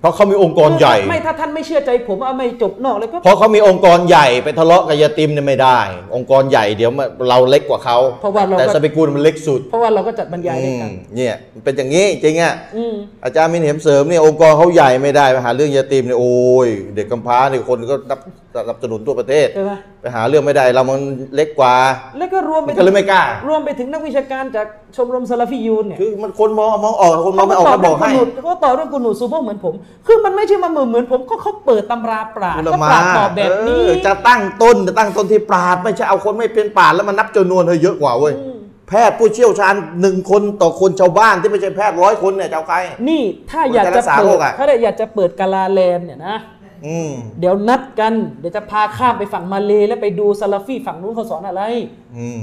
เพราะเขามีองค์กรใหญ่
ไม่ถ้าท่านไม่เชื่อใจผมเอาไม่จบนอกแล้วก็
เพราะเขามีองค์กรใหญ่ไปทะเลาะกับยาติมเนี่ยไม่ได้ องค์กรใหญ่เดี๋ยวมันเราเล็กกว่าเขา
เพราะว่าเรา
แต่
ก็
สเปกูลมันเล็กสุด
เพราะว่าเราก็จัดบรรยายด้วยกัน
อืมเนี่ยมันเป็นอย่างนี้จริงอ่ะ
อืม
อาจารย์มินเห็มเสริมเนี่ยองค์กรเขาใหญ่ไม่ได้ไปหาเรื่องยาตีมเนี่ยโอ้ยเด็กกำพร้าเนี่ยคนก็นับสนับสนุนทั่วประเทศ
ใช่ไหม
ไปหาเรื่องไม่ได้เรามันเล็กกว่า
แล้วก็รวมไป
มันก็เลยไม่กล้า
รวมไปถึงนักวิชาการจากชมรมซาลาฟียูนเนี่ย
คือมันคนมองมองออกคนมองไม่ออกก็บอกให้
เรื่องกุนูดเขาก็ต่อเรื่องกุนูดซูเปอร์เหมือนผม คือมันไม่ใช่มาเหมือนเหมือนผมก็เขาเปิดตำราปราด
อุล
ก็
มา
ปราดตอบแบบนี้
เออจะตั้งต้นจะตั้งต้นที่ปราดไม่ใช่เอาคนไม่เป็นปราดแล้วมันนับจำนวนเธอเยอะกว่าเว้ย
อืม
แพทย์ผู้เชี่ยวชาญหนึ่งคนต่อคนชาวบ้านที่ไม่ใช่แพทย์ร้อยคนเนี่ยจะเอาใคร
นี่ถ้า
คุณ
อยาก
จะรั
จะ
กษา
เปิ
โร
ด
คอะ
ถ้าอยากจะเปิดกาลาแลนด์เนี่ยนะ
อืม
เดี๋ยวนัดกัน เดี๋ยวจะพาข้ามไปฝั่งมาเลแล้วไปดูซาลาฟีฝั่งนู้นเขาสอนอะไร
อืม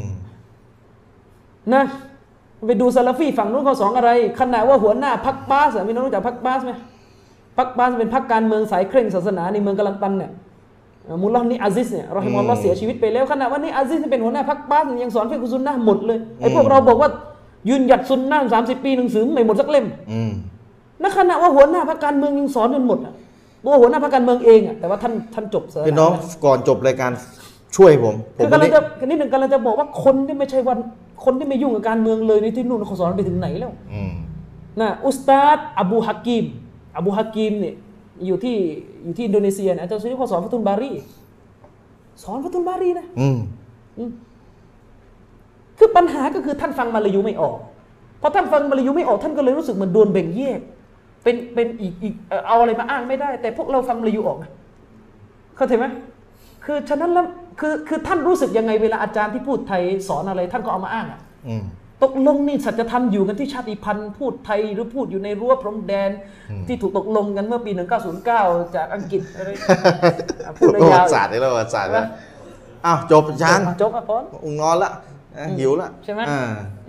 นะไปดูซาลาฟีฝั่งนู้นเขาสอนอะไรขณะว่าหัวหน้าพักบาสอะพี่น้องรู้จักพักบาสไหมพักบาสเป็นพักการเมืองสายเคร่งศาสนาในเมืองกะลันตันเนี่ยเอ่อมูลลาห์นี่อาซิสเนี่ยเราให้มอลลอฮ์เสียชีวิตไปแล้วขณะว่านี่อาซิสเป็นหัวหน้าพักบาสเนี่ยยังสอนเฟกุซุนนะห์หมดเลยไอ้พวกเราบอกว่ายืนหยัดซุนนะสามสิบปีหนังสือไม่หมดสักเล่ม
อืม
ณขณะว่าหัวหน้าพรรคการเมืองยังสอนจนหมดอะตัวหัวหน้าพรรคการเมืองเองอะแต่ว่าท่านท่านจบเส
พี่น้องก่อนจบรายการช่วยผมผ
คื
มวั
อ
น
กำลัง
นี้
จะนิดหนึ่งกำลังจะบอกว่าคนที่ไม่ใช่วันคนที่ไม่ยุ่งกับการเมืองเลยในที่นู่นเขาสอนไปถึงไหนแล้ว
อืม
นะอุสตาดอบูฮักกิมอบูฮักกิมเนี่ยอยู่ที่อยู่ที่อินโดนีเซียนะอาจารย์สุริยะเขาสอนฟัตุนบารีสอนฟัตุนบารีนะ
อืม
คือปัญหาก็คือท่านฟังมาลายูไม่ออกพอท่านฟังมาลายูไม่ออกท่านก็เลยรู้สึกเหมือนโดนแบ่งแยก เป็นเป็นอีกอีกเอ่อเอาอะไรมาอ้างไม่ได้ แต่พวกเราฟังมาลายูออกนะเข้าใจไหมคือฉะนั้นแล้วคือคือท่านรู้สึกยังไงเวลาอาจารย์ที่พูดไทยสอนอะไร ท่านก็เอามาอ้างอะ
อืม
ตกลงนี่สัจธรรมอยู่กันที่ชาติพันธุ์พูดไทยหรือพูดอยู่ในรั้วพรมแดน ที่ถูกตกลงกันเมื่อปี 1909 จากอังกฤษอะไรอ่ะพู
พู
ด
ด
เลย
ประวั
ยาว
ติศาสตร์นี่ประวัติศาสตร์แล้วอ้าวจบจาน
จบอ่ะพอน
องนอนละอ่ะหิวละ
ใช่ไหม
อ่า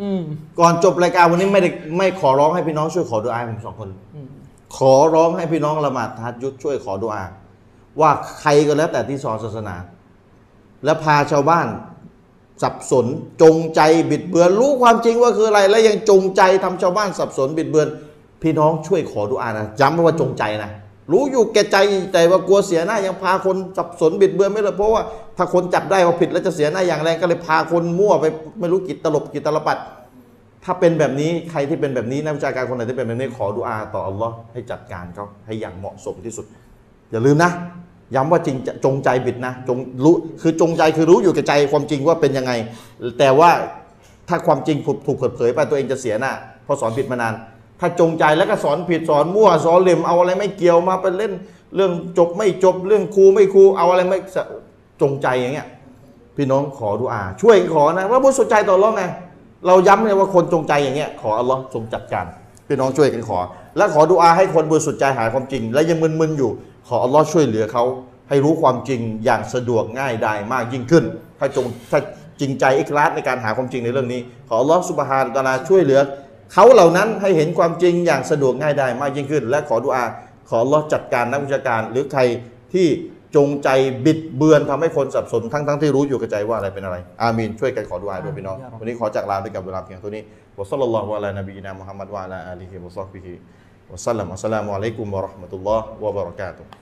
อืม
ก่อนจบรายการวันนี้ไม่ได้ไม่ขอร้องให้พี่น้องช่วยขอดุอาให้ผมสองคน
อืม
ขอร้องให้พี่น้องละหมาดทัดยุดช่วยขอดุอา ว่าใครก็แล้วแต่ที่สอนศาสนา และพาชาวบ้าน สับสนจงใจบิดเบือน รู้ความจริงว่าคืออะไร และยังจงใจทำชาวบ้านสับสนบิดเบือน พี่น้องช่วยขอดุอานะย้ำว่าจงใจนะ รู้อยู่แก่ใจแต่ว่ากลัวเสียหน้ายังพาคนสับสนบิดเบือนไม่เลยเพราะว่าถ้าคนจับได้ว่าผิดแล้วจะเสียหน้าอย่างแรงก็เลยพาคนมั่วไปไม่รู้กี่ตลบกี่ตลปัด ถ้าเป็นแบบนี้ใครที่เป็นแบบนี้นักวิชาการคนไหนที่เป็นแบบนี้ขอดุอาต่ออัลลอฮ์ให้จัดการเขาให้อย่างเหมาะสมที่สุด อย่าลืมนะ ย้ำว่าจริงจะจงใจบิดนะจงรู้คือจงใจคือรู้อยู่แก่ใจความจริงว่าเป็นยังไง แต่ว่าถ้าความจริงถูกถูกเปิดเผยไปตัวเองจะเสียหน้าเพราะสอนผิดมานาน ถ้าจงใจแล้วก็สอนผิดสอนมั่วสอนเหล่มเอาอะไรไม่เกี่ยวมาเป็นเล่น เรื่องจบไม่จบเรื่องครูไม่ครูเอาอะไรไม่สะจงใจอย่างเงี้ย พี่น้องขอดุอา ช่วยขอนะว่าบุญสุดใจต่ออัลเลอไงเราย้ำเลยว่าคนจงใจอย่างเงี้ยขออัลเลอฮ์ทรงจัดการพี่น้องช่วยกันขอ และขอดุอาให้คนบุญสุดใจหายความจริง และยังมึนๆอยู่ ขออัลเลอฮ์ช่วยเหลือเขาให้รู้ความจริงอย่างสะดวกง่ายดายมากยิ่งขึ้น ถ้าจงถ้าจริงใจอิคลาสในการหาความจริงในเรื่องนี้ ขออัลเลอฮ์สุบฮานตะอาลาช่วยเหลือเขาเหล่านั้นให้เห็นความจริงอย่างสะดวกง่ายดายมากยิ่งขึ้น และขอดุอา ขออัลเลอฮ์จัดการนักวิชาการหรือใครที่จงใจบิดเบือนทำให้คนสับสนทั้งทั้งที่รู้อยู่กับใจว่าอะไรเป็นอะไร อามีนช่วยกันขอดุอาด้วยพี่น้อง
อามีนยารับ
วันนี้ขอจากลาด้วยกับเวลาเพียงเท่านี้วัสซัลลัลลอฮุอะลานบีนามุฮัมมัดวะอะลาอาลีฮิวะซอฮบิฮิวะสัลลัมอัสสลามุอะลัยกุมวะเราะห์มะตุลลอฮ์วะบะเราะกาตุฮ์